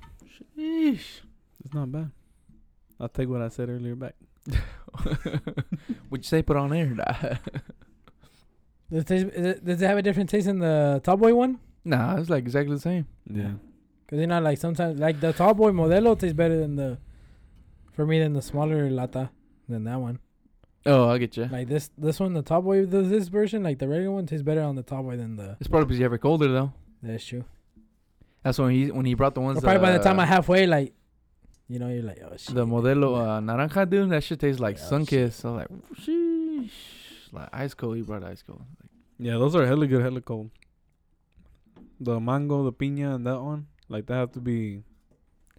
Sheesh. It's not bad. I'll take what I said earlier back. Would you say put on air? Nah. Does it, taste- is it- does it have a different taste than the Tall Boy one? nah, it's like exactly the same. Yeah. Cause you know, like sometimes like the Tall Boy Modelo tastes better than the, for me than the smaller lata than that one. Oh, I get you. Like this this one, the Tall Boy this, this version, like the regular one tastes better on the Tall Boy than the It's probably because you have it colder though. that's true. That's when he when he brought the ones. Or probably by the time uh, I'm halfway, like, you know, you're like, oh shit. the Modelo uh, Naranja, dude, that shit tastes like Yeah, sun kissed. So like, sheesh, like ice cold. He brought ice cold. Like, Yeah, those are hella good, hella cold. The mango, the piña, and that one, like they have to be.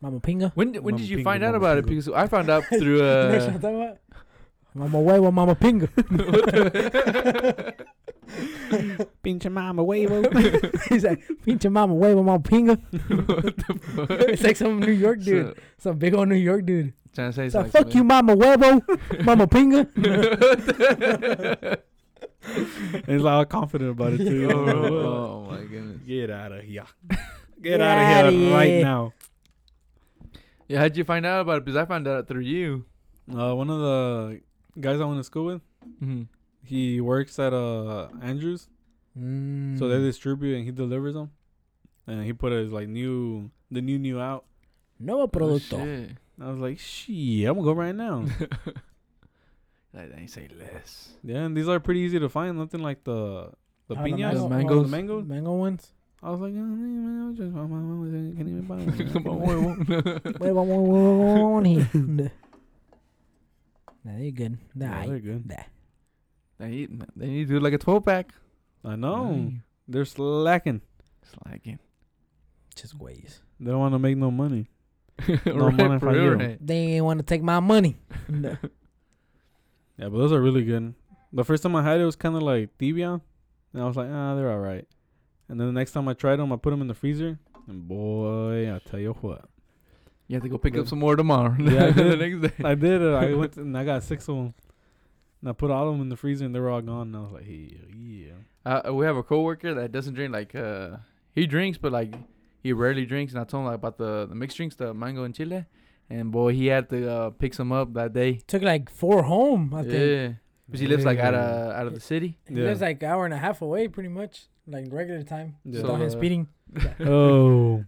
Mama Pinga. when did- when Mama did you Pinga, find out Mama about it? Pinga. Because I found out through. That's what Uh, I'm talking about. Mama huevo, Mama Pinga. Pinche mama huevo. He's like, pinche mama huevo, Mama Pinga. it's like some New York dude, So, some big old New York dude. trying to say It's like, fuck you, Mama huevo, Mama Pinga. and he's like all confident about it too. oh my goodness. Get out of here! Get Get out outta of here here. right now. Yeah, how'd you find out about it? Because I found out through you. Uh, one of the guys I went to school with, Mm-hmm. Oh, he works at uh Andrews, Mm. so they distribute and he delivers them, and he put his like new the new new out. Oh, Nuevo producto. shit. And I was like, shit, I'm gonna go right now. Mm. Like, they ain't say less. yeah, and these are pretty easy to find. Nothing like the Oh, the the mango- piñas, the mangoes. the mangoes. Mango ones. I was like, oh, man, I was just, my mom was like, can't even buy Come on, huevo. one. Huevo, huevo, huevo, huevo, huevo. Nah, they're good. Nah, yeah, they're good. nah. they, need, they need to do like a 12 pack. I know. They're slacking. It's like just ways. They don't want to make no money. it. No money for you. They ain't want to take my money. Nah. Yeah, but those are really good. The first time I had it was kind of like tibia, and I was like, ah, they're all right. And then the next time I tried them, I put them in the freezer, and boy, I tell you what, You have to go pick up some more tomorrow. Yeah, I the did. next day. I did. uh, I went and I got six of them, and I put all of them in the freezer, and they were all gone. And I was like, yeah, yeah. Uh, we have a coworker that doesn't drink. Like uh, he drinks, but like he rarely drinks. And I told him like, about the, the mixed drinks, the mango and chile. And boy, he had to uh, pick some up that day. Took like four home, I think. Yeah, because he lives like out Yeah. of out of the city. It Yeah. was like an hour and a half away, pretty much. Like regular time. Yeah. Without him So, uh, speeding. oh,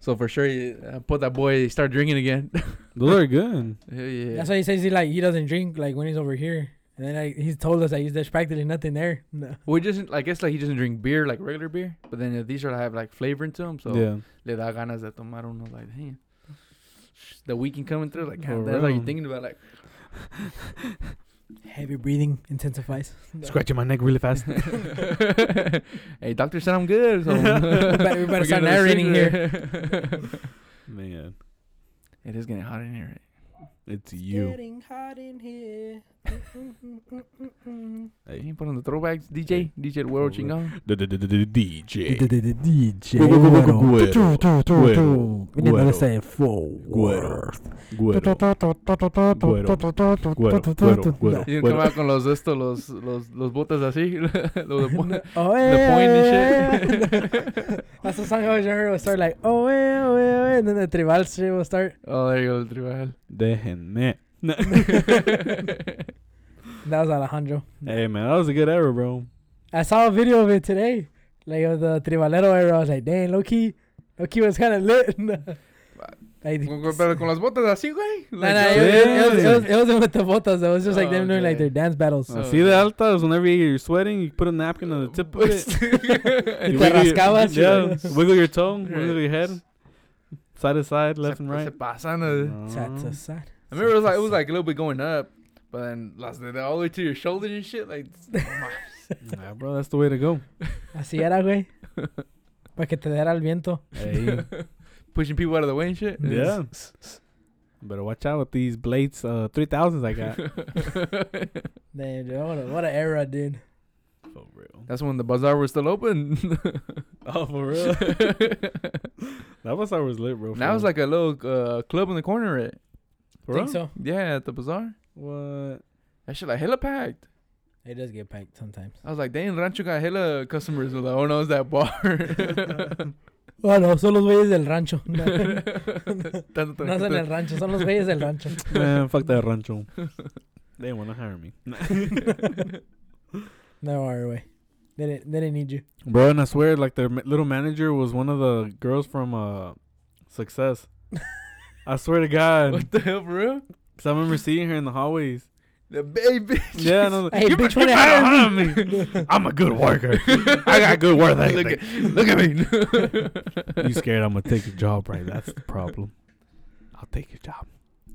So for sure, he, uh, put that boy he start drinking again. those are good. Hell yeah, That's why he says he like he doesn't drink like when he's over here And then I, he told us that like, there's practically nothing there. No. We just I guess like he doesn't drink beer like regular beer, but then uh, these are have like flavor into them, so yeah. le da ganas de tomar uno like damn. The weekend coming through, like For God, that's all real. you're thinking about, like Heavy breathing intensifies. Scratching my neck really fast. hey, doctor said I'm good. So We better- we better We're start getting another narrating cigarette. Man, it is getting hot in here. Right? it's you. Getting hot in here. Mm, You ain't putting the throwbacks, DJ, DJ World For real. Chingon. DJ. DJ. Guero. Guero. Guero. We need another Guero. say four. Guero. You Bueno. gonna come out con los estos, los los los botas así, los de po- Oh, the yeah, point yeah, yeah. and shit. That's the song I always heard. It would start like, oh, yeah, oh, yeah, oh, yeah. And then the tribal shit will start. oh, there you go, the tribal. Déjenme. That was Alejandro. Hey man, that was a good era, bro. I saw a video of it today. Like of the Tribalero era. I was like, dang, low key. Low key was kind of lit. like, Pero con las botas así, güey. Nah, Like, nah, it, yo- was, it, was, it, was, it wasn't with the botas though. It was just like Oh, them doing like okay. their dance battles. Oh, See the okay. altas. Whenever you're sweating, you put a napkin Uh, on the tip of it. Te You wiggle your- rascabas, Yeah. yeah. Wiggle your tongue. Wiggle Right. your head. Side to side, left and Se- se right. pasan, uh, Sad, Uh-huh. sad, sad. I remember it was like it was like a little bit going up, but then las de de all the way to your shoulders and shit. Like, Nah, bro, that's the way to go. Así era, güey. Para que te diera el viento. Hey, pushing people out of the way and shit. yeah. Better watch out with these blades, uh, three thousands I got. Damn, dude, what a, what a era, dude. for real. That's when the bazaar was still open. Oh, for real. that was how it was lit, bro. for now it's real. like a little uh, club in the corner, right? For Think real? so? Yeah, at the bazaar. What? That shit like hella packed. It does get packed sometimes. I was like, dang, Rancho got hella customers. I was like, oh no, it's that bar. Bueno, son los güeyes del rancho. No, Tanto no son el rancho, son los güeyes del rancho. Man, fuck that rancho. they want to hire me, No worry, güey. They didn't, they didn't need you. bro. And I swear, like their ma- little manager was one of the girls from uh, Success. I swear to God, What the hell, for real? 'Cause I remember seeing her in the hallways. The baby. Yeah, and I was like, Hey, you, bitch, you wanna better hire hire me. I'm a good worker. I got good work look, ethic. at, look at me. you scared I'm gonna take your job, right? That's the problem. I'll take your job.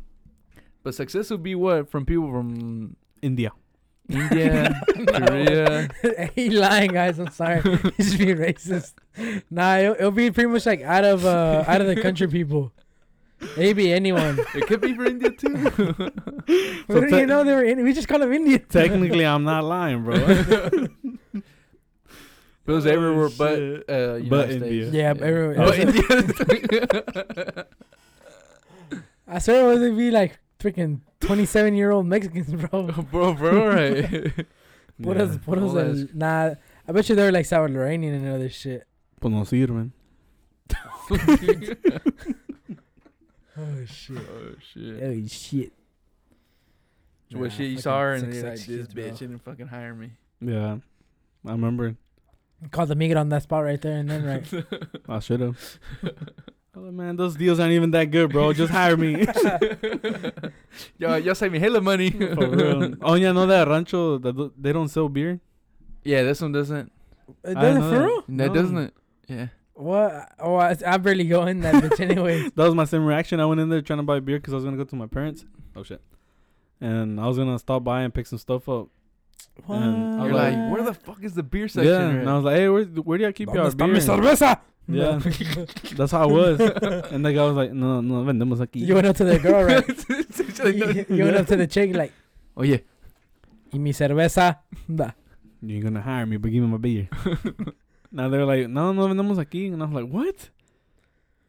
But success would be what from people from India. India, Korea. he lying, guys. I'm sorry. He's being racist. Nah, it'll, it'll be pretty much like out of uh, out of the country people. Maybe anyone. It could be for India too. What do te- you know they were in? We just call them Indian. Technically, I'm not lying, bro. It was Oh, everywhere, but shit. uh, United But States. Oh, India. Yeah, but everywhere But else. India. I swear it would be like freaking 27 year old Mexicans, bro. bro, bro, right? What is what is All that? Nah, I bet you they're like Sour Lorrainian and other shit. Pues no sirven. Oh shit. oh shit. Oh shit. So Nah, what shit you fucking saw her and sex- you're like, sex this kids, bro. bitch didn't fucking hire me. Yeah, I remember. Called the Miguel on that spot right there and then right. Uh, I should have. oh man, those deals aren't even that good, bro. Just hire me. Yo, y'all saved me hella money. For real. Oh yeah, know that rancho that do- they don't sell beer. yeah, this one doesn't. Uh, I does it know for that. real? That No. doesn't. Yeah. What? Oh, I, I barely go in that bitch anyway. That was my same reaction. I went in there trying to buy beer because I was gonna go to my parents. Oh shit. And I was gonna stop by and pick some stuff up. And I You're was like, where the fuck is the beer section? yeah, and I was like, "Hey, where, where do y'all keep your beer?" Yeah, that's how I was. and the guy was like, "No, no, vendemos aquí." You went up to the girl, right? you, you went right? up to the chick like, oh yeah. y mi cerveza. Da. You ain't gonna hire me, but give me my beer. now they're like, no, no vendemos aquí, and I was like, what?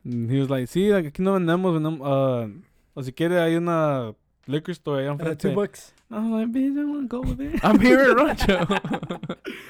And he was like, sí, like aquí no vendemos, vendemos, uh, o si quiere hay una liquor store allá Uh, enfrente. two bucks. I was like, bitch, I wanna go over there. I'm here at Rancho.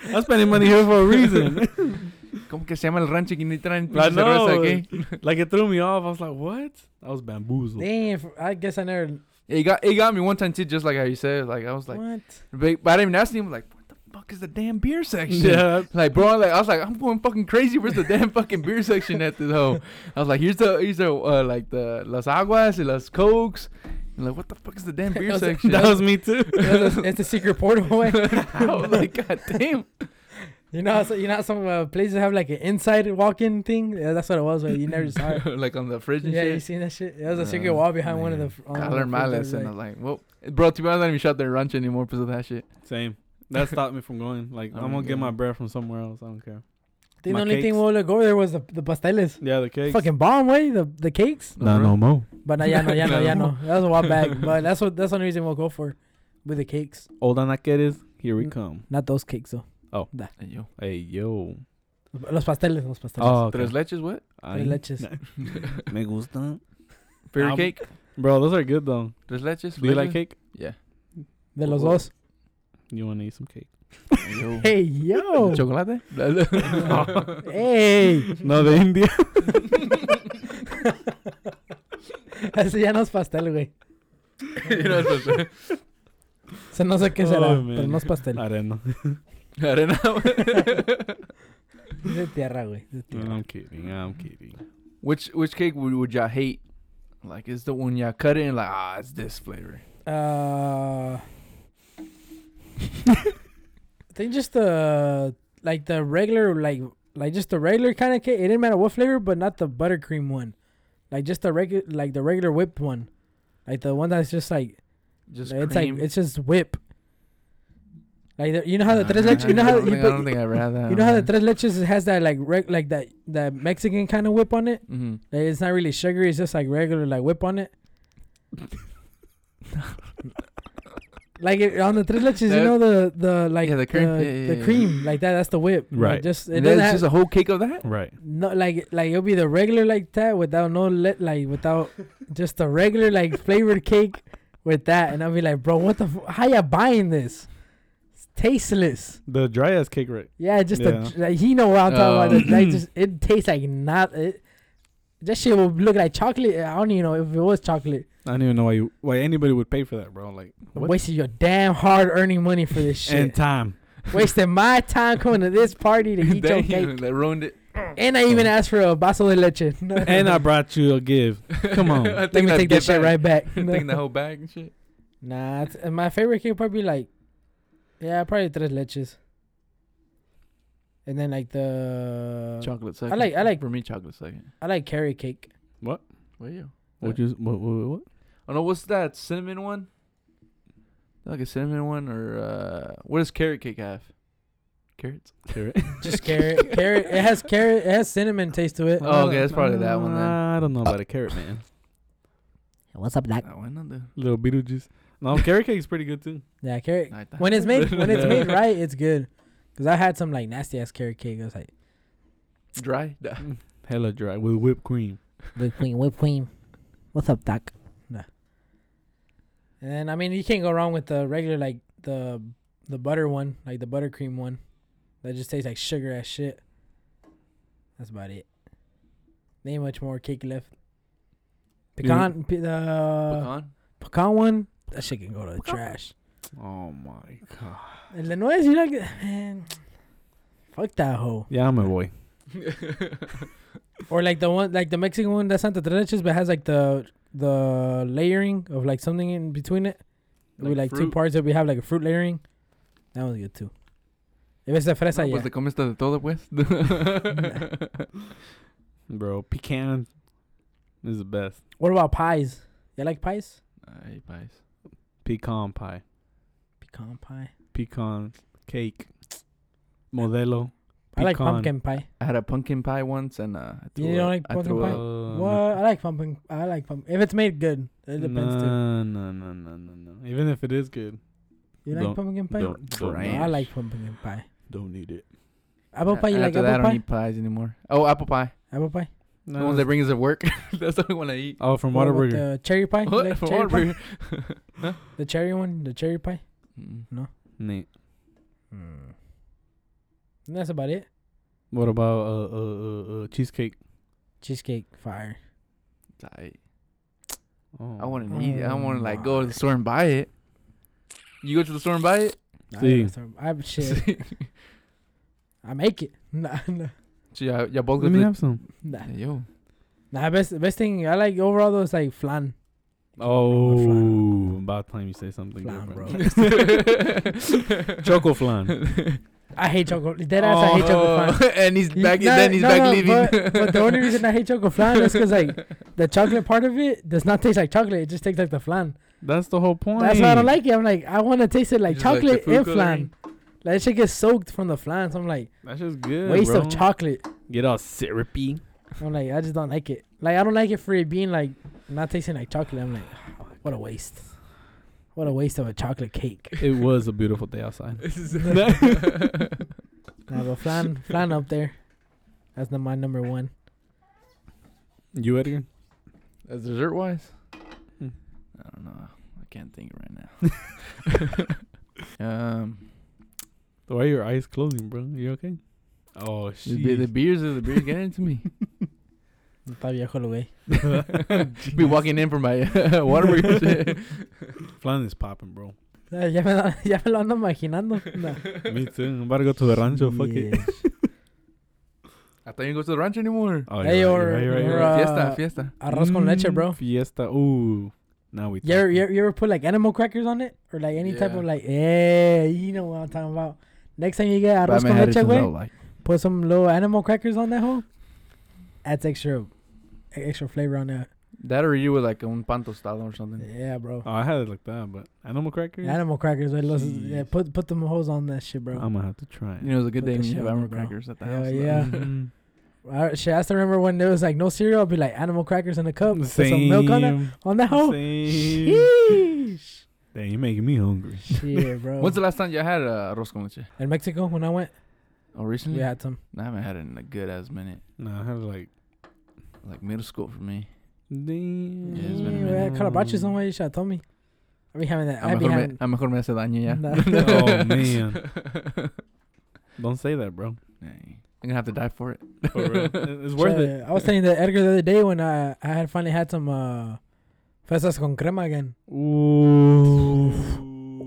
I'm spending money here for a reason. ¿Cómo que se llama el rancho que ni traen I pinche cerveza know. aquí? like it threw me off. I was like, what? I was bamboozled. Damn, f- I guess I never. It got it got me one time too, just like how you said. Like I was like, what? but, but I didn't even ask him. Like, what the fuck is the damn beer section? Yeah, Like, bro, like I was like, I'm going fucking crazy. Where's the damn fucking beer section at this hole? I was like, here's the here's the uh, like the las aguas and las cokes I'm like, what the fuck is the damn beer That was a- section? That was me too. it's, a, it's a secret portal. Way. I was like, God damn. You know, so, you know, how some uh, places have like an inside walk-in thing. Yeah, that's what it was. Like, you never saw it. like on the fridge and yeah, you shit. seen that shit? There was a secret Uh, wall behind one of the. man. f- on I the learned my fridge. It was lesson. like- I'm like, well, bro, to be honest, I don't even shop their lunch anymore because of that shit. Same. That stopped me from going. Like I I'm don't gonna get get my it. bread from somewhere else. I don't care. I think my the only thing cakes. we'll look over there was the the pasteles. Yeah, the cakes. Fucking bomb way the the cakes. No, bro. more. But no, yeah, no, yeah, no, No. yeah, no. That was a while back. But that's what that's the only reason we'll go for, with the cakes. Old anaqueres, here we Mm. come. Not those cakes though. Hey, yo. Hey yo. Los pasteles, los pasteles. Oh, Tres leches, what? Tres leches. Me gustan. Fairy Um, cake? Bro, those are good though. Tres leches? Do you like leches? cake? Yeah. De los dos. You want to eat some cake? Yo. Hey yo. Chocolate? hey. No, de India. Así ya no es pastel, güey. you know, it's just- O sea, no sé qué Oh, será, man. pero no es pastel. Arena. I don't know. Es de tierra, güey. De tierra. I'm kidding. I'm kidding. which which cake would, would y'all hate? Like, is the one y'all cut it and like, ah, it's this flavor. Uh, I think just the like the regular like like just the regular kind of cake. It didn't matter what flavor, but not the buttercream one. Like just the regular like the regular whipped one, like the one that's just like Just it's cream. like it's just whip. Like the, you know how the Nah, tres leches, you know Ah, I how don't, you, think, I don't put, think I'd rather. you know how the tres leches has that like reg, like that that Mexican kind of whip on it. mm-hmm. Like, it's not really sugary. It's just like regular, like whip on it. like it, on the tres leches, you That- know the the like Yeah, the cream. the, Yeah, yeah, the yeah. cream like that. That's the whip. Like, Right. just it And doesn't that's have, just a whole cake of that. Right. no like like it'll be the regular like that without no let like without just the regular like flavored cake with that, and I'll be like, bro, what the f- how you buying this? It's tasteless. The dry ass cake, right? Yeah, just Yeah. Uh. The, like, he know what I'm talking about. Um, Like just it tastes like not it. That shit will look like chocolate. I don't even know if it was chocolate. I don't even know why you, why anybody would pay for that, bro. Like What? Wasting your damn hard earning money for this and shit. time. Wasting my time coming to this party to eat your Damn, cake. that ruined it. And I even asked for a vaso de leche. and I brought you a gift. Come on. I Let think me I'd take get that shit back. right back. Taking the whole bag and shit. Nah, it's- and my favorite cake probably like, yeah, probably tres leches. And then like the Chocolate second. like- I like- For me, chocolate second. I like carrot cake. Where you? What you? What? What? what? Oh no, what's that cinnamon one? Like a cinnamon one, or uh, what does carrot cake have? Carrots. Carrot. Just carrot, carrot. It has carrot. It has cinnamon taste to it. Oh, okay, that's probably that one then. I don't know about a carrot, man. What's up, Black? That one, not the. Little Beetlejuice. No, carrot cake's pretty good too. Yeah, carrot. not that. When it's made, when it's made Yeah. right, it's good. Cause I had some like nasty ass carrot cake. I was like, dry. Uh, Nah. Hella dry with whipped cream. whipped cream, whipped cream. What's up, Doc? Nah. And I mean, you can't go wrong with the regular like the the butter one, like the buttercream one. That just tastes like sugar ass shit. That's about it. There ain't much more cake left. Pecan, pe- the Pecan. pecan one. That shit can go to the Pecan. trash. Oh my god. El de nuez, you like man. Fuck that hoe. Yeah, I'm a boy. Or like the one, like the Mexican one that's not the tres leches, but has like the the layering of like something in between it. It'll be like Like two fruit? parts. It'll be have like a fruit layering. That one's good too. If it's the fresa, No, yeah. pues te comes de todo, pues. Bro, pecan is the best. what about pies? You like pies? Ay, pais. Pecan pie. Pecan pie. Pecan cake. Modelo. I like Pecan. pumpkin pie. I had a pumpkin pie once, and uh, I You threw don't up. like I pumpkin threw pie? up. Uh, Well, I like pumpkin. I like pumpkin. If it's made good, it depends too. No, no, no, no, no, no. Even if it is good, You like Don't- pumpkin pie? don't, don't, No, Trash. need I it. like pumpkin pie. don't need it. Apple pie? You After like that, I apple don't pie? eat pies anymore. Oh, apple pie. Apple pie. The ones they bring us at work. That's the only one I eat. oh, from What about Waterburger. The cherry pie? You What? like For cherry pie? Whataburger? The cherry one, the cherry pie. Mm. Nate. And that's about it. What about uh, uh, uh, uh cheesecake? Cheesecake, fire. It's aight. Oh. I want to eat it. I Oh want to like my. go to the store and buy it. You go to the store and buy it. See. I, I shit. I make it. Nah, nah, so y'all, y'all both go to Let me the- have some. nah. Yeah, yo. Nah, best best thing I like overall though is like flan. Oh, flan. about time you say something. Flan, different. bro. Choco flan. I hate chocolate. Dead ass, I hate chocolate flan. and he's You- Oh. back. nah, then he's no, back no, leaving. But, but the only reason I hate chocolate flan is because like the chocolate part of it does not taste like chocolate. It just tastes like the flan. That's the whole point. That's why I don't like it. I'm like I want to taste it like just like the chocolate food and coloring? flan. Like that shit gets soaked from the flan. So I'm like That's just good. waste bro. of chocolate. Get all syrupy. I'm like I just don't like it. Like I don't like it for it being like not tasting like chocolate. I'm like what a waste. What a waste of a chocolate cake. It was a beautiful day outside. Nah, but flan, flan up there. That's the, my number one. You Edgar? As dessert wise, Hmm. I don't know. I can't think right now. um, Why are your eyes closing, bro? You okay? Oh the, be- the shit. beers, the beers getting to me. Está viejo el güey. Be walking in for my Waterburger. Flan is popping, bro. Ah, Ya me, lo- ya me lo ando imaginando. Nah. Me too. I'm about to go to the rancho. Fuck it. I thought you didn't go to the ranch anymore. Oh, Hey, you're or- right, you're right, you're or, right. uh, fiesta, fiesta. Arroz con leche, Mm, bro. Fiesta. Ooh. Now we. You ever, talking. you, ever, you ever put like animal crackers on it? Or like any type Yeah. of like, yeah, you know what I'm talking about. Next time you get arroz con leche, güey, like. put some little animal crackers on that hoe. Adds extra extra flavor on that. That or you with like un pan tostado or something. Yeah, bro. Oh, I had it like that, but animal crackers. Animal crackers, güey, los- yeah, Jeez. put put them hoes on that shit, bro. Um, I'm gonna have to try it. You know, it was a good Put day the when you shit have on armor it, bro. crackers at the Hell house. yeah. Mhm. I, shit, I still remember when there was like no cereal, I'd be like animal crackers in a cup, put some Same. milk on that on that hoe. Same. Sheesh. Damn, you're making me hungry. Shit, bro. When's the last time you had a arroz con leche? in Mexico when I went, Oh, recently? we had some. I haven't had it in a good ass minute. Nah, I have like. Like middle school for me. Damn. Yeah, it's been a Yeah, I could have brought you somewhere. You should have told me. I be having that. A I be mejor, having. me, a mejor me hace daño ya. No. oh man. Don't say that, bro. Dang. I'm gonna have to die for it. For real. It- It's worth it. I was telling the Edgar the other day when I I had finally had some uh, fesas con crema again. Ooh.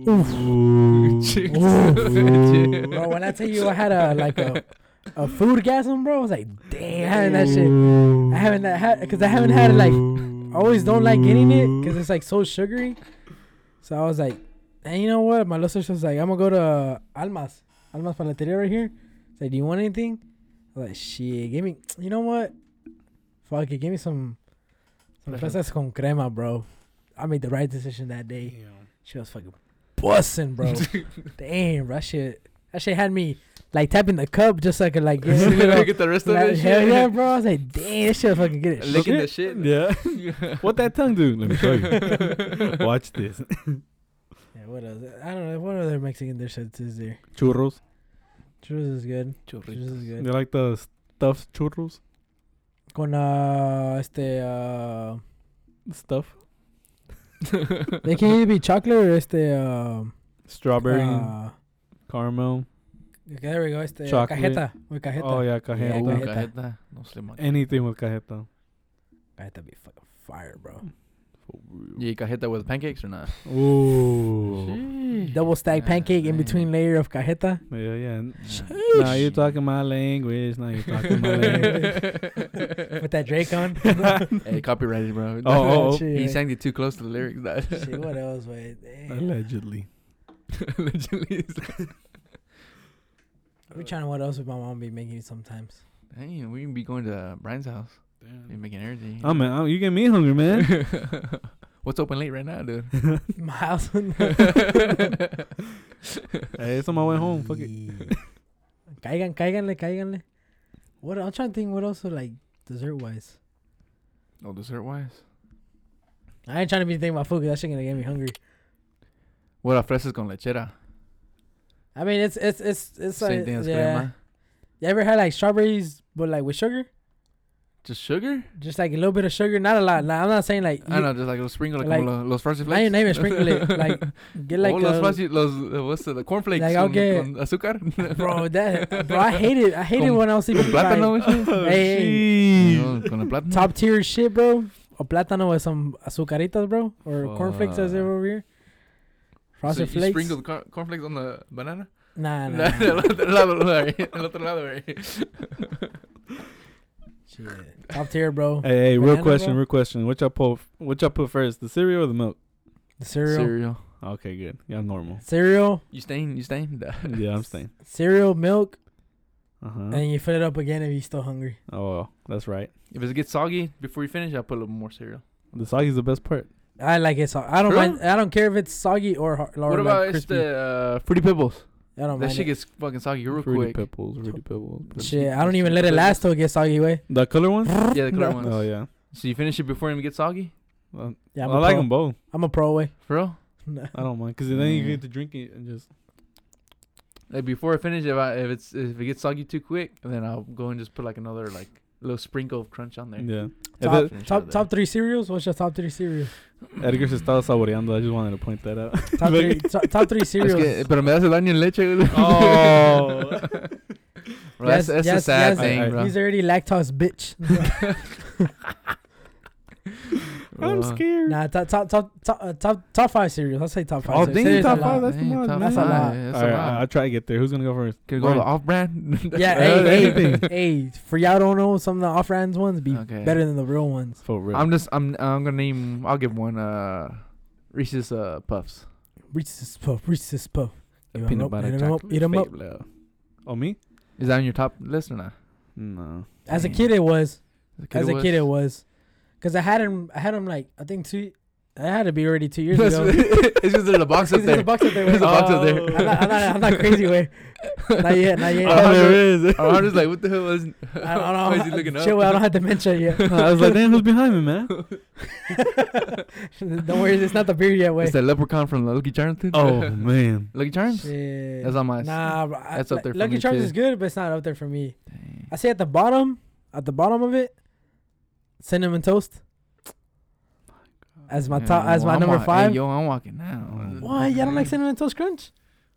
Ooh. Cheers. Ooh. Bro, when I tell you I had a like a a food gasm, bro, I was like, damn, having that shit. Ooh. I haven't had because I haven't had it like. I always don't like getting it because it's like so sugary. So I was like, and you know what? My little sister was like, I'm gonna go to uh, Almas, Almas Panateria right here. She's like, do you want anything? I was like, shit, give me. You know what? Fuck it, give me some some Pressure. fresas con crema, bro. I made the right decision that day. Damn. She was fucking busting, bro. Damn, bro, that shit. That shit had me like tapping the cup just so I could like get a little- Get the rest of like, it. hell yeah, bro. I was like, damn, this shit fucking good. as Licking Okay. the shit. Yeah. what that tongue do? Let me show you. Watch this. Yeah, what else? I don't know. What other Mexican dishes is there? Churros. Churros is good. Churros Churritos. is You good. like the stuffed churros? Con uh, este uh, Stuff. they can either be chocolate or este um. Strawberry, uh, caramel. okay, there we go. Este Chocolate. cajeta with cajeta. Oh yeah, Yeah, cajeta. cajeta. cajeta. No se ma- Anything with cajeta. Cajeta be fucking fire, bro. Yeah, cajeta with pancakes or not? Ooh. Mm. Double stack pancake in between layer of cajeta. Yeah, yeah. Yeah. Now you're talking my language. Now you're talking my language. With that Drake on. Hey, copyrighted, bro. Eh. Oh, oh, Shit. He sang it too close to the lyrics. That Shit, what else, wait? oh. Allegedly. Allegedly, it's like, We're trying to what else would my mom be making sometimes. Dang, we can be going to Brian's house. Be making everything. Oh man, oh, you get me hungry, man. Um, What's open late right now, dude? My house. hey, it's on my way home. Fuck it. Caigan, caiganle, caiganle. What I'm trying to think what else would like dessert wise. oh, dessert wise. I ain't trying to be thinking about food 'cause that shit gonna get me hungry. What ofreces con lechera? I mean it's it's it's it's Same like thing as yeah. crema. You ever had like strawberries but like with sugar? Just sugar? Just like a little bit of sugar, not a lot. Like, I'm not saying like I you- know, just like los sprinkles, like- like, como los, los frosty I flakes. ain't even sprinkle it. Like get like oh, los a- frosty, los, uh, what's the, the cornflakes Like, like, I'll con, get- con azúcar? bro, that bro, I hate it. I hate it Con- when I was Con even plátano, like, and shit? Hey. No, con el plátano. top tier shit, bro. A plátano with some azucaritas, bro, or cornflakes as they're Fuck. over here. So Frosted you flakes. sprinkle the cor- cornflakes on the banana? nah, nah. No, nah. el otro lado, güey. El otro lado, güey. Shit. Top tier, bro. Hey, hey, real Banana, question, bro? real question. What y'all put? What y'all put first, the cereal or the milk? The cereal. cereal. Okay, good. Y'all normal. Cereal, You staying? You staying? yeah, I'm staying. milk, Uh huh. and you fill it up again if you're still hungry. Oh, well, that's right. If it gets soggy before you finish, I'll put a little more cereal. The soggy's the best part. I like it. So I don't True. mind. I don't care if it's soggy or hard. Or what like, about it's crispy. the uh, Fruity Pebbles? I don't That mind. shit it. gets fucking soggy real Fruity quick. pebbles, Fruity pebbles. Shit, I don't even let it last till it gets soggy. Way. The color one? Yeah, the clear ones. Oh yeah. So you finish it before it gets soggy? Well, Yeah, I'm I a like pro. them both. I'm a pro way. For real? I don't mind because then you Mm. get to drink it and just. Like before I finish, if I if it's if it gets soggy too quick, then I'll go and just put like another like little sprinkle of crunch on there. Yeah. Top, If Finish it top, out top three cereals. What's your top three cereal? it- Edgar se estaba saboreando. I just wanted to point that out. Top three, top, top three Es cereals. que, pero me das el año en leche. güey. Oh. Bro, that's, that's a sad yes. thing, Alright. bro. He's already lactose bitch. Bro. I'm scared. nah, top top top top, uh, top top five cereals. I'll say top five. Oh, cereals. dang, Cereals top are five, loud. that's the man, mod, top man. five, That's a that's All a right, lot. I, I'll try to get there. Who's gonna go first? Can we go to Brian. off brand? Yeah, hey, hey, hey, for y'all don't know, some of the off-brand ones be Okay. better than the real ones. For real. I'm just I'm I'm gonna name I'll give one uh Reese's uh puffs. Reese's Puff, Reese's Puff. A Eat 'em peanut up, butter eat 'em up, chocolate eat 'em up. flavor. Oh me? Is that on your top list or not? No. As a Dang. kid, it was. kid As it a was? kid, it was. Cause I had him. I had him like I think two. I had to be already two years That's- ago. it's just there's a box up There's a there. box up there. There's a way. box up there. Oh. I'm not, I'm not, I'm not crazy way. Not yet, not yet. Oh, there is. Oh, I'm just like, what the hell is? I don't, I don't Why is he looking up? Chill, I don't have dementia yet. I was like, damn, who's behind me, man? don't worry, it's not the beer yet. Way. It's that leprechaun from Lucky Charms. dude. Oh man. Lucky Charms. Shit. That's on my. Nah, bro, I- That's up like, there for Lucky me, Charms too. is good, but it's not up there for me. Dang. I say at the bottom, at the bottom of it, cinnamon toast. As my top, Yeah, as my I'm number walk- hey, five. yo, I'm walking now. Why y'all don't like cinnamon toast crunch?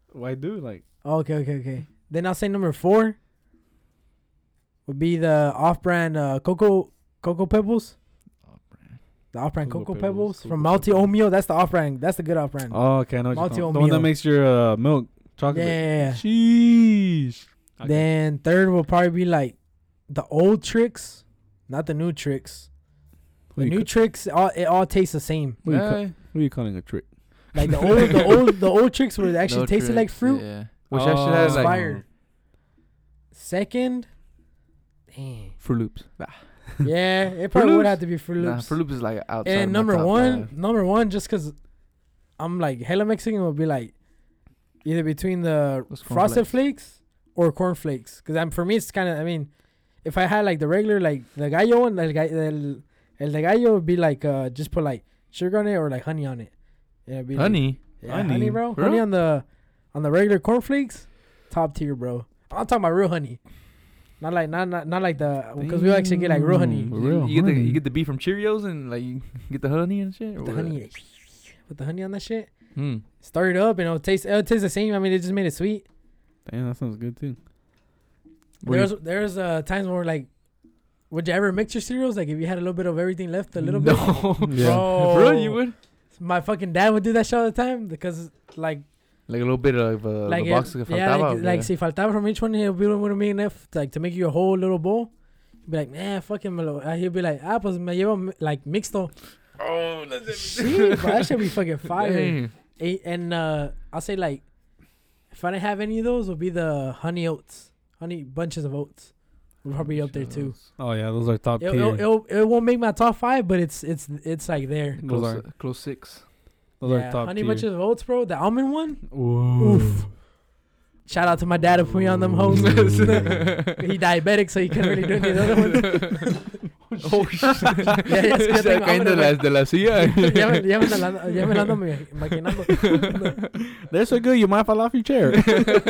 Why do like? Oh, okay, okay, okay. Then I'll say number four would be the off-brand uh, cocoa cocoa pebbles. Oh, The off-brand Cocoa cocoa, Pebbles, pebbles, from Cocoa Multi Pebbles. Omeo. That's the off-brand. That's the good off-brand. Oh, okay, I know. What you're talking about. the one Multi-Omeo. that makes your uh, milk yeah, chocolate. yeah, yeah. Sheesh. Okay. Then third will probably be like the old tricks, not the new tricks. Who The you, new ca- tricks, all it all tastes the same. who, you ca- Eh, who you calling a trick? Like the old, the old, the old tricks where it actually no tasted like tricks, fruit. Yeah. Which I should have has, like mm. Inspired. Second, damn, Fruit Loops. Nah, yeah, it probably would Loops? have to be Fruit nah, Loops. Fruit Loops is like outside. and my number top one, five. number one, just cause I'm like hella Mexican would be like either between the Those corn frosted flakes or cornflakes. Cause I'm for me it's kind of I mean, if I had like the regular like the gallo one, el, ga- el, el de gallo would be like uh just put like sugar on it or like honey on it. Yeah, it'd be like- honey. yeah, Honey? honey, bro. For Honey real? on the on the regular cornflakes, top tier, bro. I'm talking about real honey, not like not not, not like the because we actually get like real honey. Damn. Real you, get the, honey. you get the beef from Cheerios and like you get the honey and shit. or With the what? honey, with the honey on that shit. Hmm. Stir it up and it'll taste it'll taste the same. I mean, it just made it sweet. Damn, that sounds good too. What do you- There's there's uh times where like, would you ever mix your cereals? Like if you had a little bit of everything left, a little bit. no. Yeah. Bro, Bro, you would My fucking dad would do that shit all the time because like like a little bit of uh, like the it- box que yeah, faltaba, like, like yeah. si faltaba from each one, he'll be one me enough like to make you a whole little bowl. He'd be like, man, fucking, me lo-" Uh, he'll be like, ah, pues me llevo mi- like mixto. Oh, that's it. Shit, bro, that should be fucking fire. Dang. A- and uh, I'll say like, if I didn't have any of those, would be the honey oats, honey bunches of oats. We're probably up there too. Oh yeah, those are top It, it, tier. it'll- it won't make my top five, but it's it's it's like there. Those Close, are close six. those Yeah, are top honey tier. bunches of oats, bro. The almond one. Ooh. Oof. Shout out to my dad who put me on them hoes. Mm. he diabetic, so he couldn't really do any of the other ones. oh, shit. Ya- ya- es que yo Se tengo caen de hambre, las- de la silla. ya, me, ya, me la ando- ya me la ando ma- maquinando. They're so good, you might fall off your chair.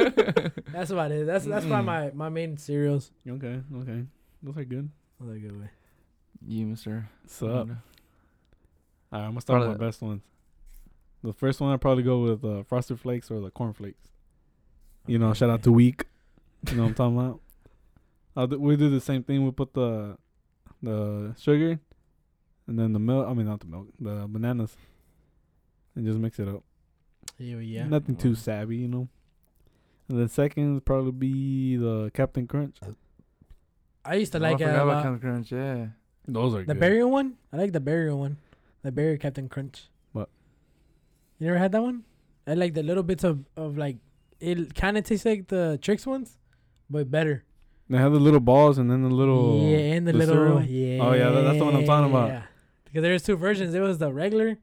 That's about it. That's that's probably Mm. my, my main cereals. okay, okay, those are good. That's a good way. You, mister. What's up? All right, I'm gonna start with my Probably- best ones. The first one I probably go with uh, Frosted Flakes or the Corn Flakes. You know, shout out to Week. You know what I'm talking about. I'll do, we do the same thing. We put the the sugar, and then the milk. I mean, not the milk, the bananas, and just mix it up. Yeah, yeah. Nothing too savvy, you know. And then second would probably be the Captain Crunch. I used to Oh, I like uh, it forgot a about lot. Captain Crunch. Yeah. Those are the good. burial one. I like the burial one. The burial Captain Crunch. What? You never had that one? I like the little bits of of like it kind of tastes like the tricks ones, but better. They have the little balls and then the little yeah, and the, little cereal. yeah. Oh, yeah, that- that's the one I'm talking about. Because there's two versions. It was the regular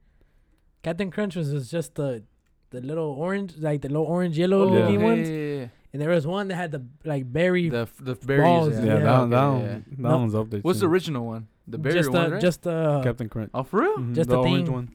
Captain Crunch was, was just the the little orange, like the little orange yellow Oh, Yeah. looking Okay. ones, yeah, and there was one that had the like berry. The f- the berries. Balls, Yeah, Yeah, that, one, that, okay, one, yeah. that No. one's up there. What's the too. original one? The berry just one, the right? just uh, the Captain Crunch? oh, for real? Mhm, just the, the orange thing. one.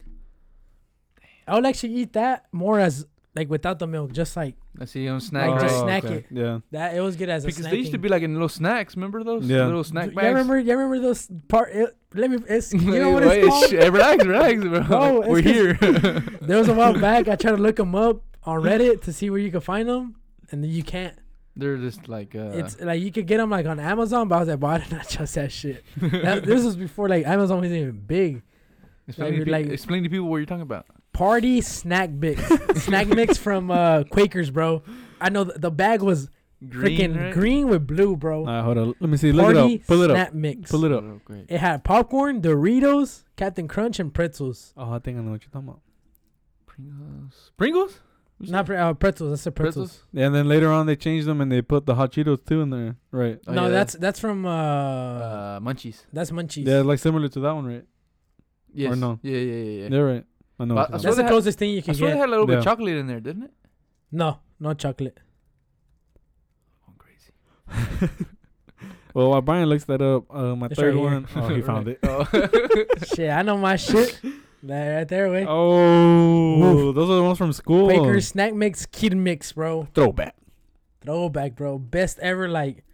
I would actually eat that more as like without the milk, just like I see on snack. Like, right? just snack it. Oh, Yeah, that. It was good as a Because they used to snacking. be like in little snacks. Remember those? Yeah. Little snack Do- bags. You remember? You remember those part? It, let me. It's, you Wait, know what wait, it's called? shit, relax, relax, bro. No, it's We're 'cause- here. There was a while back. I tried to look them up on Reddit to see where you could find them, and you can't. They're just like uh, it's like you could get them like on Amazon, but I was like, why did I not trust that shit? That- this was before like Amazon wasn't even big. explain, like- to like- pe- explain to people what you're talking about. Party snack mix, snack mix from uh, Quakers, bro. I know th- the bag was freaking right? green with blue, bro. All right, hold on. Let me see. Look Party it up. Pull it snack up. mix. Pull it up. Real quick. It had popcorn, Doritos, Captain Crunch, and pretzels. Oh, I think I know what you're talking about. Pringles. Pringles? Who's Not pre- uh, pretzels. I said pretzels. Yeah, and then later on they changed them and they put the hot Cheetos too in there. Right. Oh, no, yeah, that's that's from uh, uh, munchies. that's Munchies. Yeah, like similar to that one, right? Yes. no. Yeah, yeah, yeah, yeah. They're right. I But know. what you're I that's talking swear the they had- closest thing you I can swear get. they had a little bit of Yeah. chocolate in there, didn't it? no, no chocolate. Oh, crazy. about. well, while Brian looks that up, uh, my It's third right here. one. Oh, he found it. Oh. shit, I know my shit. That right there, way. Oh, those are the ones from school. Quaker snack mix, kid mix, bro. Throwback. Throwback, bro. Best ever, like,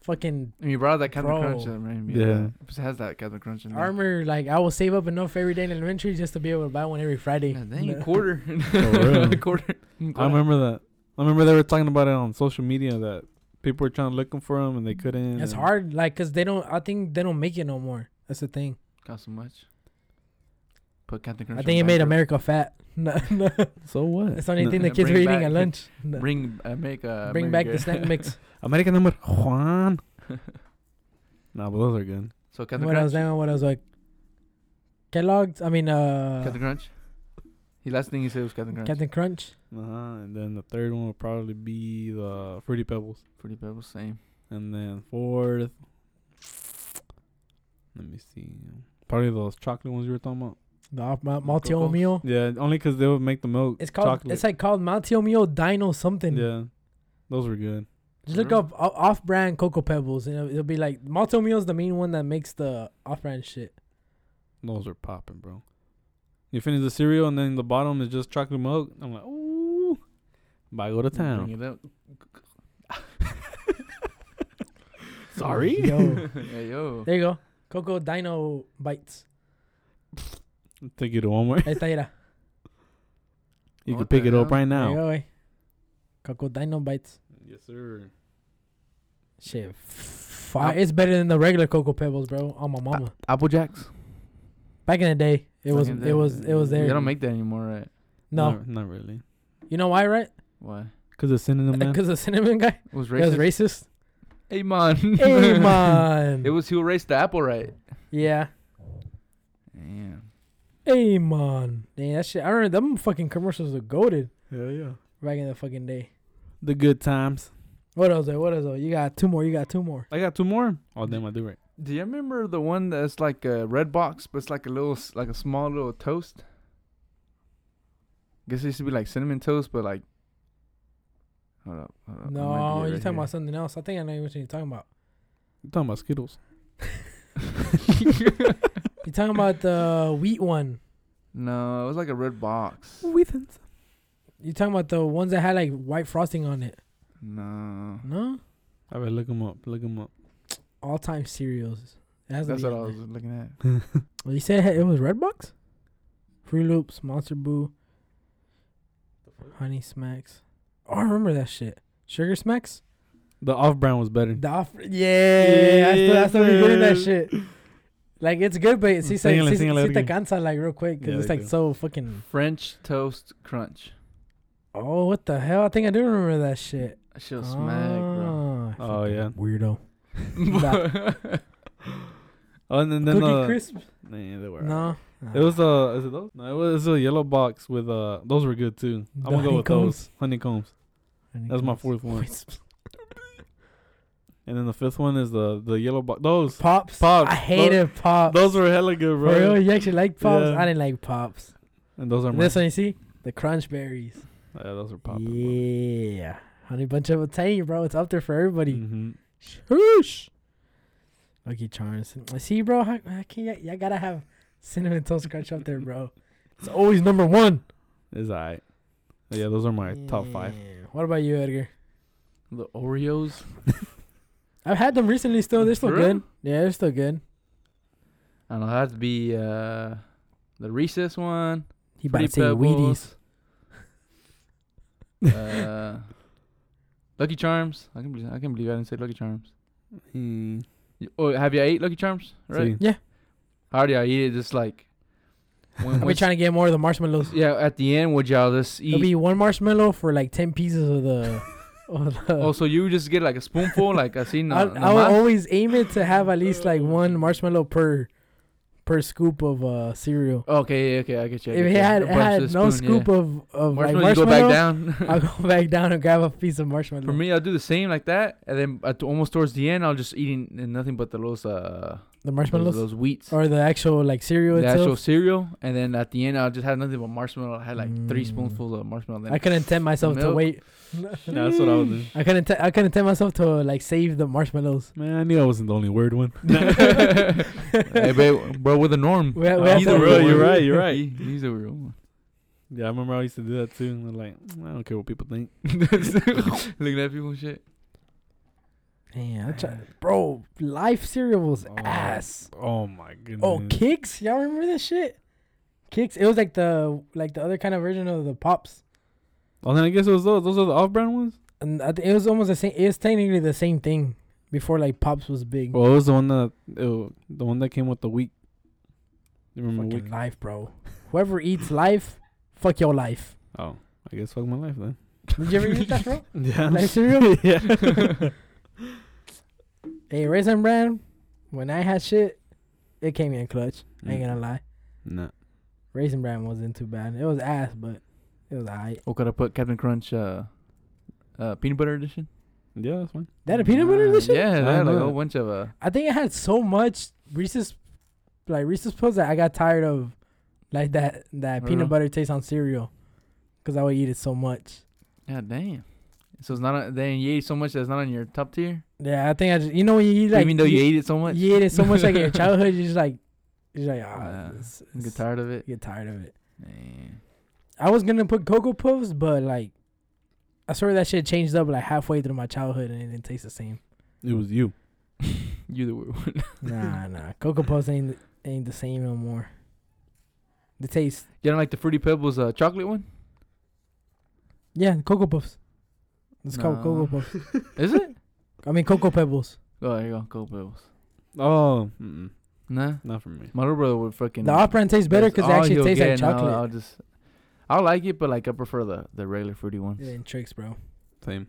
fucking and you brought that Captain Bro. Crunch. That reminded me Yeah. Of that. It has that Captain Crunch in there. armor. Like, I will save up enough every day in elementary just to be able to buy one every Friday. Yeah, dang, No. quarter. real. quarter. I remember that. I remember they were talking about it on social media that people were trying to look them for them and they couldn't. It's and- hard, like, cause they don't. I think they don't make it no more. That's the thing. Cost so much. Put Captain Crunch. I on think it back, made bro. America fat. No, no. So what? That's the only No. thing the Yeah, kids were bring eating back- at lunch. No. Bring uh, make uh, Bring back the snack mix. American number Juan. nah, but those are good. So Captain What I was Crunch. down, what I was like. Kellogg's. I mean, uh, Captain Crunch. The last thing he said was Captain Crunch. Captain Crunch. Uh huh. And then the third one would probably be the fruity pebbles. Pretty Pebbles, same. And then fourth, let me see. Probably those chocolate ones you were talking about. The off- ma- multi Coco's. oatmeal. Yeah, only because they would make the milk. It's called. chocolate. It's like called Maltio Mio Dino something. yeah, those were good. Just look Really? up o- off-brand Cocoa Pebbles, and it'll, it'll be like Maltio Mio's the main one that makes the off-brand shit. Those are popping, bro. You finish the cereal and then the bottom is just chocolate milk. I'm like, ooh, but I go to town. Bring it up. Sorry? Yo, Hey, yo. there you go. Cocoa Dino Bites. Take you to Walmart. Ahí está, mira. You can What pick the it up hell? right There you now. go, eh. Cocoa Dino Bites. Yes, sir. Shit, Ah. fire. It's better than the regular Cocoa Pebbles, bro. On my mama. Apple Jacks. Back in the day, it Ah. Back was, in the it day. was, it was They there. don't make that anymore, right? No, not, not really. you know why, right? Why? Cause it's cinnamon. man. Because the cinnamon guy. It was That was racist. racist. hey, man. hey man. it was who raced the apple, right? Yeah. Damn. Hey man. Dang, that shit. I remember them fucking commercials were goaded Yeah, yeah. back in the fucking day. The good times. What else? eh? What else? eh? You got two more. You got two more. I got two more. Oh damn, I do right. Do you remember the one that's like a red box, but it's like a little, s- like a small little toast? guess it used to be like cinnamon toast, but like. Hold up. Hold up. Uh, I might be no, right you're talking here. about something else. I think I know what you're talking about. I'm talking about Skittles. You're talking about the wheat one. No, it was like a red box. Weethins. You're talking about the ones that had like white frosting on it. No. No, All right, look them up. Look them up. all time cereals. It has to That's be what I on was there. looking at. Well, you said it was Redbox, Fruit Loops, Monster Boo, Honey Smacks. Oh, I remember that shit. Sugar Smacks. The off-brand was better. The off- yeah, yeah, that's what we good in that man. shit. Like it's good, but it's like, Síguele, it's síguele, like, síguele. cansa like real quick because Yeah, it's they like do. so fucking. French toast crunch. Oh, what the hell? I think I do remember that shit. That shit was smack, Ah, bro. Oh fucking yeah. weirdo. Oh, and then, then Cookie the crisp? Nah, they were. alright. No. It was uh, is it those? No, it was a yellow box with uh, those were good too. The I'm gonna go with honeycombs? those honeycombs. That's my fourth one. And then the fifth one is the the yellow box. Those Pops. Pops. I hated pops. those were hella good, For bro. real, you actually like pops? Yeah. I didn't like pops. And those are And mine. this one, you see? The crunch berries. Yeah, those are popping. bro. yeah. Honey Bunch of a Tiny, bro. It's up there for everybody. Mhm. Whoosh. Lucky Charms. See, bro, how, how can you, you gotta have Cinnamon Toast Crunch up there, bro. It's always number one. It's alright. Yeah, those are my top five. Yeah. What about you, Edgar? the Oreos. I've had them recently still. They're still For good. Yeah, they're still good. I don't know. That'd be uh, the Recess one. He about to Fruity say Wheaties. Pebbles, uh, Lucky Charms. I can believe I can believe I didn't say Lucky Charms. Mm. Y- Oh, have you ate Lucky Charms? Right. See, How do y'all eat it? Just like when, I've been when- trying to get more of the marshmallows. yeah. At the end, would y'all just It'll eat? be one marshmallow for like ten pieces of the. of the Oh, so you just get like a spoonful, like I seen. I, on- I would on always aim it to have at least like one marshmallow per per scoop of uh, cereal. my- okay, okay, I get you. I If get it you. had A bunch had of no spoon, yeah. scoop of of like marshmallow, you go back marshmallow, down. I'll go back down and grab a piece of marshmallow. For me, I'll do the same like that, and then at almost towards the end, I'll just eating and nothing but the those uh the those, marshmallows those wheats, or the actual like cereal the actual itself. cereal, and then at the end, I'll just have nothing but marshmallow. I had like three Mm. spoonfuls of marshmallow. Then I couldn't tempt myself to milk. wait. yeah, that's what I was doing. I couldn't. T- I couldn't tempt myself to like save the marshmallows. Man, I knew I wasn't the only weird one. hey, babe, bro, with the norm. We- we Oh, have he's to- a real- you're right, you're right. He- he's a real one. Yeah, I remember I used to do that too. And I'm like, I don't care what people think. Looking at people and shit. Man, I try- bro, life cereal was Oh. ass. Oh my goodness. Oh, kicks! Y'all remember this shit? Kicks. It was like the like the other kind of version of the pops, Oh, then I guess it was those. Those are the off-brand ones. and I thi- it was almost the same. It was technically the same thing before like pops was big. Well, it was the one that it, the one that came with the wheat. You remember Fucking wheat? life, bro. Whoever eats life, fuck your life. Oh, I guess fuck my life then. Did you ever eat that, bro? Yeah. Life cereal. yeah. hey, raisin bran. When I had shit, it came in clutch. I ain't gonna lie. Nah. Raisin bran wasn't too bad. It was ass, but it was alright. Oh, could I put Captain Crunch uh, uh, peanut butter edition? Yeah, that's fine. That a peanut butter Nah, edition? Yeah, I they had like know a that. whole bunch of uh, I think I had so much Reese's like Reese's pills that I got tired of like that that For peanut real? butter taste on cereal because I would eat it so much. yeah, damn. So it's not on, then you ate so much that's not on your top tier. Yeah, I think I just you know when you eat like Even though you, ate it so much, you ate it so much like in your childhood, you just like you're just like ah, Yeah. it's- you it's- get tired of it. you get tired of it. Man. I was gonna put cocoa puffs, but like I swear that shit changed up like halfway through my childhood and it didn't taste the same. It was you. You the weird one. Nah, nah, cocoa puffs ain't ain't the same no more. The taste, You don't like the Fruity Pebbles uh, chocolate one? yeah, cocoa puffs. It's called Nah. cocoa puffs. Is it? I mean, Cocoa Pebbles. Oh, there you go. Cocoa Pebbles. Oh, mm-mm, Nah. not for me. My little brother would fucking. The off brand tastes better that's because it all actually he'll tastes like get, and I'll- chocolate. I'll just. I like it, but like I prefer the, the regular fruity ones. It ain't tricks, bro. Same.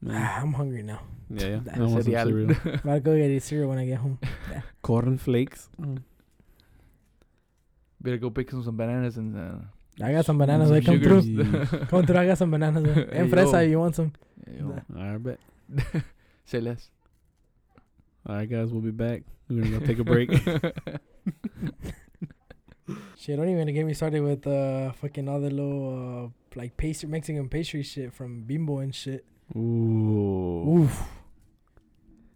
Man. Ah, I'm hungry now. Yeah, yeah. That's I want some Yeah. cereal. I'm about to go get a cereal when I get home. Corn flakes. Mm. Better go pick some, some bananas and. Uh, I got some bananas. some I come through. Mm, sugars. Come through. I got some bananas. eh. Hey, And fresa, yo. you want some? Yeah, yo. I bet. Say less. All right, guys, we'll be back. We're gonna go take a break. Shit, don't even get me started with uh fucking other little uh like pastry Mexican pastry shit from Bimbo and shit. Ooh. Oof.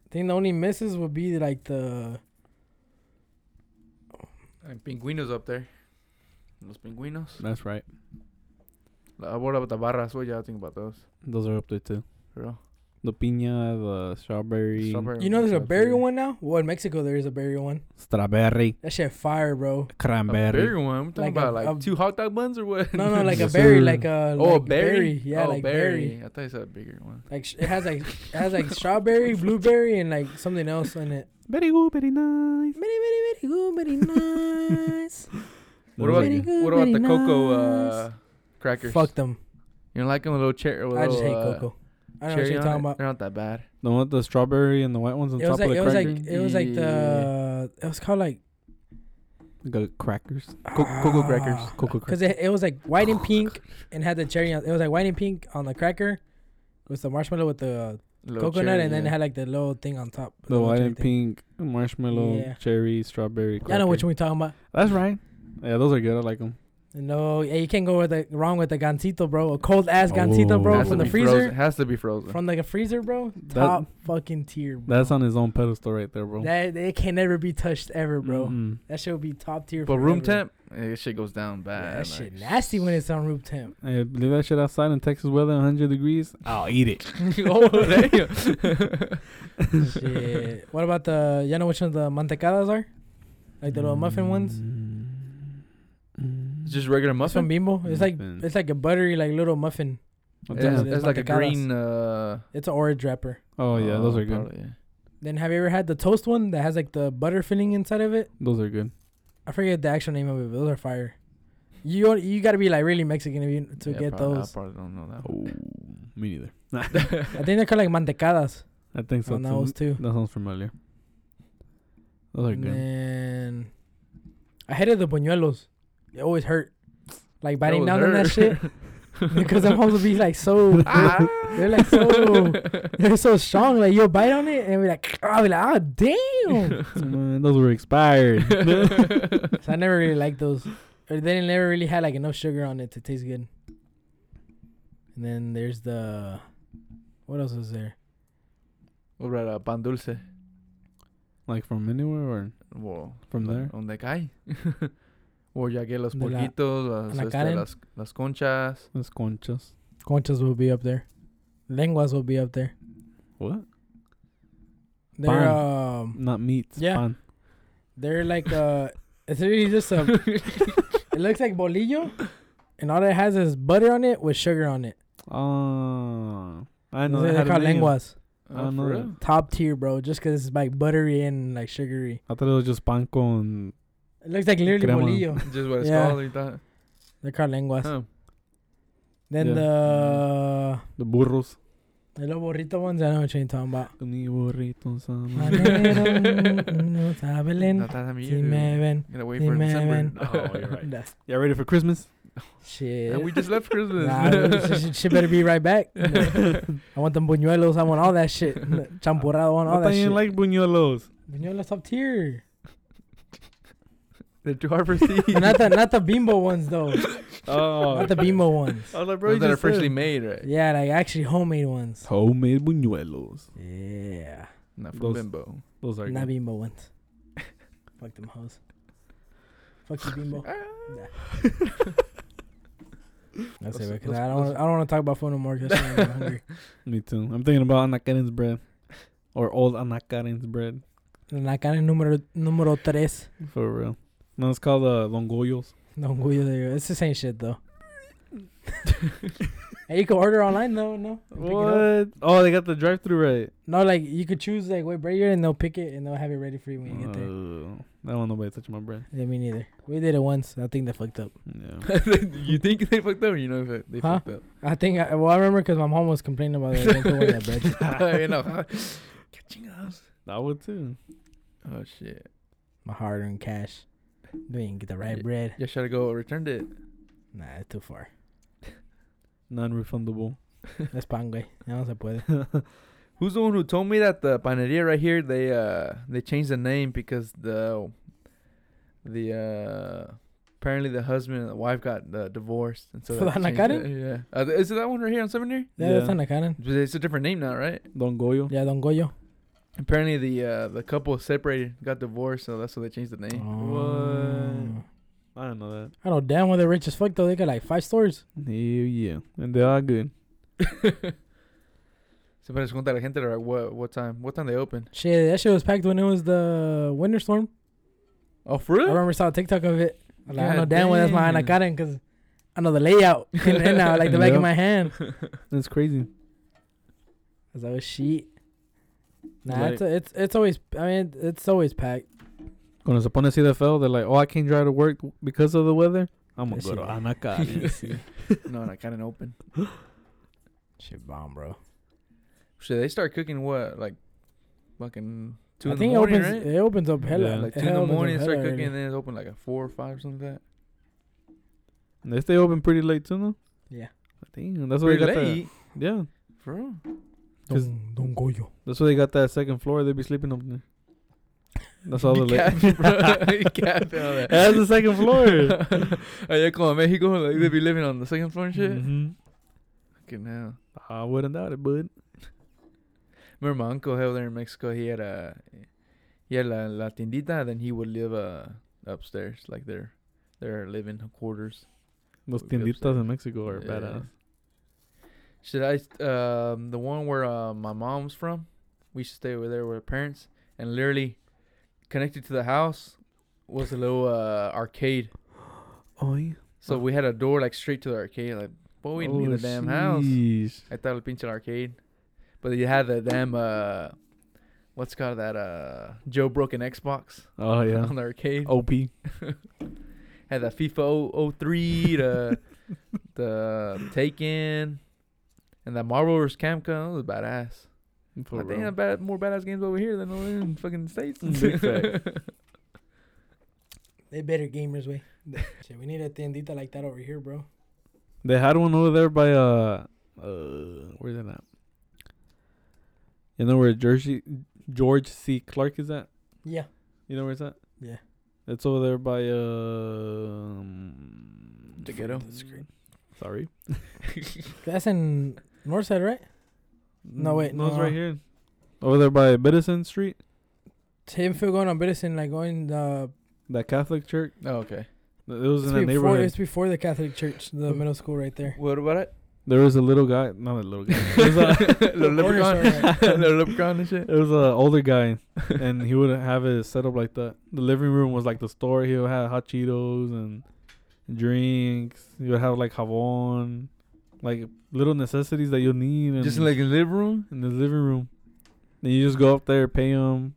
I think the only misses would be like the And pinguinos up there. Los pinguinos. That's right. Uh, what about the barras? What y'all think about those? Those are up there too. For real? The piña, the strawberry, Strawberry you know there's a ones, berry absolutely. one now. Well, in Mexico there is a berry one. strawberry, That shit fire, bro. A cranberry. berry one. We're talking Like a- about like a- two hot dog buns or what? No, no, like a Yes, berry, sir. like a oh, like a berry. Yeah, oh, like berry. berry. I thought you said a bigger one. Like sh- it has like it has like strawberry, blueberry, and like something else in it. Very good, very nice. Very, very, very good, very nice. What Those are about Very good. good, what about very the cocoa nice. uh, crackers? Fuck them. You don't like them with little uh, cherry? I just hate cocoa. I don't know what you're talking about. They're not that bad. The one with the strawberry and the white ones on It top was like of it the was cracker. like it was like the it was called like Got crackers. Ah, Co- Cocoa crackers. Cocoa Because crackers. ah, it, it was like white and pink and had the cherry. On, it was like white and pink on the cracker with the marshmallow with the Little coconut cherry, and then it yeah. had like the little thing on top. The little white cherry and thing. pink, marshmallow, Yeah. cherry, strawberry. Yeah, I know which cracker. one we're talking about. That's right. Yeah, those are good. I like them. No, yeah, you can't go with the, wrong with the gansito, bro. A cold ass gansito, Oh. bro, Has from the to be freezer, Frozen. Has to be frozen. from like a freezer, bro. That- Top fucking tier, bro. That's on his own pedestal right there, bro. That it can never be touched ever, bro. Mm-mm. That shit will be top tier. But room forever. temp, eh, this shit goes down Yeah, bad. that like- shit nasty when it's on room temp. Hey, leave that shit outside in Texas weather, 100 degrees. I'll eat it. oh, damn. shit. What about the? You know which ones the mantecadas are? Like the little muffin ones. Mm. It's just regular It's from muffin. Bimbo. It's like Muffin. it's like a buttery like little muffin. Oh, It's, damn. Yeah. it's like a Mantecadas. green. Uh, It's an orange wrapper. Oh, yeah, those uh, are good. probably, yeah. Then have you ever had the toast one that has like the butter filling inside of it? Those are good. I forget the actual name of it. But those are fire. You you gotta be like really Mexican if you to Yeah, get probably- those. I probably don't know that. Oh, me neither. I think they're called like mantecadas I think so. on too. those too. That sounds familiar. Those are And good. then I hated the buñuelos. It always hurt. Like biting was down on that shit because I'm supposed to be like so. Ah. They're like so. They're so strong. Like you'll bite on it and be like, I'll be like, oh damn. Man, those were expired. so I never really liked those. Or They never really had like enough sugar on it to taste good. And then there's the, what else is there? What about uh, pan dulce? like from anywhere or Well, from there? Donde cae. Or ya que los De la- porquitos, las, la este, Karen. las, las conchas. Las conchas. Conchas will be up there. Lenguas will be up there. What? They're um, Not meats. Yeah. pan. they're like uh, it's really just a. it looks like bolillo, and all it has is butter on it with sugar on it. Oh. I know. They're had a called name. lenguas. I don't know for that. real? Top tier, bro. Just cause it's like buttery and like sugary. I thought it was just pan con. It looks like literally Crema. bolillo. Just what it's Yeah. called. like that. They're called lenguas. Huh. Then Yeah. the The burros. the little burrito ones, I know what you're talking about. Mi burrito sama. Maneras no Not saben that time of si year, dude. me ven. Gotta wait si for me December. ven. Oh, you're right. That's- Y'all ready for Christmas? Shit. And we just left Christmas. Nah, she, she- she better be right back. I want them buñuelos. I want all that shit. Champurrado, I want all I thought that you shit. didn't like buñuelos. buñuelos top tier. They're too hard for sea. not the not the bimbo ones though. Oh. Not the bimbo ones. I was like, bro, Those you that are just said- freshly made, right? Yeah, like actually homemade ones. Homemade buñuelos. Yeah, Not from Those- Bimbo. Those are not good. bimbo ones. Fuck them hoes. Fuck you, bimbo. Ah. Nah. That's it, because I don't wanna, I don't want to talk about food no more. Cause I'm hungry. Me too. I'm thinking about Ana Karen's bread. Or old Ana Karen's bread. La carne número número tres. For real. No, it's called uh, Longoyos. Don Guyo there. It's the same shit though. hey, you can order online though. No, And pick it up. What? Oh, they got the drive through right. No, like you could choose like what bread you're in, and they'll pick it and they'll have it ready for you when you get there. Oh, I don't want nobody touching my bread. Yeah, me neither. We did it once. I think they fucked up. Yeah. you think they fucked up? or You know if it- they Huh? fucked up. I think. I, well, I remember because my mom was complaining about it. I didn't order that bread. you know. huh? Catching us. I would too. Oh shit. My hard-earned cash. They didn't get the right Yeah. bread. You should have go returned it. Nah, it's too far. Non refundable. That's pangue. No se puede. Who's the one who told me that the paneria right here they uh they changed the name because the the uh apparently the husband and the wife got uh, divorced and so For they the changed Hanakaran? it, Yeah, uh, th- is it that one right here on Seminary? Yeah, Yeah. that's on the canon. But It's a different name now, right? Don Goyo. Yeah, Don Goyo. Apparently the uh the couple separated, got divorced, so that's why they changed the name. Oh. I don't know that. I know damn well they're rich as fuck though. They got like five stores. Hell yeah. And they are good. Se pones conta la gente like what what time? What time they open? Shit, that shit was packed when it was the winter storm. Oh, for I real? remember saw a TikTok of it. I was Like, I know God damn well that's my damn. Anakaran because I know the layout and, and now like the back Yep. of my hand. I That's crazy. was like, oh, shit. Nah, Like- it's, it's it's always. I mean, it's always packed. Cuando se pone así de feo, they're like, oh, I can't drive to work because of the weather. I'm going Yes, to go to you are. Ana Karen. no, not kind of open. Shit bomb, bro. Shit, they start cooking what like fucking two I in think the morning, it opens. right? It opens up hella. Yeah. like it two in the opens up morning, start hella cooking, and early. then it's open like at four or five, something like that. And they stay open pretty late too, no? Yeah. Damn, that's why they Pretty got late, that. Yeah, bro. 'cause- Don, Don Goyo. that's why they got that second floor. They be sleeping up there. That's all the You late. capping, bro. You capping on that. That's the second floor. Allá como en México, like, they be living on the second floor and shit. Mhm. Fucking hell. I wouldn't doubt it, bud. Remember my uncle over there in Mexico, he had a he had la, la tiendita, then he would live uh, upstairs, like their their living quarters. Those Would be tienditas in Mexico are Yeah. badass. Should I um the one where uh, my mom's from? We used to stay over there with her parents, and literally connected to the house was a little uh, arcade. Oy. So we had a door like straight to the arcade. Like, boy, we Oh, didn't need a damn house. sheesh. I thought it pinch an arcade, but you had the damn uh, what's it called that uh Joe broken Xbox Oh yeah. on the arcade. OP. Had the FIFA 0- 03, the the Taken, and that Marvel vs. Capcom. That was badass. For I think real. Mm-hmm. that bad, more badass games over here than over in fucking states. Big facts. They better gamers way. Shit, we need a tiendita like that over here, bro. They had one over there by uh, uh where's that at? You know where Jersey George C. Clark is at? Yeah. You know where it's at? Yeah. It's over there by uh um, The ghetto. fuck this screen. Sorry. That's in Northside, right? No, wait, No, it's no. right here. Over there by Medicine Street, Timfield going on Medicine, like going the. that Catholic church. oh, okay. It was It's in that before, neighborhood. it's before the Catholic Church, the middle school right there. What about it? There was a little guy, not a little guy. There was uh, a, Little Corner leprechaun, store, little leprechaun and shit. It was an older guy, and he would have it set up like that. The living room was like the store. He would have hot Cheetos and drinks. He would have like javon, like little necessities that you'll need. And Just like in the living room in the living room, then you just go up there, pay him,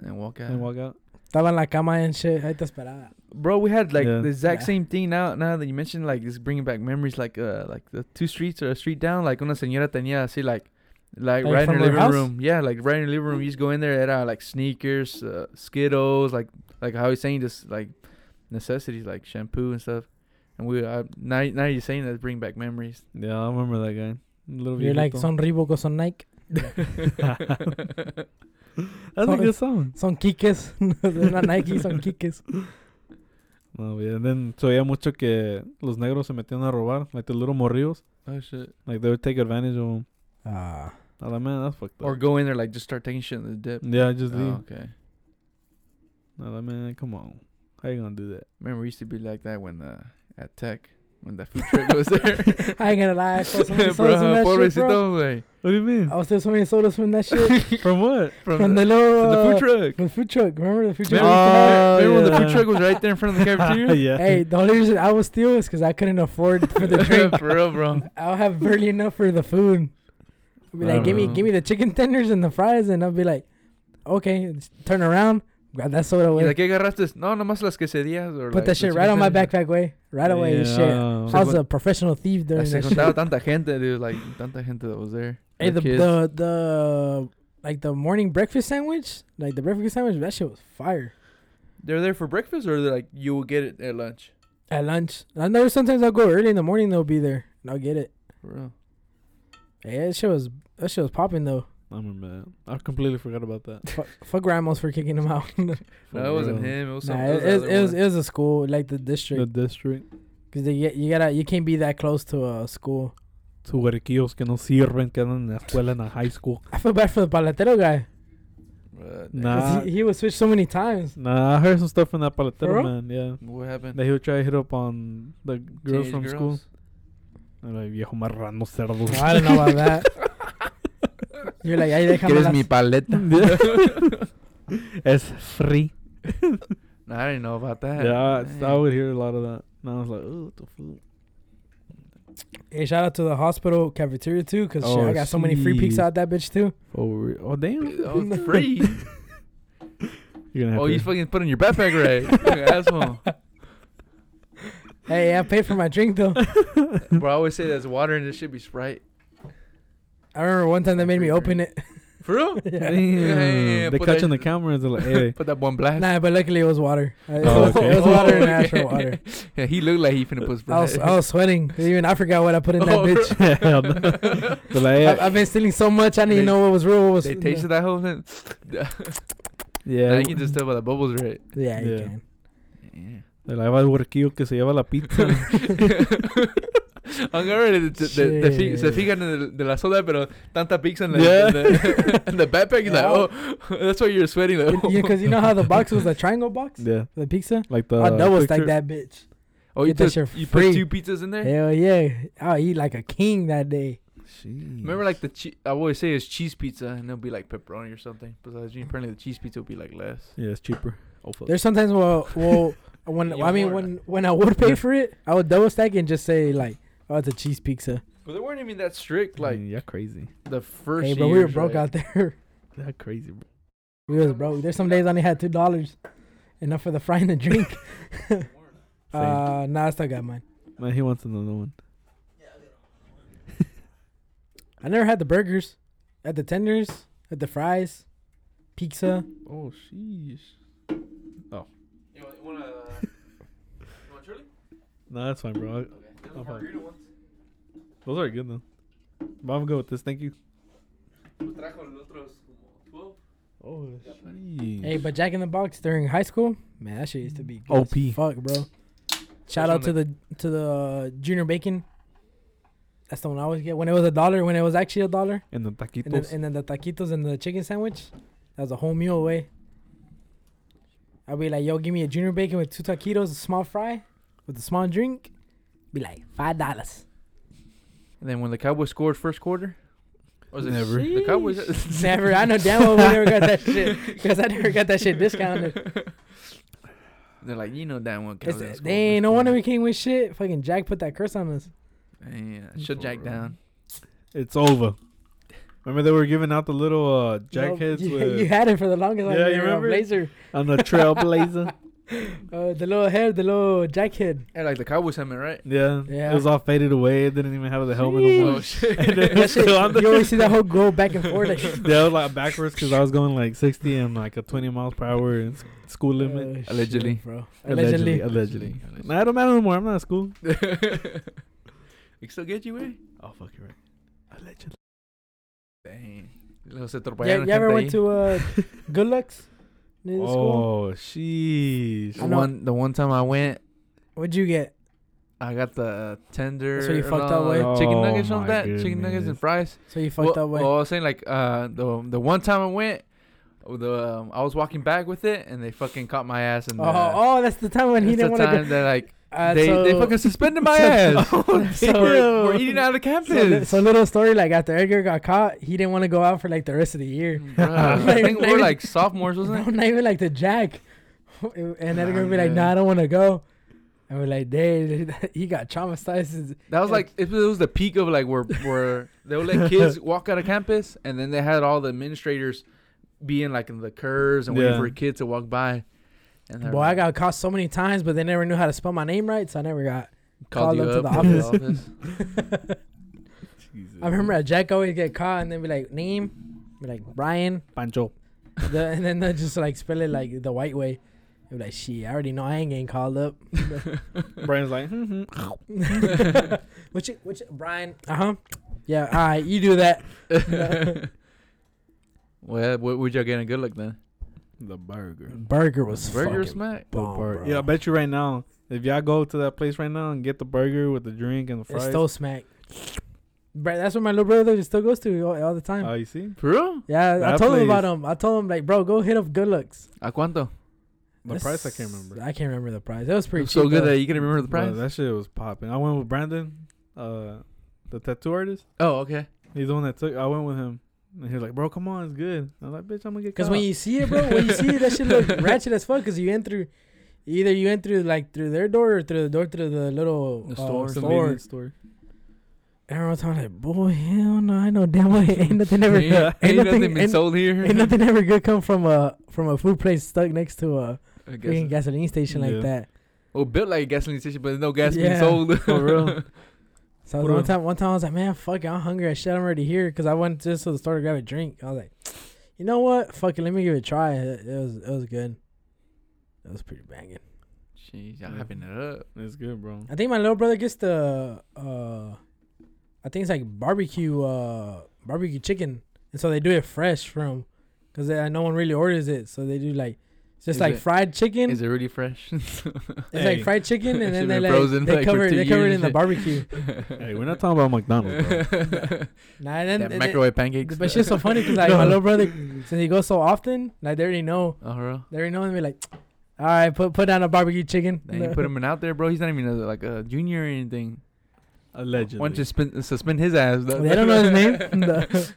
and walk out. and walk out. Estaba en la cama and shit. Ahí te esperaba. Bro, we had like Yeah. the exact Yeah. same thing. Now, now that you mentioned, like it's bringing back memories. Like, uh, like the two streets or a street down. Like una señora tenía así like, like Like, right in from her her living house? room. Yeah, like right in her living room. You just go in there. It had like sneakers, uh, Skittles, like like how he's saying just like necessities like shampoo and stuff. And we uh, now now you're saying that bring back memories. Yeah, I remember that guy. Little You're like, viejito. son Reebok o son Nike. That's a son- good song. Son Kikes. They're not Nike, son Kikes. No, yeah. And then so yeah, mucho que los negros se metían a robar, like the little morrillos, Oh shit! like they would take advantage of them. Ah. I like, man, that's fucked up. Or go in there like just start taking shit in the dip. yeah, just leave. Oh, okay. No, that man, come on. How you gonna do that? Remember, we used to be like that when uh, at Tech when that food truck was there. I ain't gonna lie. I saw so many Bro, sodas from that shit, bro. pobrecito, güey. What do you I mean? was still so many sodas from that shit. From what? From, from the, the little. from the uh, food truck. From the food truck. Remember the food truck? we used to have? Remember, Oh, remember when the food yeah. truck was right there in front of the cafeteria? yeah. Hey, the only reason I was steal is because I couldn't afford for the drink. For real, bro. I'll have barely enough for the food. I'll be like, give me, Uh-huh. give me the chicken tenders and the fries, and I'll be like, okay, just turn around, grab that soda ¿Y away, de qué agarraste? No, nomás las quesadillas. Or put that like the shit right on my chicken backpack way, right away. and Shit, Yeah. I was a professional thief tenders. during Se that juntaba shit. tanta gente, dude. Like, tanta gente that was there. Hey, the, kids. the the like the morning breakfast sandwich, like the breakfast sandwich, that shit was fire. They were there for breakfast or they're like, you will get it at lunch? At lunch, I know sometimes I'll go early in the morning. They'll be there, and I'll get it. For real. Yeah, that shit was that shit was popping though. I remember that. I completely forgot about that. Fuck, fuck Ramos for kicking him out. nah, No, For it wasn't real. him. It was something. it, else. it, was it was a school like the district. The district. Cause they get, you gotta you can't be that close to a school. Sus huerquillos que no sirven, que andan en la escuela, en la high school. I feel bad for the palatero guy. But, Nah. 'Cause he, he was switched so many times. Nah, I heard some stuff from that For paletero, real? man. Yeah. What happened? That he would try to hit up on the girls Teenage from school. girls? I'm like, viejo marrano cerdo. I don't know about that. You're like, ay, déjame ¿Quieres mi las- paleta? Es free. Nah, I didn't know about Ah, that. Yeah, I, I Dang. would hear a lot of that. And I was like, oh, what the fuck? Hey, shout out to the hospital cafeteria too, cause shit, Oh, I got so many free peeks jeez. out that bitch too. Oh, re- oh damn. Oh, it's free. You're gonna have oh, to. you fucking put in your backpack right. You asshole. Hey, I paid for my drink though. Bro, I always say that's water and it should be Sprite. I I remember one time they made me open it. For real? Yeah. Damn. Yeah, yeah, yeah, They put catch that- on the camera and they're like, hey. Put that one blast. Nah, but luckily it was water. Uh, It Oh, was, it okay. was water and Okay. natural water. Yeah, he looked like he finna put I was, I was sweating. Even I forgot what I put in that Oh, bitch. Hell no. they're like, I, yeah, I've been stealing so much. I didn't even They- know what was real. What was They tasted that whole thing. yeah. Now you can just tell by the bubbles, right? Yeah, you Yeah. can. They're like, "Va el huerquillo que se lleva la pizza. Aunque ahora te- te- te- te fi- se Shit. fijan en el- de la soda, pero tanta pizza en la, Yeah. en la- en the backpack. He's like, Oh. oh, that's why you're sweating. Like, oh. Because you, know how the box was a triangle box? yeah. The pizza? Oh, Like the. I double stacked Uh, picture. that bitch. oh, you, Get that took, shit you free. put two pizzas in there? Hell yeah. I'll eat like a king that day. Jeez. Remember, like the che- I always say it's cheese pizza, and it'll be like pepperoni or something. Besides, apparently the cheese pizza will be like less. Yeah, it's cheaper. Oh, fuck. There's sometimes well, well when You I mean are. when when I would pay for it, I would double stack and just say like, oh, it's a cheese pizza. But they weren't even that strict. Like Mm, yeah, crazy. the first. Hey, but we were years, broke right? out there. Yeah, crazy, bro. we was broke. There's some days I only had two dollars, enough for the fry and the drink. uh, nah, I still got mine. Man, he wants another one. I never had the burgers, at the tenders, at the fries, pizza. Oh, sheesh. You want, you want, uh, you want chili? No, that's fine, bro. I- Okay. I'm fine. Those are good, though. But I'm good with this. Thank you. Oh, sheesh. Hey, but Jack in the Box during high school, man, that shit used to be good OP. as Fuck, bro. Shout Which out to one the to the uh, junior bacon. That's the one I always get when it was a dollar. When it was actually a dollar, And the taquitos. and then, and then the taquitos and the chicken sandwich. That was a whole meal away. I'd be like, "Yo, give me a junior bacon with two taquitos, a small fry, with a small drink." Be like five dollars. And then when the Cowboys scored first quarter, or was it Never. the Cowboys? Never. I know damn well we never got that shit because I never got that shit discounted. They're like, you know that one. It's- Dang, no wonder we came with shit. Fucking Jack put that curse on us. Yeah, shut Jack down. it's over. Remember they were giving out the little No, uh, jackheads you, with you had it for the longest. Yeah, like, you you remember? remember? Blazer. on the trailblazer. Uh, the little head, the little jackhead. Yeah, like the Cowboys helmet, right? yeah. Yeah. It was all faded away. It didn't even have the helmet on. Oh shit! And it That was shit, still on you there. always see that whole go back and forth. Like, Yeah, I was like backwards because I was going like 60 and like a 20 miles per hour in s- school limit. Oh, shit, Allegedly. bro. Allegedly. Allegedly, allegedly. Allegedly. Nah, I don't matter no more. I'm not at school. we can still get you, way. Oh fuck, you're right. Allegedly. Dang. Los Yeah, atropellaron you ever gente went ahí. to uh, Good Looks? Near the school? Oh, sheesh. I The know. one, the one time I went, What'd you get? I got the tender. So you and fucked all up, way? that, Chicken Oh nuggets on my that. Chicken nuggets goodness. and fries. So you fucked well, oh, up way. well, I was saying like uh, the the one time I went, uh, the um, I was walking back with it and they fucking caught my ass and. oh, oh, that's the time when he didn't want to time go. they're like Uh, they, so, they fucking suspended my so- ass. so- we're, we're eating so, out of li- campus. so little story, like after Edgar got caught, he didn't want to go out for like the rest of the year. Bruh, I think Like- we're like sophomores, No, wasn't it? not even like the jack. And Edgar would be like, yeah. "No, nah, I don't want to go." And we're like, "Dang, he got traumatized." since- That was like it was the peak of like where where they would let kids walk out of campus, and then they had all the administrators being like in the curves and Yeah. waiting for a kid to walk by. And they're Boy, I like, got caught so many times, but they never knew how to spell my name right, so I never got. called called you up up to to the the office. Jesus. I remember a Jack always get caught, and then be like, "Name," be like Brian, Pancho. the, and then they just like spell it like the white way. They be like, "Shit, I already know I ain't getting called up." Brian's like, mm-hmm. which which Brian? Uh huh. Yeah, all right, you do that. well, what would y'all get a good look then? the burger. Burger was Burger fucking smack. bomb, Bur- bro. yeah, I bet you right now, if y'all go to that place right now and get the burger with the drink and the It's fries. still smack. Bro, that's what my little brother just still goes to all, all the time. oh, you see? For real? yeah, I that told him about place- him. I told him like, bro, go hit up Good Looks. A cuánto? The This- price I can't remember. I can't remember the price. That was pretty so cheap, good though. that you can remember the Bro, price. that shit was popping. I went with Brandon, uh, the tattoo artist. oh, okay. He's the one that took. I went with him, and he was like, "Bro, come on, it's good." I was like, "Bitch, I'm gonna get." Cause Cause when you see it, bro, when you see it, that shit look ratchet as fuck. Cause you went through, either you went through like through their door or through the door through the little The uh, store. store. convenience store. Everyone's talking like, boy, hell no, I know damn well ain't nothing ever, ain't, ain't ain't nothing, nothing- been ain't- sold here. ain't nothing ever good come from a from a food place stuck next to a I guess Oh, freaking it- gasoline station Yeah. like that. Well, built like a gasoline station, but no gas Yeah. being sold. For real. So I was What one do- time, one time I was like, man, fuck, it, I'm hungry. I shit, I'm already here because I went just to the store to grab a drink. I was like, you know what? Fuck it, let me give it a try. It, it was, it was good. It was pretty banging. Jeez, y'all Yeah. hyping it up. It's good, bro. I think my little brother gets the, uh, I think it's like barbecue, uh, barbecue chicken, and so they do it fresh from, cause they, no one really orders it, so they do like, it's just Is like it- fried chicken. Is it really fresh? It's Hey. like fried chicken, and Shit then been they like frozen for they like for cover it, two they cover it years in the and barbecue. Hey, we're not talking about McDonald's, bro. Nah, and then that and microwave pancakes. It, but it's just so funny because like my No. little brother, since he goes so often, like they already know, Oh, Uh-huh. bro. they already know, and be like, all right, put put down a barbecue chicken. Then you put him in out there, bro. He's not even a, like a junior or anything. Allegedly. Want to spin, suspend his ass? though. they don't know his name. The-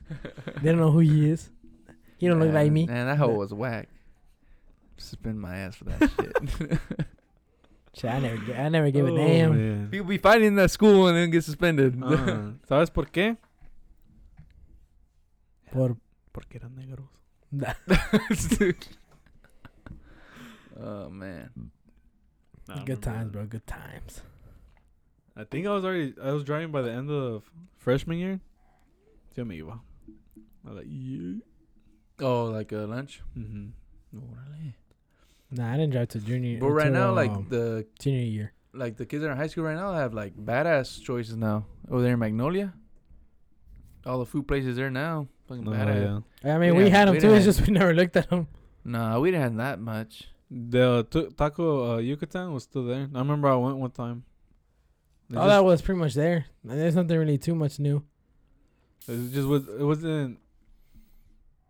they don't know who he is. He don't look like Nah, me. Man, that hoe was whack. Suspend my ass for that shit. Shit, I never, gi- I never give a Oh, damn. man. People be fighting in that school and then get suspended. Ah, ¿Sabes por qué? Por- Porque eran negros. oh man. Nah, good I remember times, that. bro. Good times. I think I was already. I was driving by the end of freshman year. Se me iba. I was like, yeah. Oh, like a lunch. Mm-hmm. Nah, I didn't drive to junior. But right until, now, like um, the junior year. like the kids that are in high school right now have like badass choices now. Over there in Magnolia, all the food places there now fucking badass. Oh, yeah. I mean, we we didn't- had him we too. It's didn't- just we never looked at him. Nah, we didn't have that much. The t- taco uh, Yucatan was still there. I remember I went one time. It All that was pretty much there. And there's nothing really too much new. just, it just was. It wasn't.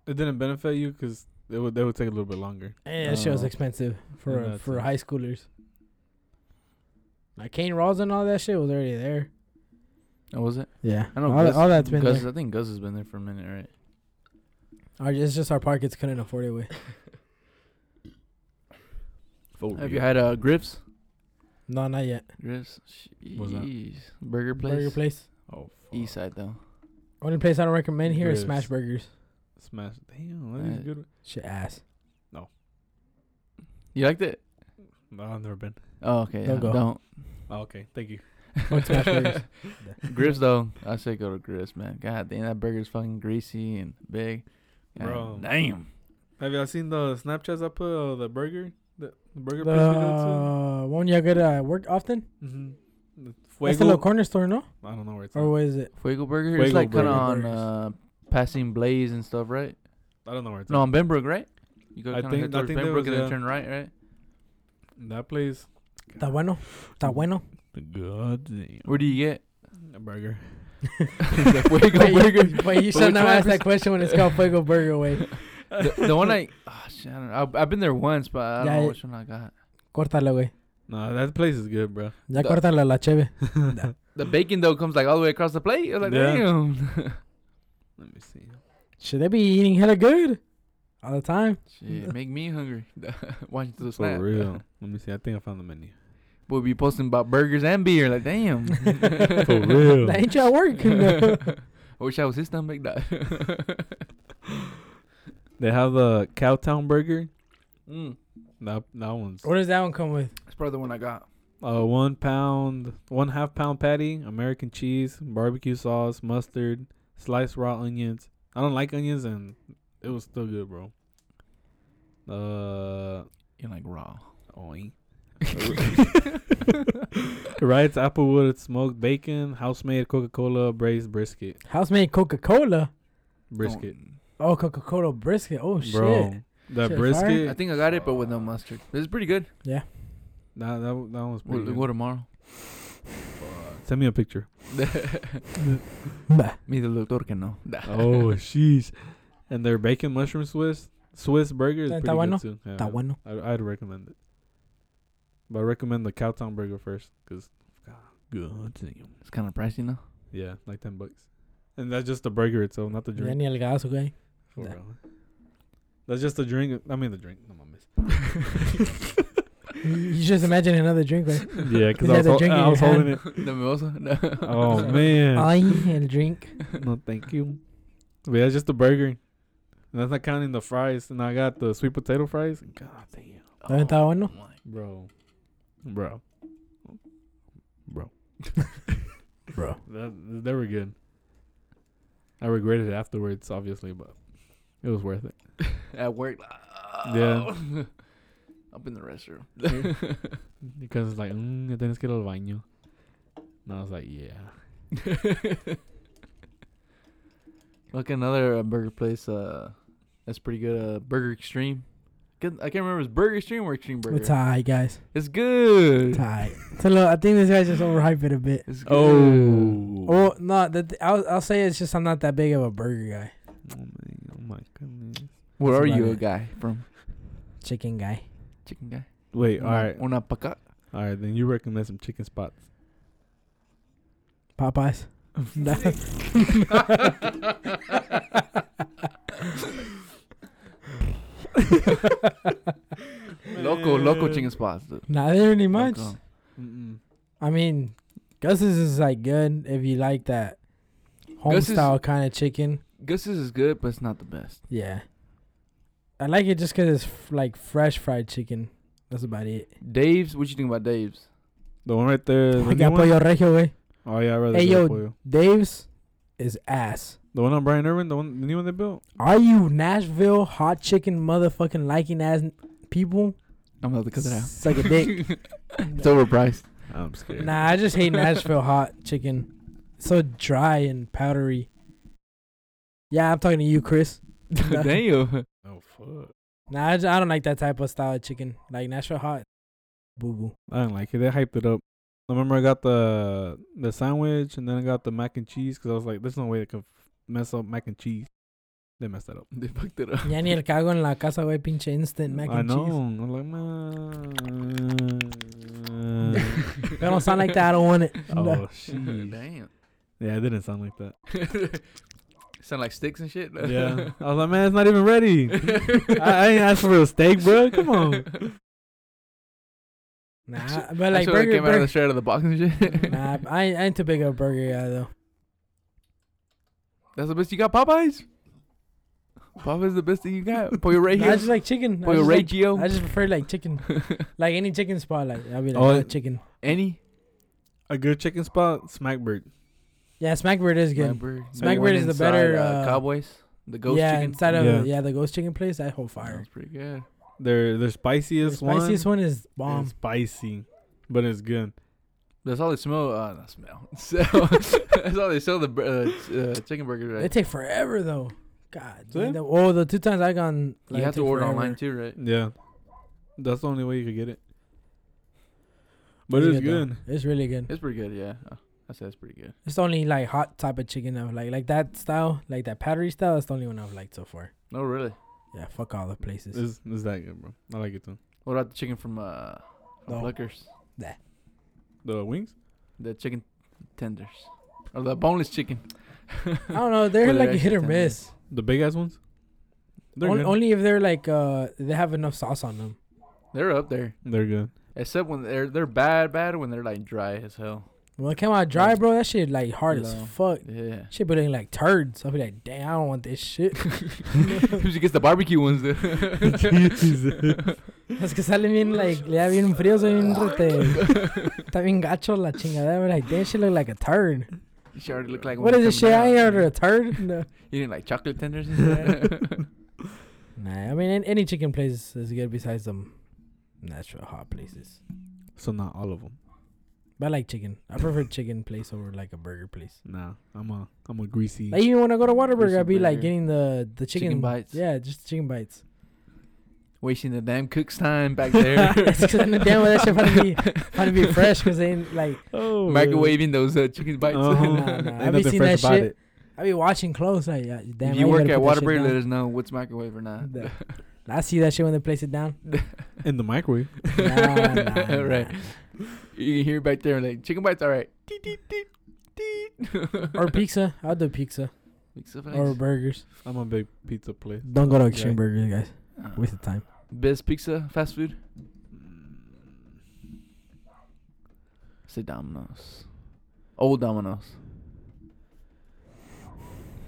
It didn't benefit you because it would. That would take a little bit longer. And that shit was Oh. expensive for Yeah, for it's- high schoolers. Like Kane Rawls and all that shit was already there. Oh, was it? Yeah, I know. all, Gus- all that's been Gus, there. I think Gus has been there for a minute, right? Our, it's just our pockets couldn't afford it. With Oh, Have you had uh grips? no, not yet. Grips. What's that? Jeez. Burger place. Burger place. Oh, fuck. East side though. Only place I don't recommend here is Yes. Smash Burgers. Smash. Damn, that is Uh, good. Shit ass. You liked it? No, I've never been. Oh, okay. Don't yeah, go. Don't. Oh, okay, thank you. Fuck Smash Burgers. Grips though. I say go to Grips, man. God damn, that burger's fucking greasy and big. God Bro. Damn. Have y'all seen the Snapchats I put of the burger? The, the burger place we go The one y'all get at work uh, often? to? Mm-hmm. The That's the little Fuego. corner store, no? I don't know where it's Or at. what is it? Fuego burger. Fuego it's like kind burger. of on Burgers. uh, passing Blaze and stuff, right? I don't know where it's No, at. on Benbrook, right? You go I kind think- of I towards think there Benbrook was, uh, and then yeah. turn right, right? That place. Está bueno. Está bueno. God damn. Where do you get? A burger. The Fuego Wait, burger. you- wait, you But should which not one ask is- that question when it's called Fuego Burger. Wait. the, the one I, oh, shit, I don't know. I, I've been there once, but I don't Yeah, know it- which one I got. Córtala, güey. Nah, that place is good, bro. Ya The- córtala la cheve. The bacon though comes like all the way across the plate. I was like, Yeah. damn. Let me see. Should they be eating hella good all the time? Shit, make me hungry. Watching the For snack. real. Let me see. I think I found the menu. We'll be posting about burgers and beer. Like, damn. For real. That ain't y'all work. No. I wish I was his stomach. That. They have the Cowtown burger. mm, That that one's what does that one come with? that's probably the one I got. uh, one pound, one half pound patty, American cheese, barbecue sauce, mustard, sliced raw onions. I don't like onions, and it was still good, bro. Uh, You like raw. Oi. Writes applewood smoked bacon, house made Coca Cola braised brisket. Housemade Coca Cola. Brisket. Oh, Coca Cola brisket. Oh, Bro. shit. That Shit, brisket. fire. I think I got it, but with no mustard. This is pretty good. That, that, one- that one was pretty We'll good. go tomorrow. Send me a picture. Bah. Me the doctor que no. oh, sheesh. And their bacon mushroom Swiss Swiss burger is Está pretty good bueno? too. Yeah, Está bueno. I'd, I'd recommend it. But I recommend the Cowtown burger first because good. damn. It's kind of pricey now. Yeah, like 10 bucks. And that's just the burger itself, not the Ya drink. ni el gas, güey. For Yeah. real. That's just the drink. I mean, the drink. No, mames. You- You just imagine another drink, güey. Yeah, Is because that I was, the hol- drink in I your was holding it. The mimosa. No. Oh man, Ay, el drink. no, thank you. But yeah, just the burger, and that's not counting the fries. And I got the sweet potato fries. God damn, ¿También estaba bueno? Oh my bro, bro, bro. bro. That, they were good. I regretted it afterwards, obviously, but it was worth it. At work. Yeah. Up in the restroom. Because it's like, mm, tienes que ir al baño. And I was like, yeah. Look, another uh, burger place. Uh, that's pretty good. Uh, burger Extreme. Good. I can't remember. It's Burger Extreme or Extreme Burger. It's high, guys. It's good. It's high. so look, I think this guy's just overhyped it a bit. It's good. Oh. Oh no, that I'll I'll say it's just I'm not that big of a burger guy, Oh my, oh my goodness. Where That's are about you, a it. guy from? chicken guy. Chicken guy. Wait, all right. Una una paca. All right, then you recommend some chicken spots. Popeyes. No. Loco, loco chicken spots. dude. Not really much. Loco. Mm-mm. I mean, Gus's is like good if you like that home Gus's- style kind of chicken. Gus's is good, but it's not the best. Yeah, I like it just 'cause it's f- like fresh fried chicken. That's about it. Dave's. What you think about Dave's? The one right there. The I new got one? pollo regio, way. Oh, yeah, I'd rather Hey, hey, yo. yo. Dave's is ass. The one on Brian Irwin, the one, the new one they built. Are you Nashville hot chicken motherfucking liking ass n- people? I'm about to cut it out. Suck a dick. It's overpriced. I'm scared. Nah, I just hate Nashville hot chicken. So dry and powdery. Yeah, I'm talking to you, Chris. Damn. Oh, fuck. Nah, I, ju- I don't like that type of style of chicken. Like Nashville hot, boo boo. I didn't like it. They hyped it up. I remember I got the the sandwich and then I got the mac and cheese because I was like, there's no way they could mess up mac and cheese. They messed that up. They fucked it up. Ya ni el cago en la casa, güey, pinche instant mac I and know. cheese. I'm like, man. If I don't sound like that, I don't want it. oh, sheesh. Damn. Yeah, it didn't sound like that. Sound like sticks and shit. Yeah. I was like, man, it's not even ready. I, I ain't asked for a steak, bro. Come on. Nah, but like Like That's burger, burger, came out of the burger. straight out of the box and shit. Nah, I, ain't- I ain't too big of a burger guy though. That's the best you got, Popeyes. Popeyes the best thing you got. Pollo Nah, I Regio. just like chicken. I Pollo just, like- Regio. I just prefer like chicken, like any chicken spot. Like I'll be like Oh, hot chicken. Any. A good chicken spot, Smackbird. Yeah, Smackbird is good. Smackbird. Smackbird one is the inside, better, Uh, uh, Cowboys. The ghost yeah, chicken. inside of yeah. Yeah. the ghost chicken place, that whole That fire. was pretty good. Their their The spiciest, spiciest one, one is is bomb. spicy, but it's good. That's all they smell. Uh, not smell. So, that's all they sell the bur- uh, ch- uh, chicken burger. They Right? take forever though. God, Do man, they? the, oh, the two times I gone, like, you it have to took order forever. online too, right? Yeah, that's the only way you could get it. But It's it's good, good. though. It's really good. It's pretty good. Yeah, Uh, I said it's pretty good. It's the only like hot type of chicken I've like like that style, like that powdery style. That's the only one I've liked so far. No, really. Yeah, fuck all the places. It's, it's that good, bro. I like it too. What about the chicken from uh, from No. Pluckers? The wings. The chicken tenders or the boneless chicken? I don't know. They're Well, they're like hit actually or tender. miss. The big ass ones? They're Only, good. only if they're like uh they have enough sauce on them. They're up there. They're good. Except when they're they're bad, bad when they're like dry as hell. When it came out dry, Yeah. bro, that shit like hard as No. fuck. Yeah. Shit, but like turds. I'll be like, damn, I don't want this shit. Who's against the barbecue ones? Dude. Es que salen bien, like, ya bien fríos, bien rete. Está bien gacho la chingadera. Like, damn, she look like a turd. You sure already look like What one is this shit? coming I ain't out. ordered a turd. No. You didn't like chocolate tenders? and Nah, I mean, an- any chicken place is good besides them natural hot places. So not all of them. But I like chicken. I prefer chicken place over like a burger place. Nah, I'm a I'm a greasy. Like, even when I go to Whataburger, I'd be Chicken like burger. getting the, the chicken, Chicken bites. Yeah, just chicken bites. Wasting the damn cook's time back there. It's 'cause I know damn well that shit probably be, probably be fresh because they ain't like. oh, Microwaving those uh, chicken bites. Uh-huh. Nah, nah. Ain't Have you nothing seen fresh that about shit? I be watching close. Like, yeah, damn. if I you work gotta at put that shit Waterbury, down. let us know what's microwave or not. Nah. I see that shit when they place it down. it. in the microwave. Nah, nah, nah, right. You can hear back there like chicken bites. All right. Deet, deet, deet, deet. Or pizza. I'll do pizza. Mix of Or ice. burgers. I'm a big pizza place. Don't go to Extreme Extreme Burgers, guys. Uh, Waste of time. best pizza fast food. Mm. Say Domino's. Old Domino's.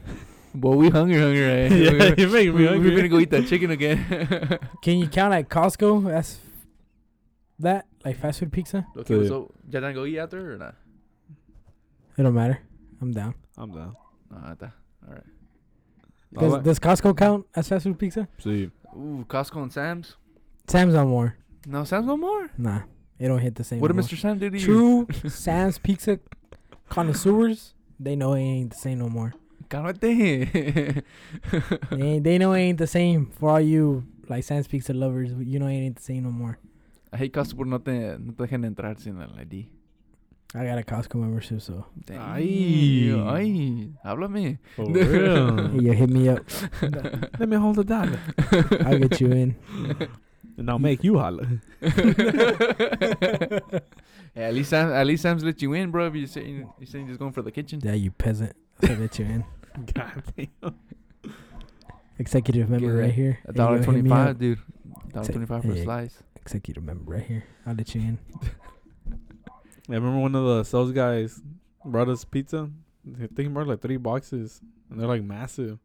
Boy, we hungry, hungry, right? yeah, you're making me we, hungry. we're gonna go eat that chicken again. Can you count like Costco as that? Like fast food pizza? Okay, so y'all done go eat out there or not? It don't matter. I'm down. I'm down. Ah, ta- all right. Oh, I Does, like- does Costco count as fast food pizza? See, Ooh, Costco and Sam's. Sam's on more. No, Sam's no more. Nah, it don't hit the same. What did no more. Mr. Sam do to you? True Sam's pizza connoisseurs, they know it ain't the same no more. Cálmate. They, ain't, they know it ain't the same for all you like Sam's pizza lovers. You know it ain't the same no more. I hate Costco por no te, no te dejan entrar sin el ID. I got a Costco membership, so Damn. Ay. Ay. Háblame. for real. you hit me up. Let me hold the dollar, I'll get you in. and I'll make you holler. Yeah, at least Sam, at least Sam's let you in, bro. If you're saying you're saying just going for the kitchen. Yeah, you peasant. I'll get you in. God damn. Executive member Get right here. A Hey, dollar yo, hit me twenty-five, up. dude. Dollar twenty-five for a yeah. slice. Executive member right here. I'll let you in. I remember one of the sales guys brought us pizza. I think he brought like three boxes, and they're like massive,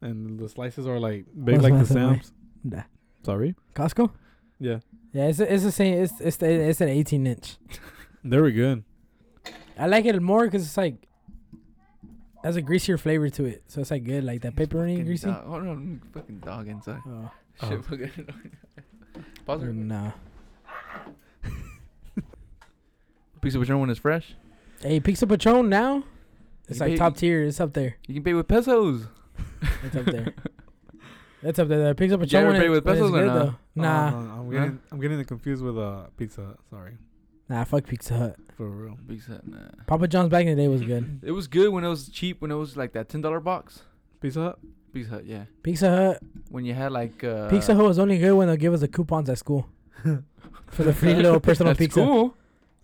and the slices are like big, What's like the massive, man? Sam's. Nah. Sorry. Costco? Yeah, Yeah, it's it's the same. It's it's the, it's an 18 inch. they were good. I like it more because it's like has a greasier flavor to it, so it's like good, like that pepperoni Fucking greasy. Dog. Hold on, fucking dog inside. Oh, Um, Shit, fucking. Pause it. nah. Pizza whichever one is fresh. Hey, Pizza Patron now, it's You like pay- top tier. It's up there. You can pay with pesos. It's up there. That's up there. The Pizza Did you Patron. ever when pay it- with when it's pesos or good, no? Uh-huh. though. Nah, Oh, no, I'm Huh? getting I'm getting it confused with uh pizza. Hut. Sorry, nah. Fuck Pizza Hut. for real. Pizza, nah. Papa John's back in the day was good. It was good when it was cheap. When it was like that ten dollar box. Pizza Hut. Pizza Hut, yeah. Pizza Hut. When you had like uh, Pizza Hut was only good when they give us the coupons at school for the free little personal That's pizza. cool.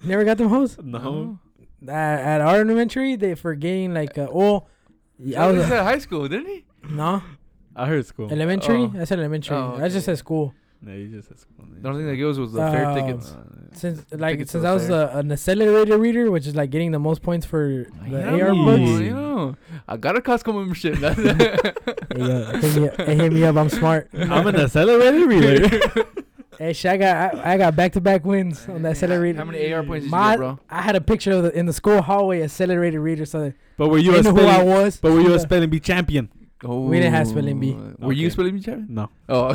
Never got them hoes. No. At, at our elementary, they for getting like uh, oh, Yeah, I he was was at high school, didn't he? no I heard school. elementary. Oh. That's elementary. Oh, That's just okay. at school. No, you just said school. man. The only thing that goes was the fair Uh, tickets. Since I like think it's since so I was a, an accelerated reader, which is like getting the most points for I the know, AR books. You know, I got a Costco membership. Hey, yo, hit me, hey, hit me up. I'm smart. I'm an accelerated reader. Hey, shit, I got I, I got back to back wins on the accelerated. How many AR points did you My- get, bro? I had a picture of the, in the school hallway accelerated reader, so they but were you they a knew who I spelling? was. But were you a Yeah. spelling bee champion? Oh, We didn't have spelling bee. Were you Okay. spelling bee champion? No. Oh, I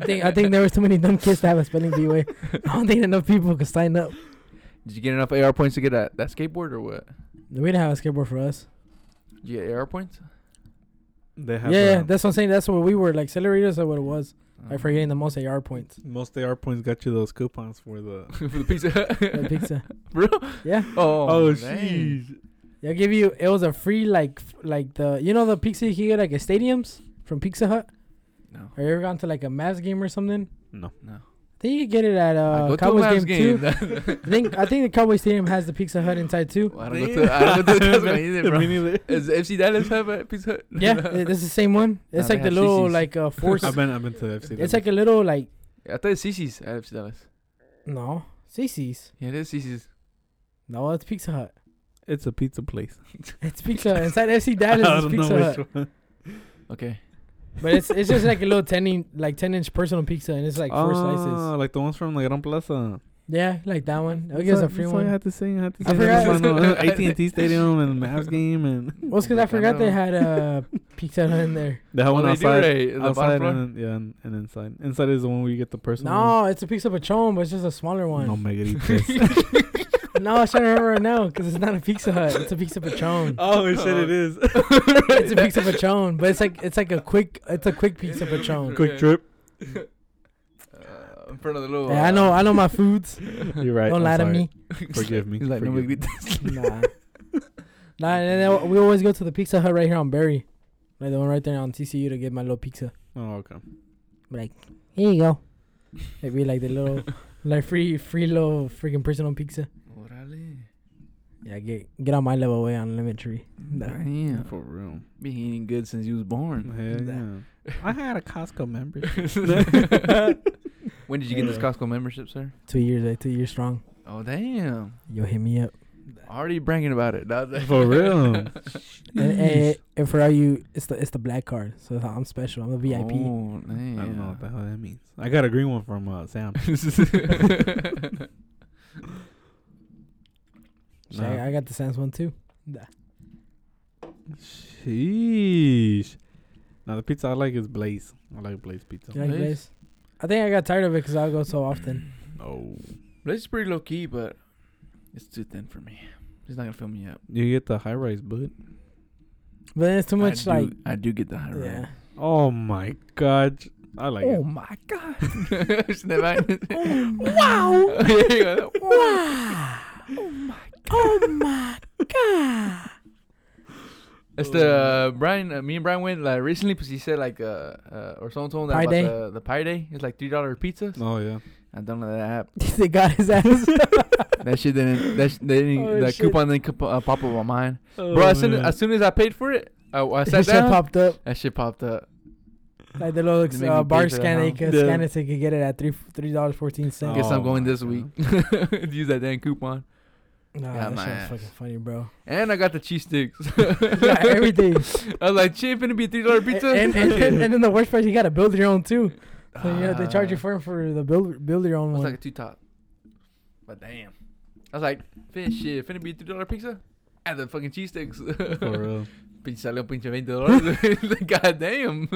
think I think there was too many dumb kids to have a spelling bee way. I don't think enough people could sign up. did you get enough AR points to get that, that skateboard or what? We didn't have a skateboard for us. Did you get AR points? They Yeah, have uh, Uh-huh. yeah, the- that's what I'm saying. That's what we were like accelerators. That's what it was. Like for getting the most AR points. most AR points got you those coupons for the. for the pizza. The pizza. Bro? Yeah. Oh, Oh, dang. jeez. They'll give you. It was a free like f- like the you know the pizza you can get like at stadiums from Pizza Hut. No, Or you ever gone to like a Mavs game or something? No. no. I think you get it at I uh go to a Cowboys Mavs game, game. too. I think I think the Cowboys stadium has the Pizza Hut inside too. I don't go to I don't go to Costco either, bro. Me neither. Is FC Dallas have a Pizza Hut? Yeah, it- it's the same one. It's they like the have little CC's. like uh force. I've been I've been to the FC. it's like a little like I thought it's CC's at FC Dallas. no CC's. Yeah, it is CC's. No, it's Pizza Hut. it's a pizza place. It's Pizza Hut. Inside FC Dallas is Pizza Hut. one. Okay. But it's it's just like a little ten in, like ten inch personal pizza and it's like four slices. Ah, like the ones from La Gran Plaza. Yeah, like that one. I That's guess why- a free that's why I one. had to sing. I had to I sing. that forgot. song. Uh, AT&T Stadium and Mavs game and Well, it's because I forgot they had a Pizza Hut in there. they have Oh, one they do, outside. right? The bottom Outside floor? and, yeah, and, and inside. Inside is the one where you get the personal. No, it's a Pizza Patron, but it's just a smaller one. no one. margaritas. No, I should remember right now because it's not a Pizza Hut. It's a Pizza Patron. oh shit, Uh, it is. It's a Pizza Patron, but it's like it's like a quick it's a quick Pizza Patron. Quick trip. Uh, in front of the little. Yeah, I know I know my foods. You're right. Don't I'm lie to sorry. me. Forgive me. He's like, no, forgive we me. Nah. Nah, and then we always go to the Pizza Hut right here on Berry. Like the one right there on TCU to get my little pizza. Oh okay. Be like, here you go. It'd be like the little, like free, free little freaking personal pizza. Orale. Yeah, get get on my level way on elementary. Nah. Damn. For real. Been eating good since you was born. Hell yeah. I had a Costco membership. when did you get this Costco membership, sir? Two years, like two years strong. Oh, damn. Yo, hit me up. Already bragging about it. That was- For real. And, and, and for all you, it's the it's the black card. So I'm special. I'm a VIP. Oh, I damn. don't know what the hell that means. I got a green one from uh, Sam. So I, Nah. I got the Sans one too. Sheesh. Now the pizza I like is Blaze. I like Blaze pizza. You like Nice. Blaze? I think I got tired of it because I go so often. No. But it's pretty low key, but it's too thin for me. It's not gonna fill me up. You get the high rise bud. But then it's too much I like do, I do get the high yeah. Oh roll. Oh my god. I like it. my god! Isn't that right? wow! Yeah, you go, wow! Oh my god! It's the uh, Brian. Uh, me and Brian went like recently because he said like uh, uh or someone told him Pie that Day? about the, the pie day. It's like three dollar pizzas. Oh yeah. I don't know that app. they got his ass. That shit didn't. That sh- they didn't. Oh, that shit. Oh, coupon didn't comp- uh, pop up on mine, bro. As soon as, as soon as I paid for it, I, I that sat shit down. popped up. that shit popped up. Like the They little make uh, bar me pay for that scan, they now. could Yeah. scan it so you could get it at three three dollars fourteen Oh, cents. Guess I'm going my this God. week. Use that damn coupon. Nah, Yeah, that my shit was ass. fucking funny, bro. And I got the cheese sticks. Yeah, everything. I was like, shit, finna be a three dollar pizza. And, and, and, and then the worst part, you gotta build your own too. So you know they charge you Uh, for for the build build your own It was one. like a two top. But damn. I was like, fin shit, finna be a three dollar pizza? Add the fucking cheese sticks. For real. Pinche salió pinche 20 dólares. God damn.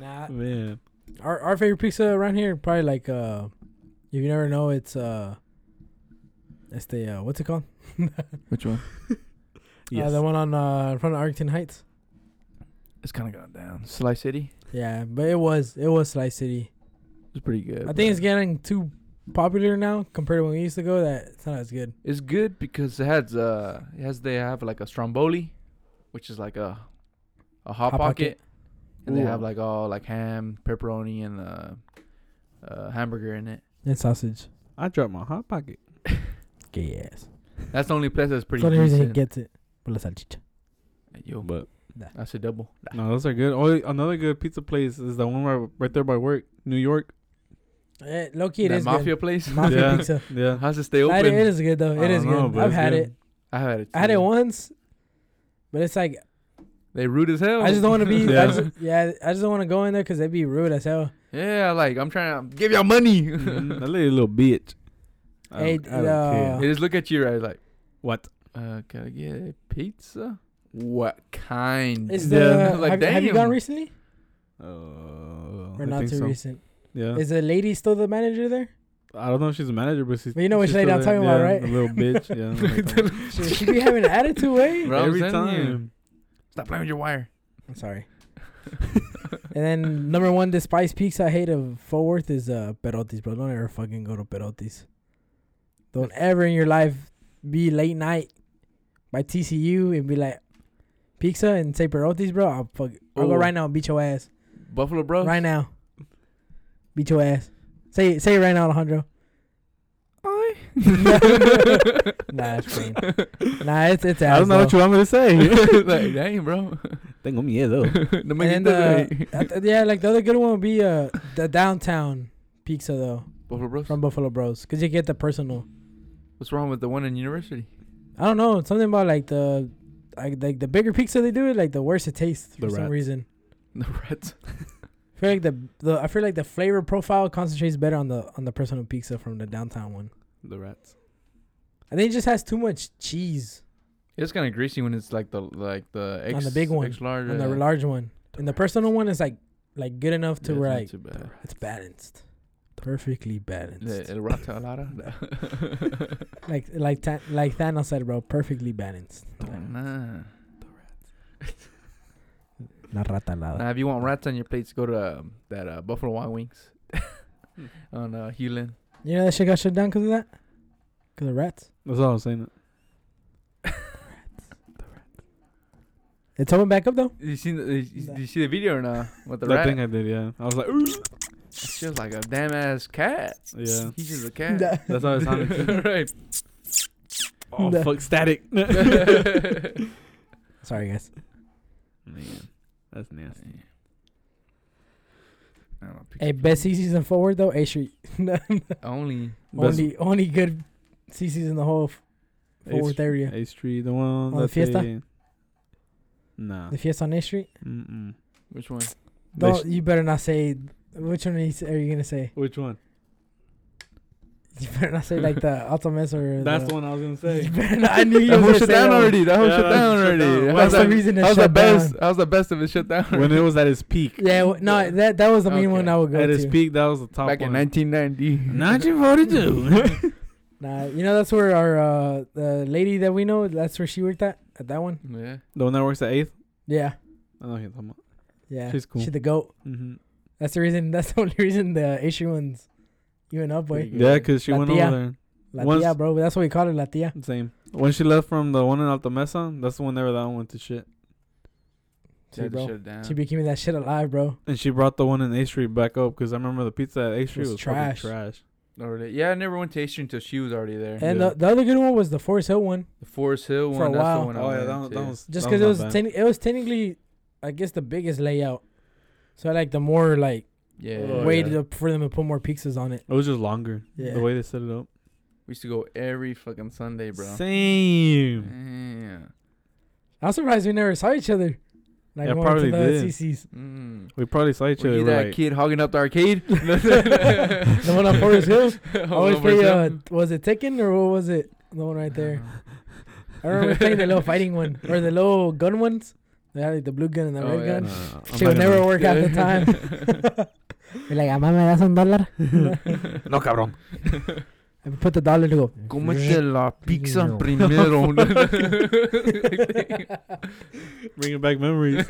nah, Uh, Man. our our favorite pizza around here probably like uh, if you never know, it's uh, it's the uh, what's it called? Which one? Uh, Yes. the one on uh in front of Arlington Heights. It's kind of gone down. Slice City? Yeah, but it was it was Slice City. It's pretty good. I think it's getting too popular now compared to when we used to go. That it's not as good. It's good because it has uh it has they have like a stromboli, which is like a a hot, Hot pocket. pocket. And they have Ooh. like all like ham, pepperoni and uh, uh hamburger in it. And sausage. I dropped my hot pocket. Gay ass. That's the only place that's That's pretty the only reason he decent. gets it. Por la salchicha. Yo, But I said double. no, those are good. Oh, another good pizza place is the one right, right there by work, New York. Eh, low key, it that is mafia place. good. Mafia Yeah. pizza. Yeah. How's it stay It- open? it is good though. I It don't is know, good. but I've it's had good. it. I had it. I had it too. once, but it's like They rude as hell. I just don't want to be. Yeah. I just, yeah, I just don't want to go in there because they'd be rude as hell. yeah, like I'm trying to give y'all money. Mhm. Mm-hmm. That lady little bitch. I Hey, don't- I don't uh, They care. just look at you right like, What? uh, can I get a pizza? What kind? Is Yeah. the Like, have, have you gone damn. recently Uh, or I not think too so. recent? Yeah. Is the lady still the manager there? I don't know if she's a manager, but she's. But you know which she's lady I'm still talking about, there. Yeah, right? the little bitch. Yeah. I know what you're talking She, she be having an attitude, eh? Bro, about. I'm Every telling you. time. Stop playing with your wire. I'm sorry. and then number one, the spice peaks I hate of Fort Worth is uh Perotis, bro. Don't ever fucking go to Perotis. Don't ever in your life be late night by TCU and be like pizza and say Perotis, bro. I'll fuck. I'll go Oh. right now and beat your ass Buffalo Bros. right now. Beat your ass. Say it- say it right now, Alejandro. nah, it's plain. Nah, it's it's ass. I don't know what you want me to say. like, dang, bro. Tengo miedo. No me and uh, then the, quites de I ahí. th- yeah, like the other good one would be uh the downtown pizza though. Buffalo Bros. from Buffalo Bros. Cause you get the personal. What's wrong with the one in university? I don't know something about like the, like like the bigger pizza they do it, like the worse it tastes for The some rats. reason. The Reds. I feel like the, the I feel like the flavor profile concentrates better on the on the personal pizza from the downtown one. The rats. I think it just has too much cheese It's kind of greasy when it's like the like the X, On the big one. X large, on the uh, large one. And the personal one is like like good enough to yeah, where like it's not too bad. it's balanced, perfectly balanced. The El Rata Alara. Like like ta- like Thanos said, bro, perfectly balanced. nah. La rata lada. Now, if you want rats on your plates, go to um, that uh, Buffalo Wild Wings Hmm. on uh, Hewlin. You know that shit got shut down because of that, because of rats. That's all I'm saying. It's open back up though. You seen? The, you, did you see the video or not? With the that rat, thing I did, yeah. I was like, Ooh. she was like a damn ass cat. yeah. He's just a cat. That's how it sounded. too. right. Oh Nah. fuck, static. Damn. Sorry guys. Man, that's nasty. I don't know, picture- Hey, best CCs in forward though. A Street. Only Best- only only good CCs in the whole f- A forward Street- area. A Street, the one the that fiesta? they- Nah. The Fiesta on A Street. Mm-mm. which one? They Don't sh- you better not say. Which one are you, s- are you gonna say? Which one? You better not say like the Alto Mesa or That's the, the one I was gonna say. You better not- I knew you That was whole gonna shut say down that one. already. That whole Yeah, shut that down shut down. already. That Well, was that's the the- reason it that was the shut best. down. That was the best of it shut down. when it was at its peak. Yeah, w- no, that that was the main Okay. one I would go At its to. peak, that was the top Back in one. 1990. 1942. Nah, you know that's where our uh, the lady that we know, that's where she worked at at that one. Yeah. the one that works at eighth. Yeah, I know who you're talking about. yeah. She's cool. She the goat. Mm-hmm. That's the reason. That's the only reason the issue ones. You and up, boy. Yeah, because she La went tía. over there. La Once- tia, bro. That's what we call her, la tia. Same. When she left from the one in Alta Mesa, that's whenever that one went to shit. See, Had to bro. shut it down. She be keeping that shit alive, bro. And she brought the one in A Street back up because I remember the pizza at A Street was was, fucking trash. trash. Oh, really? Yeah, I never went to Eastern until she was already there. And Yeah. the, the other good one was the Forest Hill one, the Forest Hill For one. a that's while. the one I Oh yeah, went that one, that to. was just that because it was was not bad. ten, it was technically, I guess the biggest layout. So like the more like Yeah. Oh, way yeah. to, for them to put more pizzas on it. It was just longer. Yeah. The way they set it up. We used to go every fucking Sunday, bro. Same. Yeah. I'm surprised we never saw each other. Like when Yeah, we went probably to the did. CCs. Mm. We probably saw each Were other. you We're that like, kid hogging up the arcade? The one on Forest Hill. I Oh, always Over play. Uh, there. was it Tekken or what was it? The one right there. I remember playing the little fighting one or the little gun ones. They had like, the blue gun and the Oh, red yeah. gun. "Nah, I'm She not would never gonna- work out the time. Be like, "Ah, mama, that's un dollar. No cabrón. I put the dollar to go. Cómete la pizza No. primero. Bringing back memories.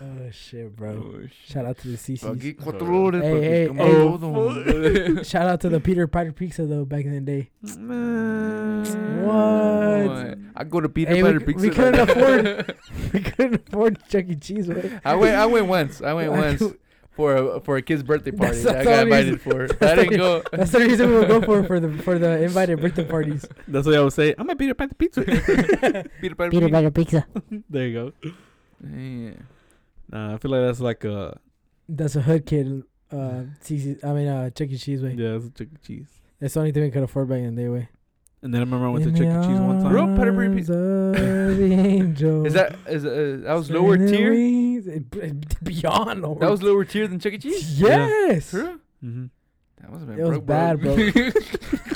Oh shit, bro! Oh, shit. Shout out to the CCs. Pagué cuatro dólares Hey, para que hey, coma hey. todo. Shout out to the Peter Piper Pizza though. Back in the day, What? I go to Peter Hey, we Piper c- Pizza. we couldn't like- afford- we couldn't afford Chuck E. Cheese. Right? I went. I went once. I went I once do- for a for a kid's birthday party. That's- that's I got the only invited for. it. that's I the didn't go. That's the reason we would go for for the for the invited birthday parties. That's what I would say. I'm a Peter Pan pizza. Peter Piper. Peter Pizza. Piper Pizza. there you go. Yeah. Nah, I feel like that's like a That's a hood kid. Uh, CC, I mean, uh, Chuck E. Cheese way. yeah, it's a Chuck E. Cheese. That's the only thing we could afford back in the day way. And then I remember I went to Chuck E. Cheese one time. Bro, Peter Piper Pizza- Pizza. Is that is uh, that was lower tier? Beyond lower. That was lower tier than Chuck E. Cheese. Yes. True. Mm-hmm. That must have been It was broke, bad, bro.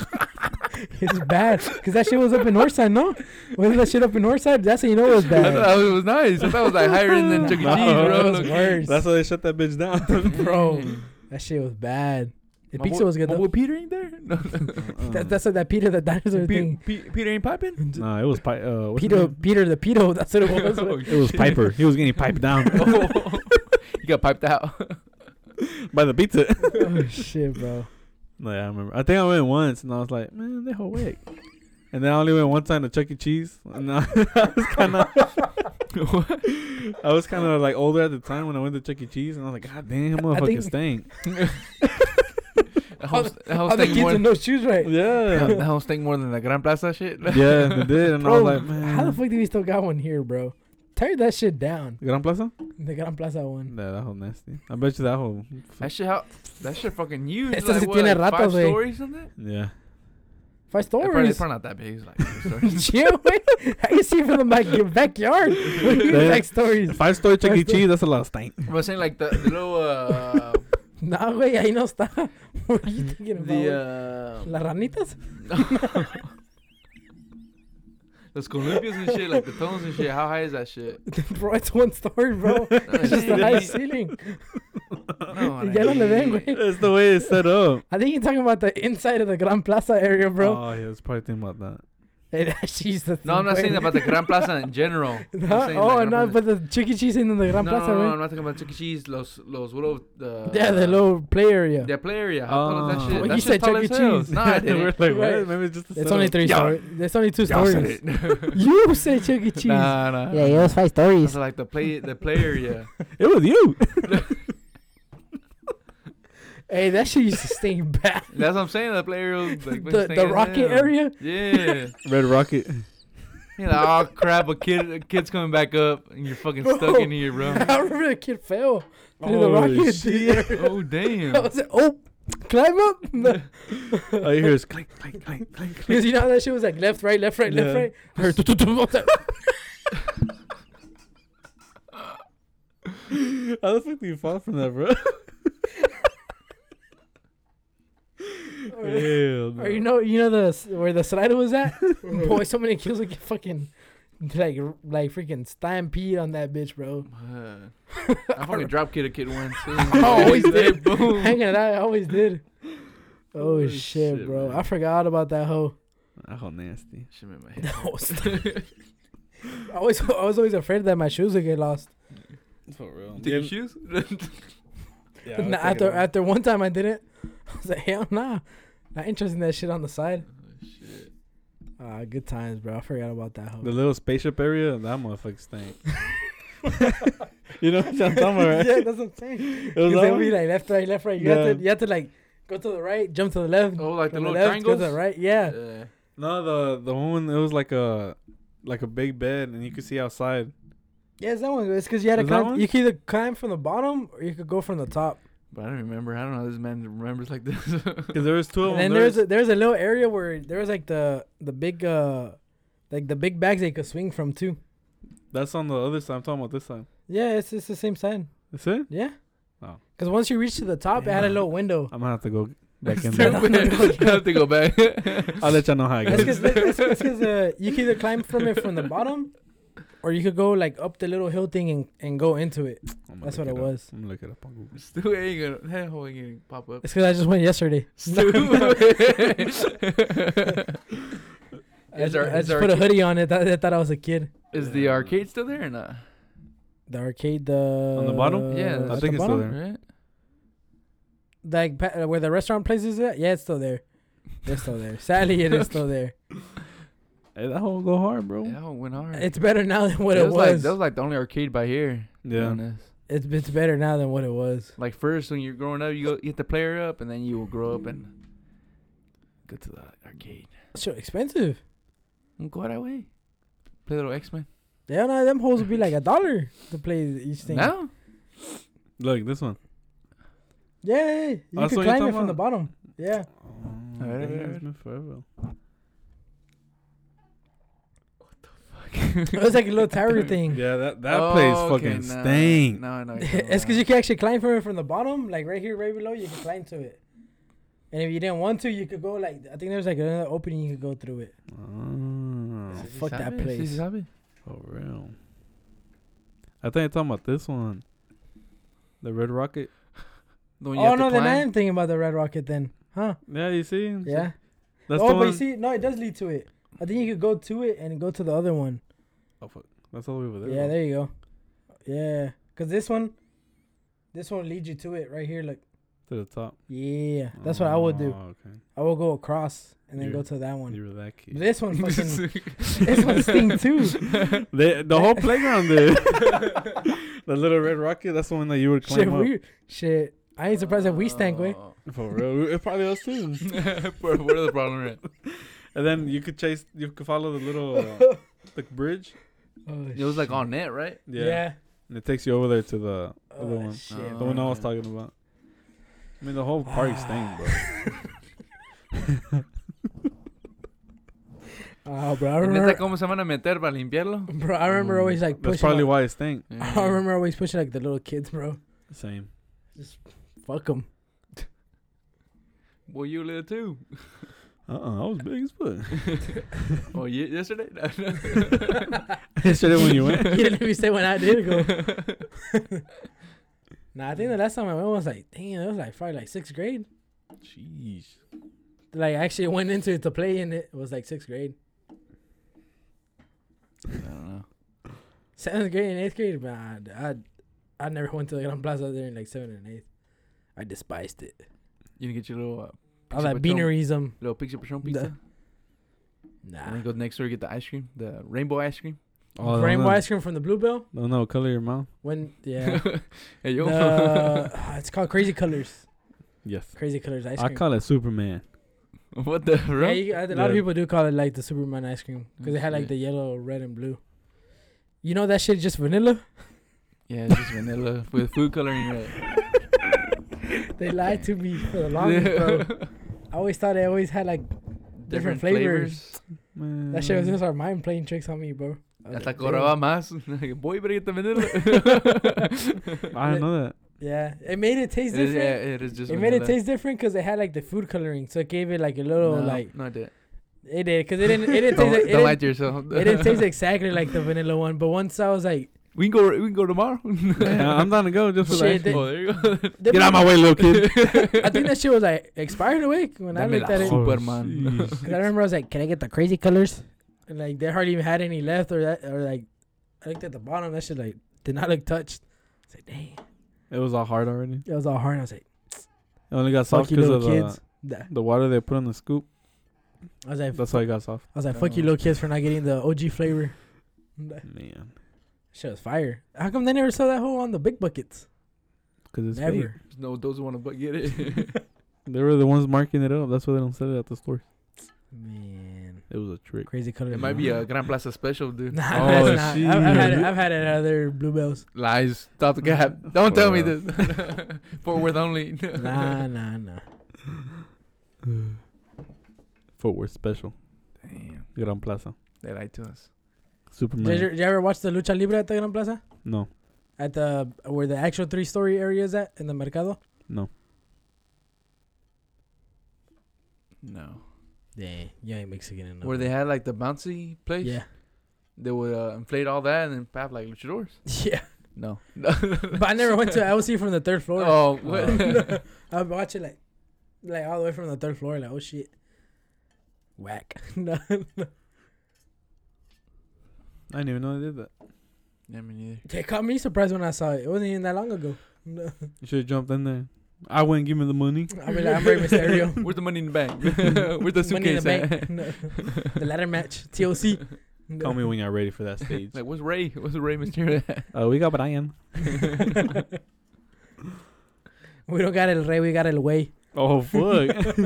It's bad because that shit was up in Northside, no? Wasn't that shit up in Northside? That's how you know it was I bad. thought it was nice. I thought it was like higher end than Chuck E. No, Cheese, bro. it was Look. worse. That's why they shut that bitch down. Bro, that shit was bad. The My pizza boy- was good my though. boy Peter ain't there. No. That, that's what that Peter the dinosaur Pe- thing. Pe- Peter ain't popping. no, it was pi- uh, what's his Peter, name? Peter the pedo. That's what it was. It was Piper. He was getting piped down you Oh. got piped out. by the pizza. oh shit, bro. No, yeah, I remember. I think I went once, and I was like, man, they whole wig. And then I only went one time to Chuck E. Cheese. And I, I was kind of, I was kind of like older at the time when I went to Chuck E. Cheese, and I was like, God damn, motherfucking think- stank. That whole, that whole All the thing kids more, in those shoes, right? Yeah, that whole thing more than the Gran Plaza shit. yeah, they did. And I Bro, was like, man, how the fuck do we still got one here, bro? Tear that shit down. Gran Plaza? The Gran Plaza one. Yeah, that whole nasty. I bet you that whole. That shit, how, that shit fucking huge. Eso like, sí what, tiene like ratos, five güey. stories something? Yeah, Five It's probably, stories. it's probably not that big. It's like three stories. Yeah, wait. How you see from the back, your backyard? What do you mean Yeah. back stories? five story Chuck E. Five-story. Cheese. That's a lot of stank. I was saying like the, the little, uh, Nah, güey, ahí no está. What are you thinking about? the, The, uh, Las ranitas? Los columpios and shit, like the tunnels and shit. How high is that shit? bro, it's one story, bro. It's just a high ceiling. No, Ya no le ven, güey. That's the way it's set up, I think you're talking about the inside of the Gran Plaza area, bro. Oh yeah, it's probably thinking about that. Hey, that shit's the No, I'm not thing, saying güey. about the Gran Plaza in general. I'm Huh? saying Oh, the Gran no, Plaza- but the Chuck E. Cheese in the Gran no, Plaza, no, no, güey. I'm not talking about Chuck E. Cheese. Los, los little, uh, yeah, the little play area. The play area. How tall is Oh. that Well, shit? That you shit's said tall Chuck E. as hell. Cheese. No, I We're didn't. like, what? Right. Maybe it's just. a It's setup. only three Yeah. stories. It's only two Y'all said stories. it. You say Chuck E. Cheese. Nah, nah. Yeah, it was five That's stories. like the play, the play area. It was you. Hey, that shit used to stink bad. That's what I'm saying. The play area. was, Like, the the rocket area. Yeah. Red Rocket. You're like, oh crap, a kid, a kid's coming back up, and you're fucking stuck in here, bro. I remember the kid fell through the Holy rocket. shit. dude. Oh damn. I was like, oh, climb up. All you hear is clank, clank, clank, clank, clank. Because you know how that shit was like left, right, left, right, left, Yeah. right. I heard tu- tu- tu- I was like, How the fuck do you fall from that, bro? you know, you know the s- where the slider was at. Boy, so many kills would get fucking like r- like freaking stampede on that bitch, bro. Man. I fucking drop kid a kid once. I always did. Boom. Hanging out, I always did. Oh Holy shit, shit, bro! man. I forgot about that hoe. That whole nasty. Shit made my That head. whole st- I always, I was always afraid that my shoes would get lost. For real. Take your shoes? Yeah, Nah, after after one time I didn't. I was like, hell nah, not interested in that shit on the side. Oh, Shit. Ah, good times, bro. I forgot about that hoe. the little spaceship area, that motherfucker stank. you know what I'm talking about, right? yeah, that's what I'm saying. It Because was that they'll one? be like left, right, left, right. You have to, Yeah. you have to like go to the right, jump to the left, Oh, like the from the little left, go to triangles? the right. Yeah. Yeah. No, the the one it was like a like a big bed and you could see outside. Yeah, it's that one. It's because you had to Is that climb. one? You could either climb from the bottom or you could go from the top. But I don't remember. I don't know how this man remembers like this. Cause Oh, there was two of And them. then there's a, there's a little area where there was like the the big uh like the big bags they could swing from too. that's on the other side. I'm talking about this side. Yeah, it's it's the same sign. That's it. Yeah. Oh. Because once you reach to the top, it had a Damn. little window. I'm gonna have to go back in there. Stupid. I have to go back. I'll let y'all know how I That's go. because uh, you can either climb from it from the bottom, or you could go like up the little hill thing and, and go into it. That's what it was. I'm gonna look it up on Google. Still ain't gonna. That hole ain't gonna pop up. It's because I just went yesterday. Stupid. I, Is ju- our- I is just our put a kid- hoodie on it. Th- I thought I was a kid. Is the arcade still there or not? The arcade, the on the bottom? Yeah, I Uh, think it's still there. Right? Like pa- where the restaurant place is at? Yeah, it's still there. It's still there. Sadly, it is still there. Hey, that whole go hard, bro. That hole went hard. It's better now than what That it was. Like, that was like the only arcade by here. to be Yeah. honest. it's it's better now than what it was. Like first, when you're growing up, you go you get the player up, and then you will grow up and go to the arcade. So expensive. And go that way. Play little X Men. Yeah, no, them holes would be like a dollar to play each thing. No. Look, this one. Yeah, yeah, yeah. you Oh, so could you're climb it talking from the about- bottom. Yeah. Oh, Alright, alright. damn, it's been forever. it was like a little tower thing. Yeah, that that place Oh, fucking no, stank. Oh, No, no. it's because you can actually climb from it from the bottom, like right here, right below. You can climb to it, and if you didn't want to, you could go like I think there's like another opening you could go through it. Oh, fuck that place. for real. I think you're talking about this one. The Red Rocket. oh no, then I am thinking about the Red Rocket then, huh? Yeah, you see? Yeah. That's the oh, but you one. see, no, it does lead to it. I think you could go to it and go to the other one. Oh, fuck. That's all the way over there. yeah, though. there you go. Yeah, cause this one, this one leads you to it right here. Look, to the top. yeah, that's what I would do. Oh, okay. I will go across and then You- go to that one. You were that But kid. this one fucking, this one sting too. They, the whole playground there. the little Red Rocket. That's the one that you would climb Shit, up. we, shit. I ain't surprised that we stank way. Oh, For real, it probably us too. Bro, what are the problem at? And then you could chase, you could follow the little uh, the bridge. Oh, It was like on net, right? Yeah. Yeah. And it takes you over there to the Oh, other one. shit, Oh. The one I was talking about. I mean, the whole party stank, bro. Ah, bro, I ¿Y neta remember, cómo se van a meter para limpiarlo? bro, I remember always like pushing. Mm, That's probably all- why Mm. it stank. I remember always pushing like the little kids, bro. Same. Fuck them. Well, you live too. Uh uh I was big as fuck. oh, ye- yesterday? Yesterday when you went. you didn't even say when I did go. nah, I think the last time I went was like, damn, it was like probably like sixth grade. Jeez. Like I actually went into it to play in it. It was like sixth grade, I don't know. seventh grade, and eighth grade. But I, I, I never went to the Gran Plaza during like seventh and eighth. I despised it. You gonna get your little uh, All Pizza that Patron- beanerism. little pizza patron The- pizza, and Nah. then go next door and get the ice cream, the rainbow ice cream. Oh, the Rainbow one that- ice cream from the Bluebell. Don't know Oh, color of your mouth. When yeah, hey yo. The- ah, it's called Crazy Colors. Yes. Crazy Colors ice I cream. call it Superman. what the bro? yeah, you, a lot of Yeah. people do call it like the Superman ice cream because it had like Yeah. the yellow, red, and blue. You know that shit just vanilla. yeah, it's just vanilla with food coloring. Right? They lied to me for the longest, bro. I always thought it always had like different, flavors. Man. That shit was just our mind playing tricks on me, bro. I was Mm. Hasta like, cobraba "Damn." más. Voy, pero yo también. I didn't know that. Yeah, it made it taste It is, different. yeah, it is eh, just. it made it vanilla. taste different because it had like the food coloring, so it gave it like a little no, like No, it didn't. it did because it didn't it didn't Don't, taste li- it, don't lie didn't, to yourself. it didn't taste exactly like the vanilla one. But once I was like, we can go. We can go tomorrow. Yeah, I'm down to go just for the Shit, ice cream. oh, there you go. the- Get out of my way, little kid. I think that shit was like expired away when I Dame looked la at it. Oh, Superman. jeez. 'Cause I remember I was like, can I get the crazy colors? And like they hardly even had any left, or that, or like I looked at the bottom. That shit like did not look touched. It's like dang, It was all hard already. It it was all hard. I was like, only got soft fuck you because little of uh, the, kids. Nah. the water they put on the scoop. I was like, That's why it got soft. I was like, fuck you little kids for not getting the OG flavor. Nah. Man, Shit was fire. How come they never saw that hole on the big buckets? because it's never. fake. no, those want to get it. They were the ones marking it up. That's why they don't sell it at the store. Man, It was a trick. crazy color. it might be uh, a Gran Plaza special, dude. Nah, Oh, that's not. I've, I've shit. had it, I've had it at other bluebells. Lies. Stop the cap. Don't tell me Wow. this. Fort Worth only. nah, nah, nah. Fort Worth special. Damn, Gran Plaza. they lied to us. Superman. Did you, did you ever watch the Lucha Libre at the Gran Plaza? no. At the where the actual three story area is at in the Mercado. No. Yeah, you ain't Mexican enough. Where they had like the bouncy place. Yeah, They would uh, inflate all that and then pop like luchadors. yeah. No. But I never went to. I was here from the third floor. Oh, what? I watch it like, like all the way from the third floor. Like, oh shit, whack. no, no. I didn't even know they did that. yeah, me neither. It caught me surprised when I saw it. It wasn't even that long ago. No. You should have jumped in there. I wouldn't give me the money. I mean, like, I'm very Mysterio. Where's the money in the bank? Where's the suitcase? Money in the at? bank. No. The ladder match. TLC. No. Tell me when you're ready for that stage. Like, where's Ray? Where's Ray Mysterio? at? uh, we got Brian. we don't got El Rey. We got El Way. Oh, fuck.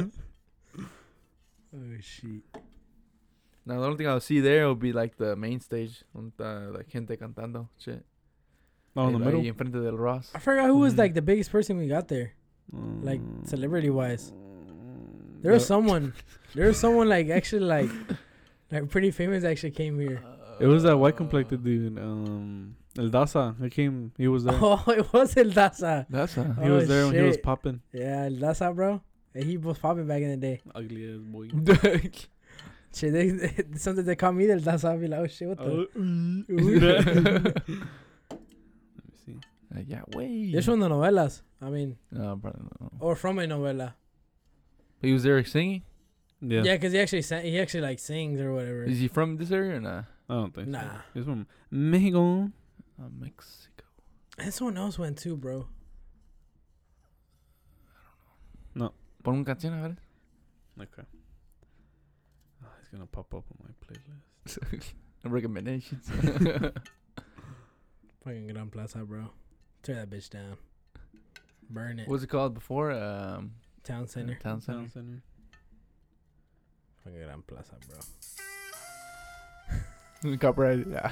Oh shit. now the only thing I'll see there will be like the main stage, on the, like gente cantando shit. oh, in the Ahí- middle? ahí enfrente del Ross. I forgot who was Mhm. like the biggest person we got there, Uh, like celebrity wise. There was someone. There was someone like actually like like pretty famous actually came here. It was that Uh, white complected dude, um, El Daza. He came. He was there. Oh, it was El Daza. That's a. He was oh, there when he was shit. popping. Yeah, El Daza, bro. And He was popping back in the day. Ugly ass boy. Mm, Shit, they, they, sometimes they call me El Daza. I'll be like, oh shit, what the? Let me see. Uh, yeah, way. They're from the novelas. I mean, No, probably not. or from a novela. He was there singing. Yeah. Yeah, 'cause he actually sang, he actually like sings or whatever. Is he from this area or nah? I don't think so. Nah. He's from Mexico. Uh, Mexico. And someone else went too, bro. Pon un canción, a ver. Okay. Oh, it's gonna pop up on my playlist. Recommendations. Fucking Gran Plaza, bro. Tear that bitch down. Burn it. What's it called before? Um, Town center. Town center. Town center. Fucking Gran Plaza, bro. Copyrighted. Yeah.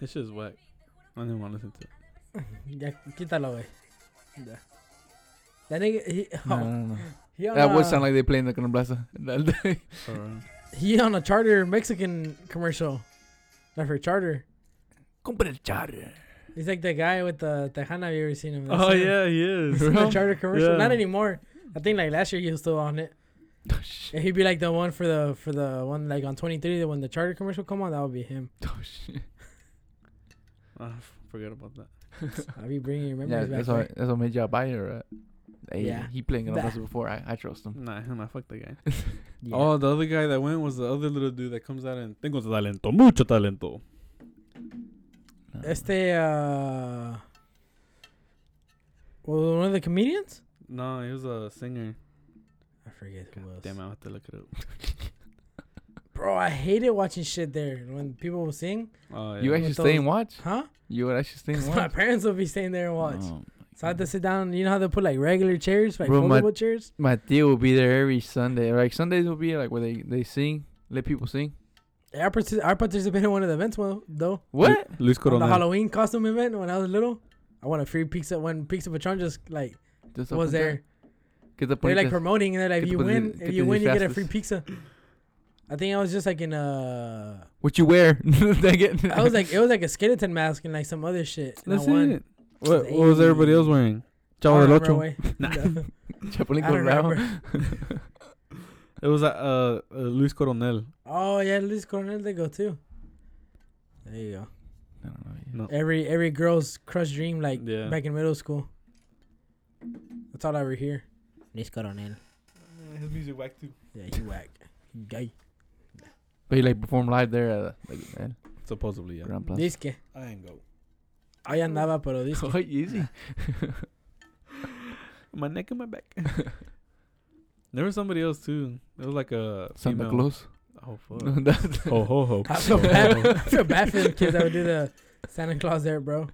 This shit's whack. I didn't want to listen to it. ya, quítalo, güey. Ya. That nigga, he, oh, No, no, no. he on That a, would sound like they playing the Gran Plaza. Sorry. he on a charter Mexican commercial. Not for charter. Compra el charter. He's like the guy with the Tejana. Have you ever seen him? That's Oh him. yeah, he is. He's in the charter commercial. Yeah. Not anymore. I think like last year he was still on it. Oh, And he'd be like the one for the for the one like on 23 that when the charter commercial come on that would be him. shit. I Ah, f- forgot about that. I'd be bringing Yeah, memories back. that's there. what, that's what made y'all buy her. Uh, hey, Yeah. He playing Gran That- Plaza before. I, I trust him. Nah, nah, fuck the guy. Yeah. Oh, the other guy that went was the other little dude that comes out and tengo talento, mucho talento. No. Este uh well, one of the comedians? No, he was a singer. I forget who else. Damn, I have to look it up. Bro, I hated watching shit there when people will sing. Oh, yeah. You actually stay and watch? Huh? You would actually stay and 'Cause my watch? parents will be staying there and watch. Oh, So I had to sit down. You know how they put like regular chairs, like Bro, my- foldable chairs? my deal will be there every Sunday. Like Sundays will be like where they, they sing, let people sing. I, partici- I participated in one of the events well, though. What? Lu- Luis On the Coronel. Halloween costume event when I was little. I won a free pizza when Pizza Patron just like Just up was and down. there. Get the They're like ponitas. promoting and they're like, que if te you pones- win, que if te you win, you get a disfraces. free pizza. I think I was just like in a. What you wear? Dang it. I was like it was like a skeleton mask and like some other shit. and I That's won. it. What, what was everybody else wearing? Chavo I del don't Ocho. remember, güey. Chapulín I don't Colorado. remember. It was uh, uh, Luis Coronel. Oh yeah, Luis Coronel they go too. There you go. I don't know. No. Every every girl's crush dream, like Yeah. back in middle school. That's all I ever hear. Luis Coronel. His music whack too. Yeah, you whack. You Gay. But he like performed live there at uh, like, man, Supposedly, yeah. Grand Plaza. Dice que. I ain't go. Ahí andaba, pero dice Quite easy. My neck and my back. there was somebody else too. It was like a Santa female. Claus. Oh fuck. That's- ho ho ho. I feel bad. I feel bad for the kids that would do the Santa Claus there, bro.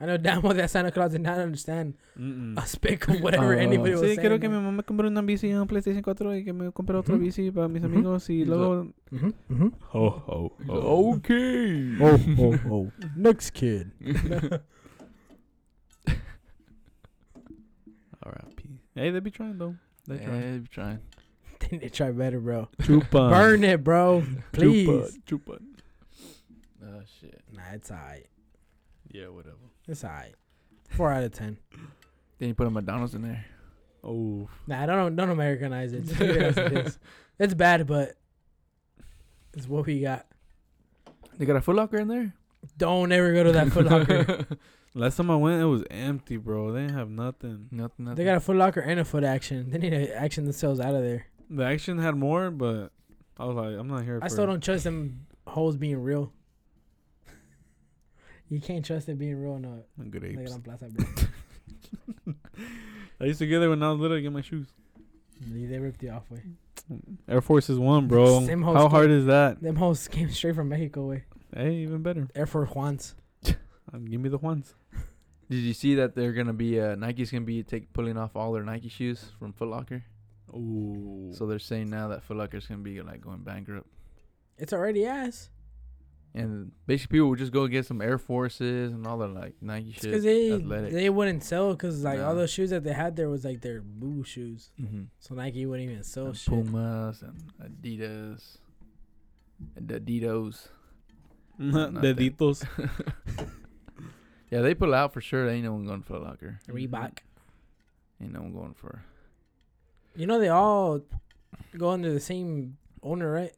I know damn well that Santa Claus did not understand Mm-mm. a speck of whatever Oh. anybody was Sí, saying. quiero que mi mamá compre una bici, un PlayStation 4 y que me compre otra Ujú. bici para mis Ujú. amigos y He's luego. Mhm, mhm. "Oh, Ho ho He's like, okay. oh. Next kid. R.I.P. Hey, they be trying though. They Yeah, trying. I'm trying. They need to try better, bro. Chupa. Burn it, bro. Please. Chupa. Chupa. Oh shit. Nah, it's alright. Yeah, whatever. It's alright. Four out of ten. Then you put a McDonald's in there. Oh, Nah, don't don't Americanize it. Just leave it as it is. It's bad, but it's what we got. They got a Foot Locker in there. Don't ever go to that Foot Locker. last time I went, it was empty, bro. They didn't have nothing. nothing. nothing. they got a Foot Locker and a Foot Action. They need to action themselves out of there. The action had more, but I was like, I'm not here. I for still don't trust them hoes being real. you can't trust it being real, no. Good Look at apes. them Plaza, bro. I used to get there when I was little to get my shoes. they they ripped you off way. Air Force is one, bro. Same host How kid. hard is that? Them hoes came straight from Mexico way. Hey, even better. Air Force Juans. Um, give me the ones. Did you see that they're gonna be uh, Nike's gonna be take pulling off all their Nike shoes from Foot Locker? Ooh. So they're saying now that Foot Locker's gonna be like going bankrupt, It's already ass. and basically people would just go get some Air Forces and all the like Nike It's because shit. they athletic. they wouldn't sell because like all Nah. those shoes that they had there was like their boo shoes. mm-hmm. So Nike wouldn't even sell Oh, and shit. Pumas and Adidas, and Adidos. Not that. Deditos. Yeah, they pull out for sure. There ain't no one going for a locker. Mm-hmm. Reebok. Ain't no one going for. You know they all go under the same owner, right?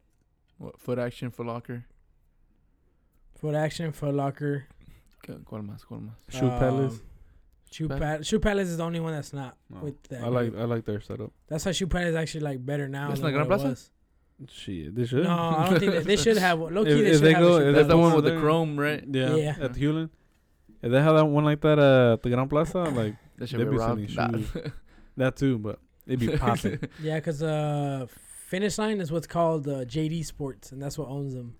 What foot action for locker? Foot Action, Foot Locker, Cu- ¿Cuál más? ¿Cuál más? Shoe Palace. um, Shoe, Pal- Pal- Shoe Palace is the only one that's not Oh, No. with that. I like I like their setup. That's why Shoe Palace is actually like better now. That's than not what it Gran Plaza? was. Shit, they should. No, I don't think they, they should have. Low key, If- they if should they have. go- a if Shoe That's the Palace. one with the there. chrome, right? Yeah. Yeah. At Hewlin. If they had that one like that uh, at the Grand Plaza, like That should They be be robbed. selling Nah. that too, but it'd be popping. yeah, because uh, Finish Line is what's called uh, JD Sports, and that's what owns them.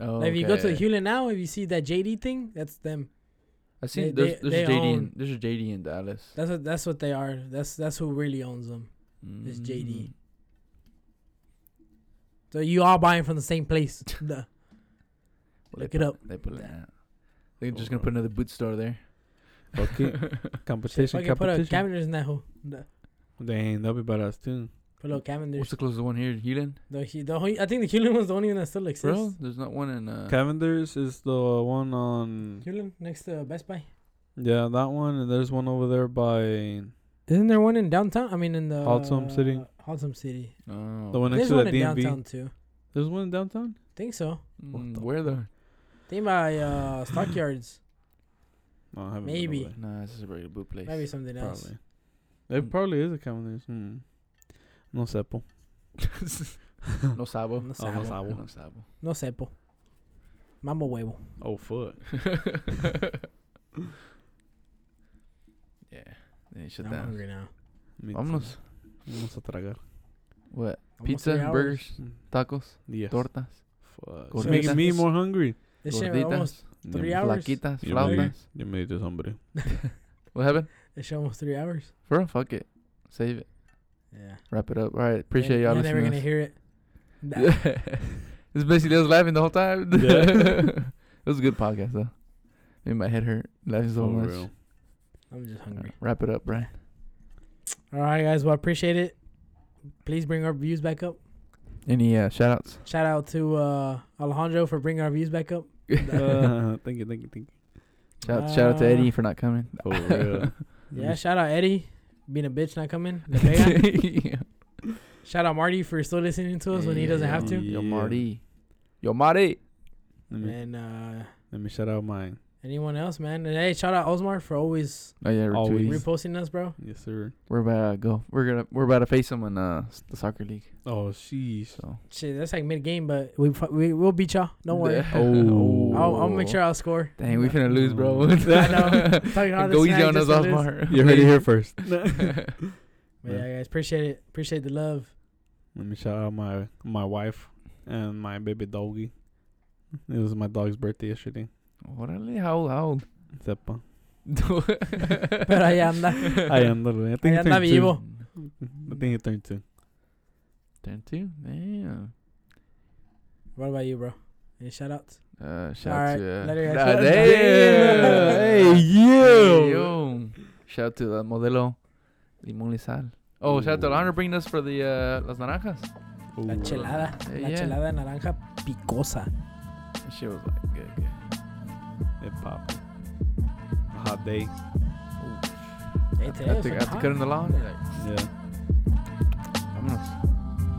Oh, Like, if you go to okay. Hewlett now, if you see that JD thing, that's them. I They- see. they- There's, there's they a JD. own- In, there's a JD in Dallas. That's what that's what they are. That's that's who really owns them. It's JD. Mm-hmm. So you all buying from the same place. Duh. Well, they Look it put- up. They put it out. They're just Oh, gonna put another boot store there. Okay. Competition, Fucking put a competition. Cavenders in that hole. Duh. Dang, that'll be badass too. Put a little What's Cavenders. the closest one here? Hewlin? The, he- the only- I think the Hewlett one's the only one that still exists. Bro, there's not one in. Ah. Uh, Cavenders is the one on Hewlett next to Best Buy. yeah that one, and there's one over there by Isn't there one in downtown? I mean, in the Haltom City? Haltom City. oh. the one There's next to that one in DMV. downtown too. There's one in downtown. Think so. Mm, the- where the? Think by uh, Stockyards. No, I haven't been Maybe. over there. Nah, this is a very boot place. Maybe something else. Probably. It Mm. probably is a Cavenders. Hmm. No sepo. no sabo. No Oh, no sabo. sabo. No sabo. No sepo. Mambo huevo. Oh fuck. yeah. Then you shut I'm down. hungry now. Me Vámonos. too. Vamos a tragar. What? Almost three Pizza, hours. burgers, Mm. tacos, Yes. tortas, Fuck. It's Gorditas. making me more hungry. This shit almost gorditas, three Yeah, hours. flaquitas, Yeah, maybe. flautas. You made this hombre. What happened? This shit almost three hours. For real? Fuck it. Save it. Yeah. Wrap it up. All right. Appreciate You're y'all never listening. gonna hear it. to Nah. us. it's basically us laughing the whole time. Yeah. it was a good podcast though. Made my head hurt laughing so For much. real. I'm just All hungry. right, wrap it up, Brian. All right, guys. Well, appreciate it. Please bring our views back up. Any uh, shout outs? Shout out to uh, Alejandro for bringing our views back up. Uh, thank you, thank you, thank you. Shout, shout out to Uh, Eddie for not coming. For real. Yeah, shout out Eddie being a bitch not coming. La Vega. yeah. shout out Marty for still listening to us when he doesn't have to. Yo, Yeah. Marty. Yo, Marty. Let me, And uh, let me shout out mine. anyone else, man. And hey, shout out Osmar for always Oh yeah, Always. retweet. Rip- reposting us, bro. Yes, sir. We're about to go. We're gonna. We're about to face them in uh, s- the soccer league. Oh, sheesh. So Shit, that's like mid game, but we fu- we will beat y'all. Don't worry. Oh. I'll, I'll make sure I'll score. Dang, we finna lose, bro. I know. Talking all this Go smack easy on us, just to lose. Osmar. You heard it here first. But yeah, guys, appreciate it. Appreciate the love. Let me shout out my my wife and my baby doggy. It was my dog's birthday yesterday. Orale, how old? How old? Sepa. Pero ahí anda. I am literally. I Ahí think he anda turned two. vivo. I think he turned two. Turn two. Damn. What about you, bro? Any shout outs? Uh, shout All right, to. Uh, later, guys. Ah, Damn. damn. Hey, yo. Yo. Shout to the modelo Limón Lizal. Oh, shout out to Ooh. Alejandro bringing us for the uh, las naranjas. La Ooh. chelada. Eh, La yeah. chelada naranja picosa. That shit was like good, good. It popped. A hot day. Hey, today After, was after hot. cutting the lawn, you're like, Yeah. vámonos.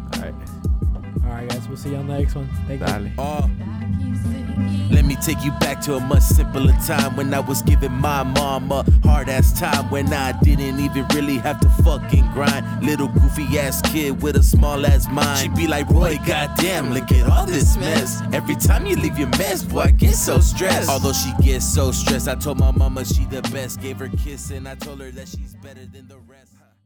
All right. All right, guys. We'll see you on the next one. Thank you. Dale. Uh, let me take you back to a much simpler time when I was giving my mom a hard ass time when I didn't even really have to fucking grind. Little goofy ass kid with a small ass mind. She'd be like, Roy, goddamn, look at all this mess. Every time you leave your mess, boy, I get so stressed. Although she gets so stressed, I told my mama she the best. Gave her kiss and I told her that she's better than the rest.